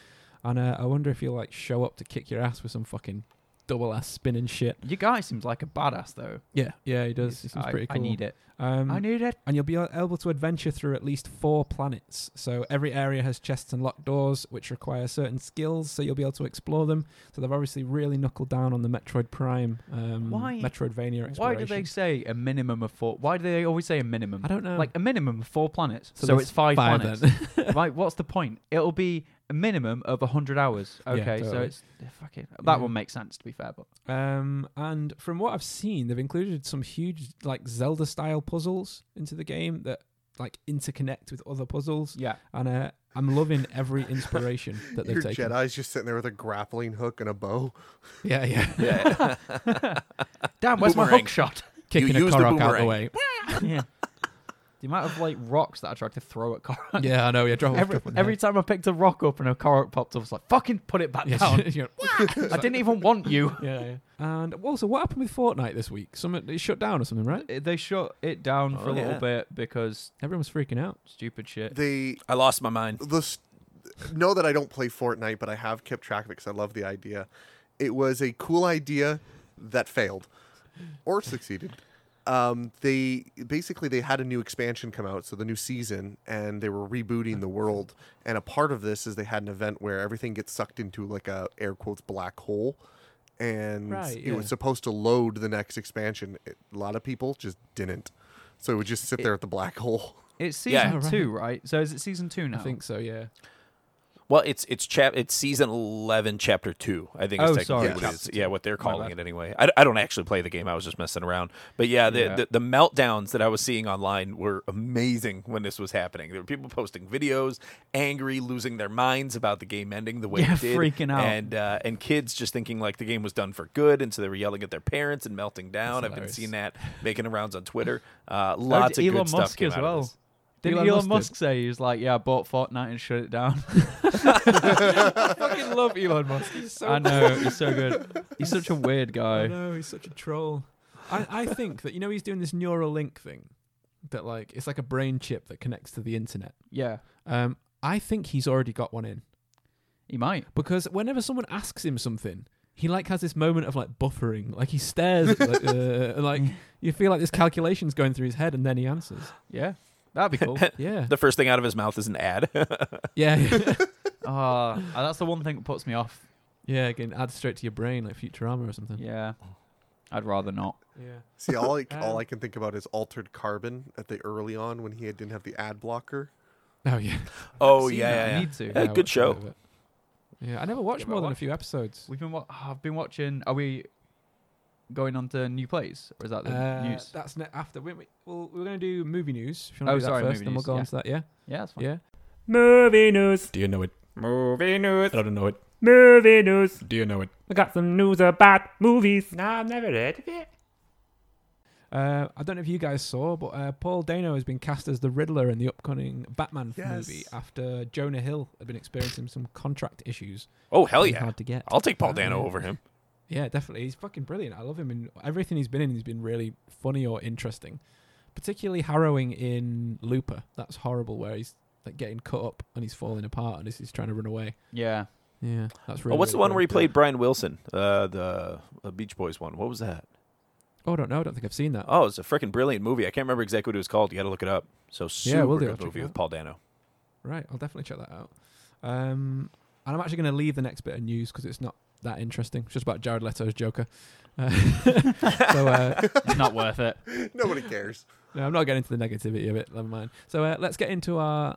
And uh, I wonder if you'll like show up to kick your ass with some fucking double ass spinning shit. Your guy seems like a badass though. Yeah, yeah, he does. He seems I, pretty cool. I need it. Um, I need it. and you'll be able to adventure through at least four planets. So every area has chests and locked doors, which require certain skills. So you'll be able to explore them. So they've obviously really knuckled down on the Metroid Prime, um, Why- Metroidvania exploration. Why do they say a minimum of four? Why do they always say a minimum? I don't know. Like a minimum of four planets. So, there's it's five, planets. then. right? What's the point? It'll be a minimum of 100 hours. Yeah, Okay, so totally. Mm. it's fucking. That Yeah. one makes sense to be fair, but Um, and from what I've seen, they've included some huge like Zelda style puzzles into the game that like interconnect with other puzzles. yeah. And uh, I'm loving every inspiration that they've Your taken. Jedi's just sitting there with a grappling hook and a bow. Yeah, yeah. Yeah. Damn, where's my Boomerang. hook shot? Kicking a use the Korok out the boomerang. way. yeah. The amount of like rocks that I tried to throw at Korok. Yeah, I know. Yeah, drop Every, drop on the every time I picked a rock up and a Korok popped up, I was like, fucking put it back head. down. Yeah, I didn't even want you. yeah, yeah. And also, what happened with Fortnite this week? Some it shut down or something, right? It- They shut it down for Oh, a little yeah. bit because Everyone was freaking out. stupid shit. They I lost my mind. the s- know that I don't play Fortnite, but I have kept track of it because I love the idea. It was a cool idea that failed or succeeded. Um, they basically they had a new expansion come out, so the new season, and they were rebooting the world. And a part of this is they had an event where everything gets sucked into like a air quotes black hole, and Right, it yeah. was supposed to load the next expansion. It- a lot of people just didn't, so it would just sit there at the black hole. It's Yeah. season two, right? So is it season two now? I think so. Yeah. Well, it's it's chap it's season eleven, chapter two. I think. Oh, is technically sorry, what chapter it is. Yeah, what they're calling bad. it anyway. I, I don't actually play the game. I was just messing around. But yeah, the, Yeah. The, the meltdowns that I was seeing online were amazing when this was happening. There were people posting videos, angry, losing their minds about the game ending the way Yeah, it did, freaking out. and uh, and kids just thinking like the game was done for good, and so they were yelling at their parents and melting down. I've been hilarious. seeing that making the rounds on Twitter. Uh, Oh, lots did of Elon good Musk stuff came as out well. of this. Didn't Elon Elon, Musk did. Musk say he was like, "Yeah, I bought Fortnite and shut it down." I fucking love Elon Musk. He's so I know he's so good. He's such a weird I guy. know he's such a troll. I, I think that you know he's doing this neural link thing that like it's like a brain chip that connects to the internet. Yeah, Um, I think he's already got one in he might. because whenever someone asks him something, he like has this moment of like buffering, like he stares, at you, like, uh, and, like you feel like this calculation's going through his head, and then he answers. Yeah, that'd be cool. Yeah, The first thing out of his mouth is an ad. yeah, yeah. Ah, and that's the one thing that puts me off. yeah. Again, add straight to your brain like Futurama or something. Yeah, I'd rather not. yeah. See, all I, all I can think about is altered carbon at the early on when he had, didn't have the ad blocker. Oh yeah. oh Seen yeah, that, yeah, I yeah. need to. Yeah, I good watched a show. bit of it. Yeah, I never watched but more than a watch few episodes. We've been. Wa- oh, I've been watching. Are we going on to new plays, or is that the Uh, news? That's ne- after. We, we, well, we're going to do movie news. If you Oh, want to do sorry, that first, movie then we'll news, go yeah. on to that. Yeah, Yeah, that's fine. yeah. Movie news. Do you know it? Movie news. I don't know it. Movie news. Do you know it? I got some news about movies. No, I've never heard of it. Uh, I don't know if you guys saw, but uh, Paul Dano has been cast as the Riddler in the upcoming Batman movie after Jonah Hill had been experiencing some contract issues. Oh hell pretty yeah! Hard to get. I'll take Paul Uh, Dano over him. Yeah, definitely. He's fucking brilliant. I love him, and everything he's been in, he's been really funny or interesting. Particularly harrowing in Looper. That's horrible, where he's like getting cut up and he's falling apart, and he's, he's trying to run away. Yeah. Yeah, that's really. Oh, what's the really one where he good. played Brian Wilson? Uh, the uh, Beach Boys one. What was that? Oh, I don't know. I don't think I've seen that. Oh, it's a freaking brilliant movie. I can't remember exactly what it was called. You got to look it up. So super Yeah, we'll do. I'll good check movie it with out. Paul Dano. Right, I'll definitely check that out. Um, and I'm actually going to leave the next bit of news because it's not that interesting. It's just about Jared Leto's Joker. Uh, so uh, It's not worth it. Nobody cares. no, I'm not getting into the negativity of it. Never mind. So uh, let's get into our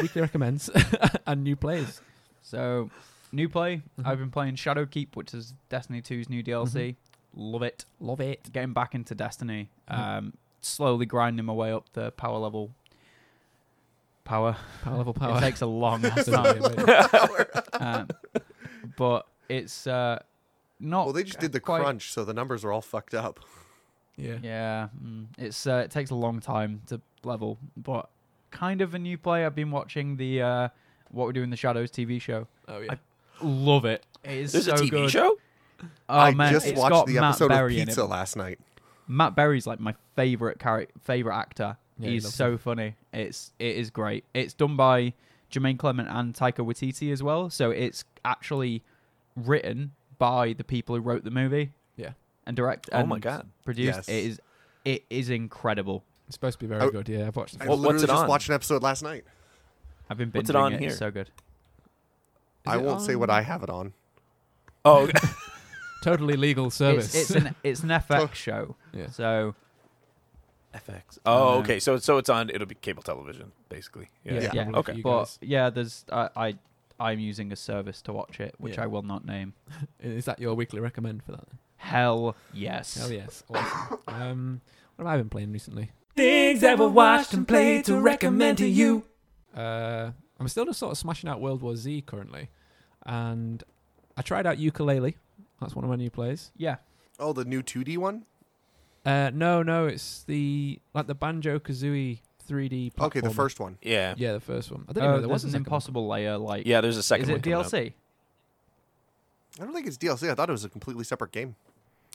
weekly recommends and new plays. So, new play. I've been playing Shadowkeep, which is Destiny 2's new DLC. Love it. Mm-hmm. Love it. Getting back into Destiny. Mhm. Um, slowly grinding my way up the power level. Power. Power level power. It takes a long ass Sorry, time. mate. um, but it's uh, not. Well, they just did the quite- crunch, so the numbers are all fucked up. yeah. Yeah, mm. it's uh, it takes a long time to level, but kind of a new play. I've been watching the uh, What We Do in the Shadows TV show. Oh yeah. Love it. It is There's so a TV good. show. Oh I man, just it's watched got the Matt episode Berry in of it. Pizza last night. Matt Berry's like my favorite character, favorite actor. Yeah, he He's loves so funny. It's it is great. It's done by Jermaine Clement and Taika Waititi as well. So it's actually written by the people who wrote the movie Yeah. and direct. Oh and my God. produced. Yes. It is it is incredible. It's supposed to be very Oh. good. Yeah, I've watched I the What- what's literally it just on? watched an episode last night. I've been binging What's it on here? It's so good. I it won't say what I have it on. Oh, totally legal service. It's, it's an it's an FX show. Yeah. So FX. Oh, Uh-huh. Uh, okay. So so it's on. It'll be cable television, basically. Yeah. Yeah. probably for Okay. you but guys. yeah, there's I, I I'm using a service to watch it, which Yeah. I will not name. is that your weekly recommend for that? Hell yes. Hell yes. Awesome. um, what have I been playing recently? Things ever watched and played to recommend to you. Uh, I'm still just sort of smashing out World War Z currently, and I tried out ukulele. That's one of my new plays. Yeah. Oh, the new 2D one? Uh, no, no, it's the like the banjo kazooie 3D. Platformer. Okay, the first one. Yeah. Yeah, the first one. I didn't Oh, know there was there's a an second one. impossible layer. Like Yeah. There's a second Is one. it coming up. DLC? I don't think it's DLC. I thought it was a completely separate game.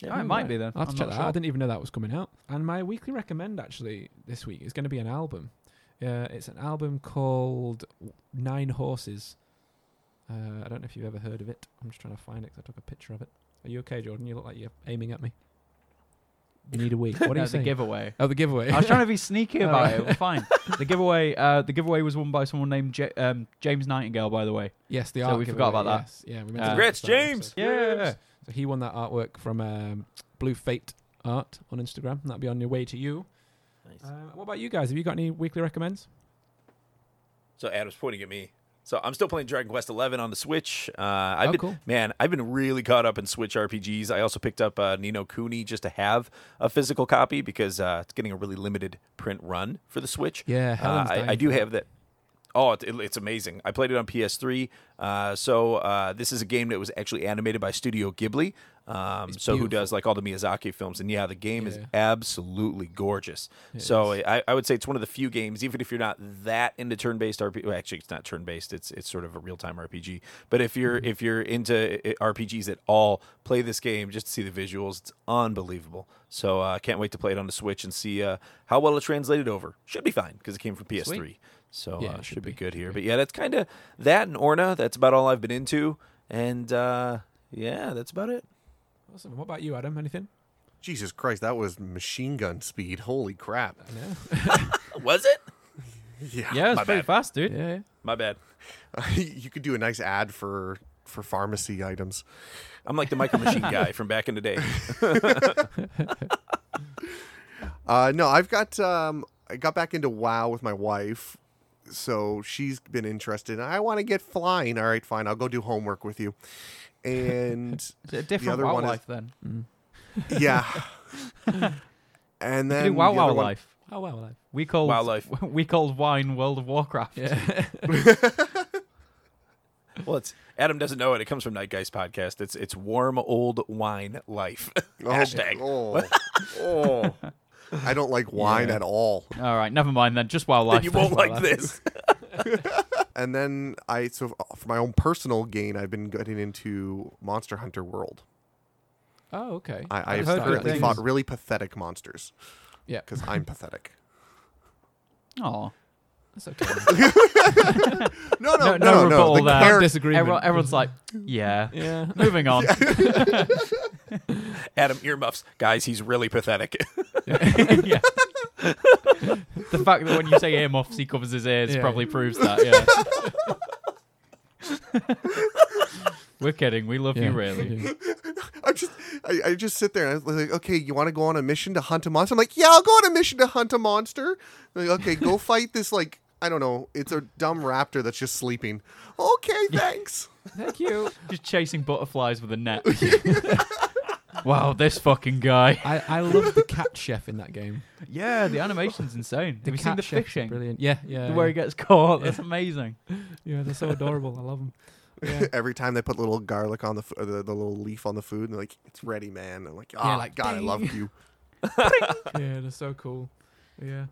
Oh, it might be then. I'll have to I'm check not that sure. out. I didn't even know that was coming out. And my weekly recommend actually this week is going to be an album. Uh, it's an album called Nine Horses. Uh, I don't know if you've ever heard of it. I'm just trying to find it 'cause I took a picture of it. Are you okay, Jordan? You look like you're aiming at me. You need a week. What are No, you the saying? giveaway. oh, the giveaway. I was trying to be sneaky Oh, about right. it. We're fine. The giveaway. Uh, the giveaway was won by someone named J- um, James Nightingale, by the way. yes, the So art we forgot giveaway, about that. yes. Yeah, we Uh, mentioned Congrats, James. Yeah. So he won that artwork from um, Blue Fate Art on Instagram. That'll be on your way to you. Nice. Uh, what about you guys? Have you got any weekly recommends? So Adam's pointing at me. So I'm still playing Dragon Quest XI on the Switch. Uh, I've Oh, been, cool. man, I've been really caught up in Switch RPGs. I also picked up uh, Nino Cooney just to have a physical copy because uh, it's getting a really limited print run for the Switch. Yeah, uh, Helen's I, dying I do for it. have that. Oh, it, it's amazing. I played it on PS3. Uh, so uh, this is a game that was actually animated by Studio Ghibli. Um, so who beautiful. does like all the Miyazaki films? And yeah, the game is Yeah. absolutely gorgeous. so I, I would say it's one of the few games, even if you're not that into turn-based RPG. Well, actually, it's not turn-based. It's it's sort of a real-time RPG. But if Mm-hmm. you're if you're into eh, i- RPGs at all, play this game just to see the visuals. It's unbelievable. So I uh, can't wait to play it on the Switch and see uh, how well it translated over. Should be fine because it came from PS3. So Yeah, uh, it should should be be. good here. But yeah, that's kind of that and Orna. That's about all I've been into. And uh, yeah, that's about it. Awesome. What about you, Adam? Anything? Jesus Christ, that was machine gun speed. Holy crap. No. Was it? Yeah. Yeah, it's my pretty bad. fast, dude. yeah. My bad. you could do a nice ad for for pharmacy items. I'm like the micro machine guy from back in the day. Uh, no, I've got um, I got back into WoW with my wife, so she's been interested. I want to get flying. All right, fine. I'll go do homework with you. And It's a different other wow one is- life then. yeah, and We then do wow the wow other one- life. Oh well, well. We called Wow life. we called wine World of Warcraft. Yeah. Well, it's Adam doesn't know it. It comes from Nightgeist podcast. It's it's warm old wine life. Hashtag. Oh, oh. I don't like wine at all. All right, never mind then. Just while life. Then you won't while life. like this. And then I so uh, for my own personal gain, I've been getting into Monster Hunter World. Oh, okay. I, I have heard good currently things. fought really pathetic monsters yeah. because I'm pathetic. Oh, that's okay. No, no, no, no, no, no. rebuttal The there. character- Disagreement. Everyone- everyone's like, yeah. yeah. Moving on. Adam earmuffs, guys. He's really pathetic. yeah. the fact that when you say earmuffs, he covers his ears Yeah. probably proves that. Yeah. We're kidding. We love you, really. I just, I, I just sit there and I'm like, okay, you want to go on a mission to hunt a monster? I'm like, yeah, I'll go on a mission to hunt a monster. They're like, okay, go fight this like I don't know, it's a dumb raptor that's just sleeping. Okay, thanks. Thank you. Just chasing butterflies with a net. wow, this fucking guy. I, I love the cat chef in that game. Yeah, the animation's insane. The Have you seen cat the chef's fishing? Brilliant. Yeah, yeah. Where he gets caught. That's amazing. Yeah, they're so adorable. I love them. Yeah. Every time they put little garlic on the, f- uh, the the little leaf on the food, and they're like, it's ready, man. I'm like, oh Yeah, my like, god, I love dang. you. yeah, they're so cool. Yeah.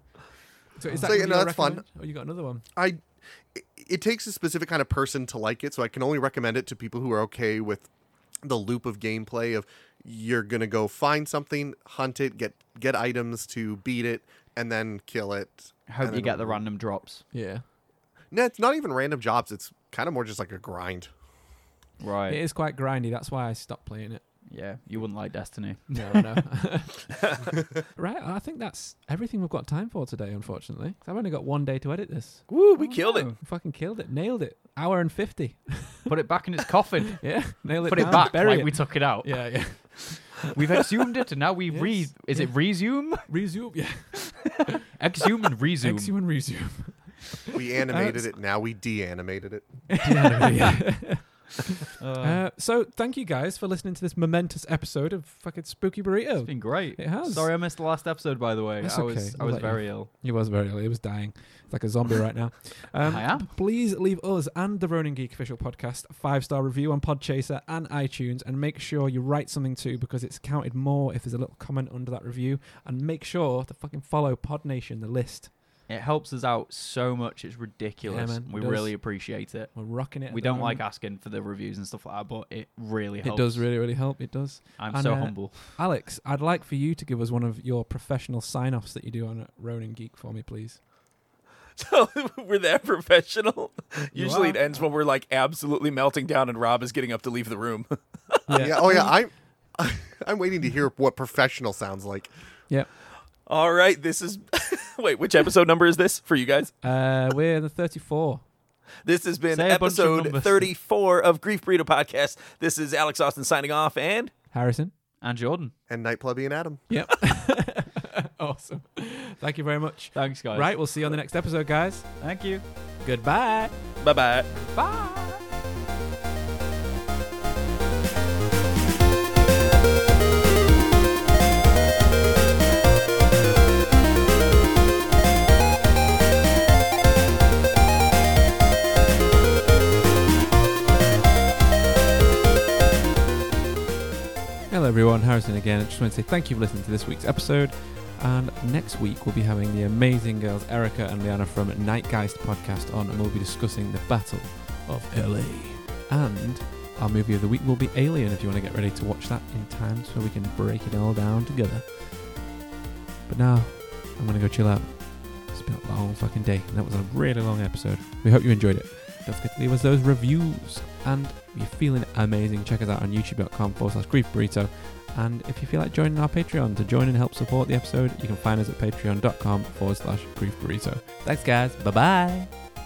So is So, that yeah, your no, that's fun. recommend- Oh, you got another one. I it, it takes a specific kind of person to like it, so I can only recommend it to people who are okay with the loop of gameplay of you're gonna go find something, hunt it, get get items to beat it, and then kill it. Hope And you then- get the random drops. Yeah. No, it's not even random jobs. It's kind of more just like a grind. Right. It is quite grindy. That's why I stopped playing it. Yeah, you wouldn't like Destiny. No, no. right. I think that's everything we've got time for today, unfortunately. 'Cause I've only got one day to edit this. Woo, we killed it. We fucking killed it. Nailed it. Hour and 50. Put it back in its coffin. Yeah. Nail it Put down, it back bury like it. we took it out. yeah, yeah. We've exhumed it and now we Yes. re is it Yeah. resume? Resume. Yeah. Exhume and resume. Exhume and resume. We animated it. Now we deanimated it. Uh, so thank you guys for listening to this momentous episode of fucking Spooky Burrito. It's been great. oh, It has. Sorry I missed the last episode by the way. That's I okay. was I We'll was let you. very ill. He was very ill. He was dying. It's like a zombie right now. Um, I am. Please leave us and the Ronin Geek official podcast a five star review on Podchaser and iTunes, and make sure you write something too because it's counted more if there's a little comment under that review. And make sure to fucking follow Pod Nation, the list. It helps us out so much. It's ridiculous. man, it we does. really appreciate it. We're rocking it. at We the don't like moment. asking for the reviews and stuff like that, but it really It helps. does really, really help. It does. I'm and, so uh, humble. Alex, I'd like for you to give us one of your professional sign offs that you do on Ronin Geek for me, please. So Oh, we're that professional. You Usually are. it ends when we're like absolutely melting down and Rob is getting up to leave the room. Yeah. Oh yeah. I'm I'm waiting to hear what professional sounds like. Yeah. All right, this is wait, which episode number is this for you guys? Uh, we're the 34. This has been Say a bunch of episode numbers. 34 of Grief Burrito Podcast. This is Alex Austin signing off and Harrison? And Jordan. And Night Plebeian Adam. Yep. awesome. Thank you very much. Thanks guys. Right, we'll see you on the next episode, guys. Thank you. Goodbye. bye bye. Bye. Hello, everyone. Harrison again. I just want to say thank you for listening to this week's episode. And next week, we'll be having the amazing girls Erica and Liana from Nightgeist podcast on, and we'll be discussing the Battle of LA. And our movie of the week will be Alien if you want to get ready to watch that in time so we can break it all down together. But now, I'm going to go chill out. It's been a long fucking day, and that was a really long episode. We hope you enjoyed it. Don't forget to leave us those reviews. And if you're feeling amazing, check us out on youtube.com forward slash grief burrito. And if you feel like joining our Patreon to join and help support the episode, you can find us at patreon.com forward slash grief burrito. Thanks, guys. Bye bye.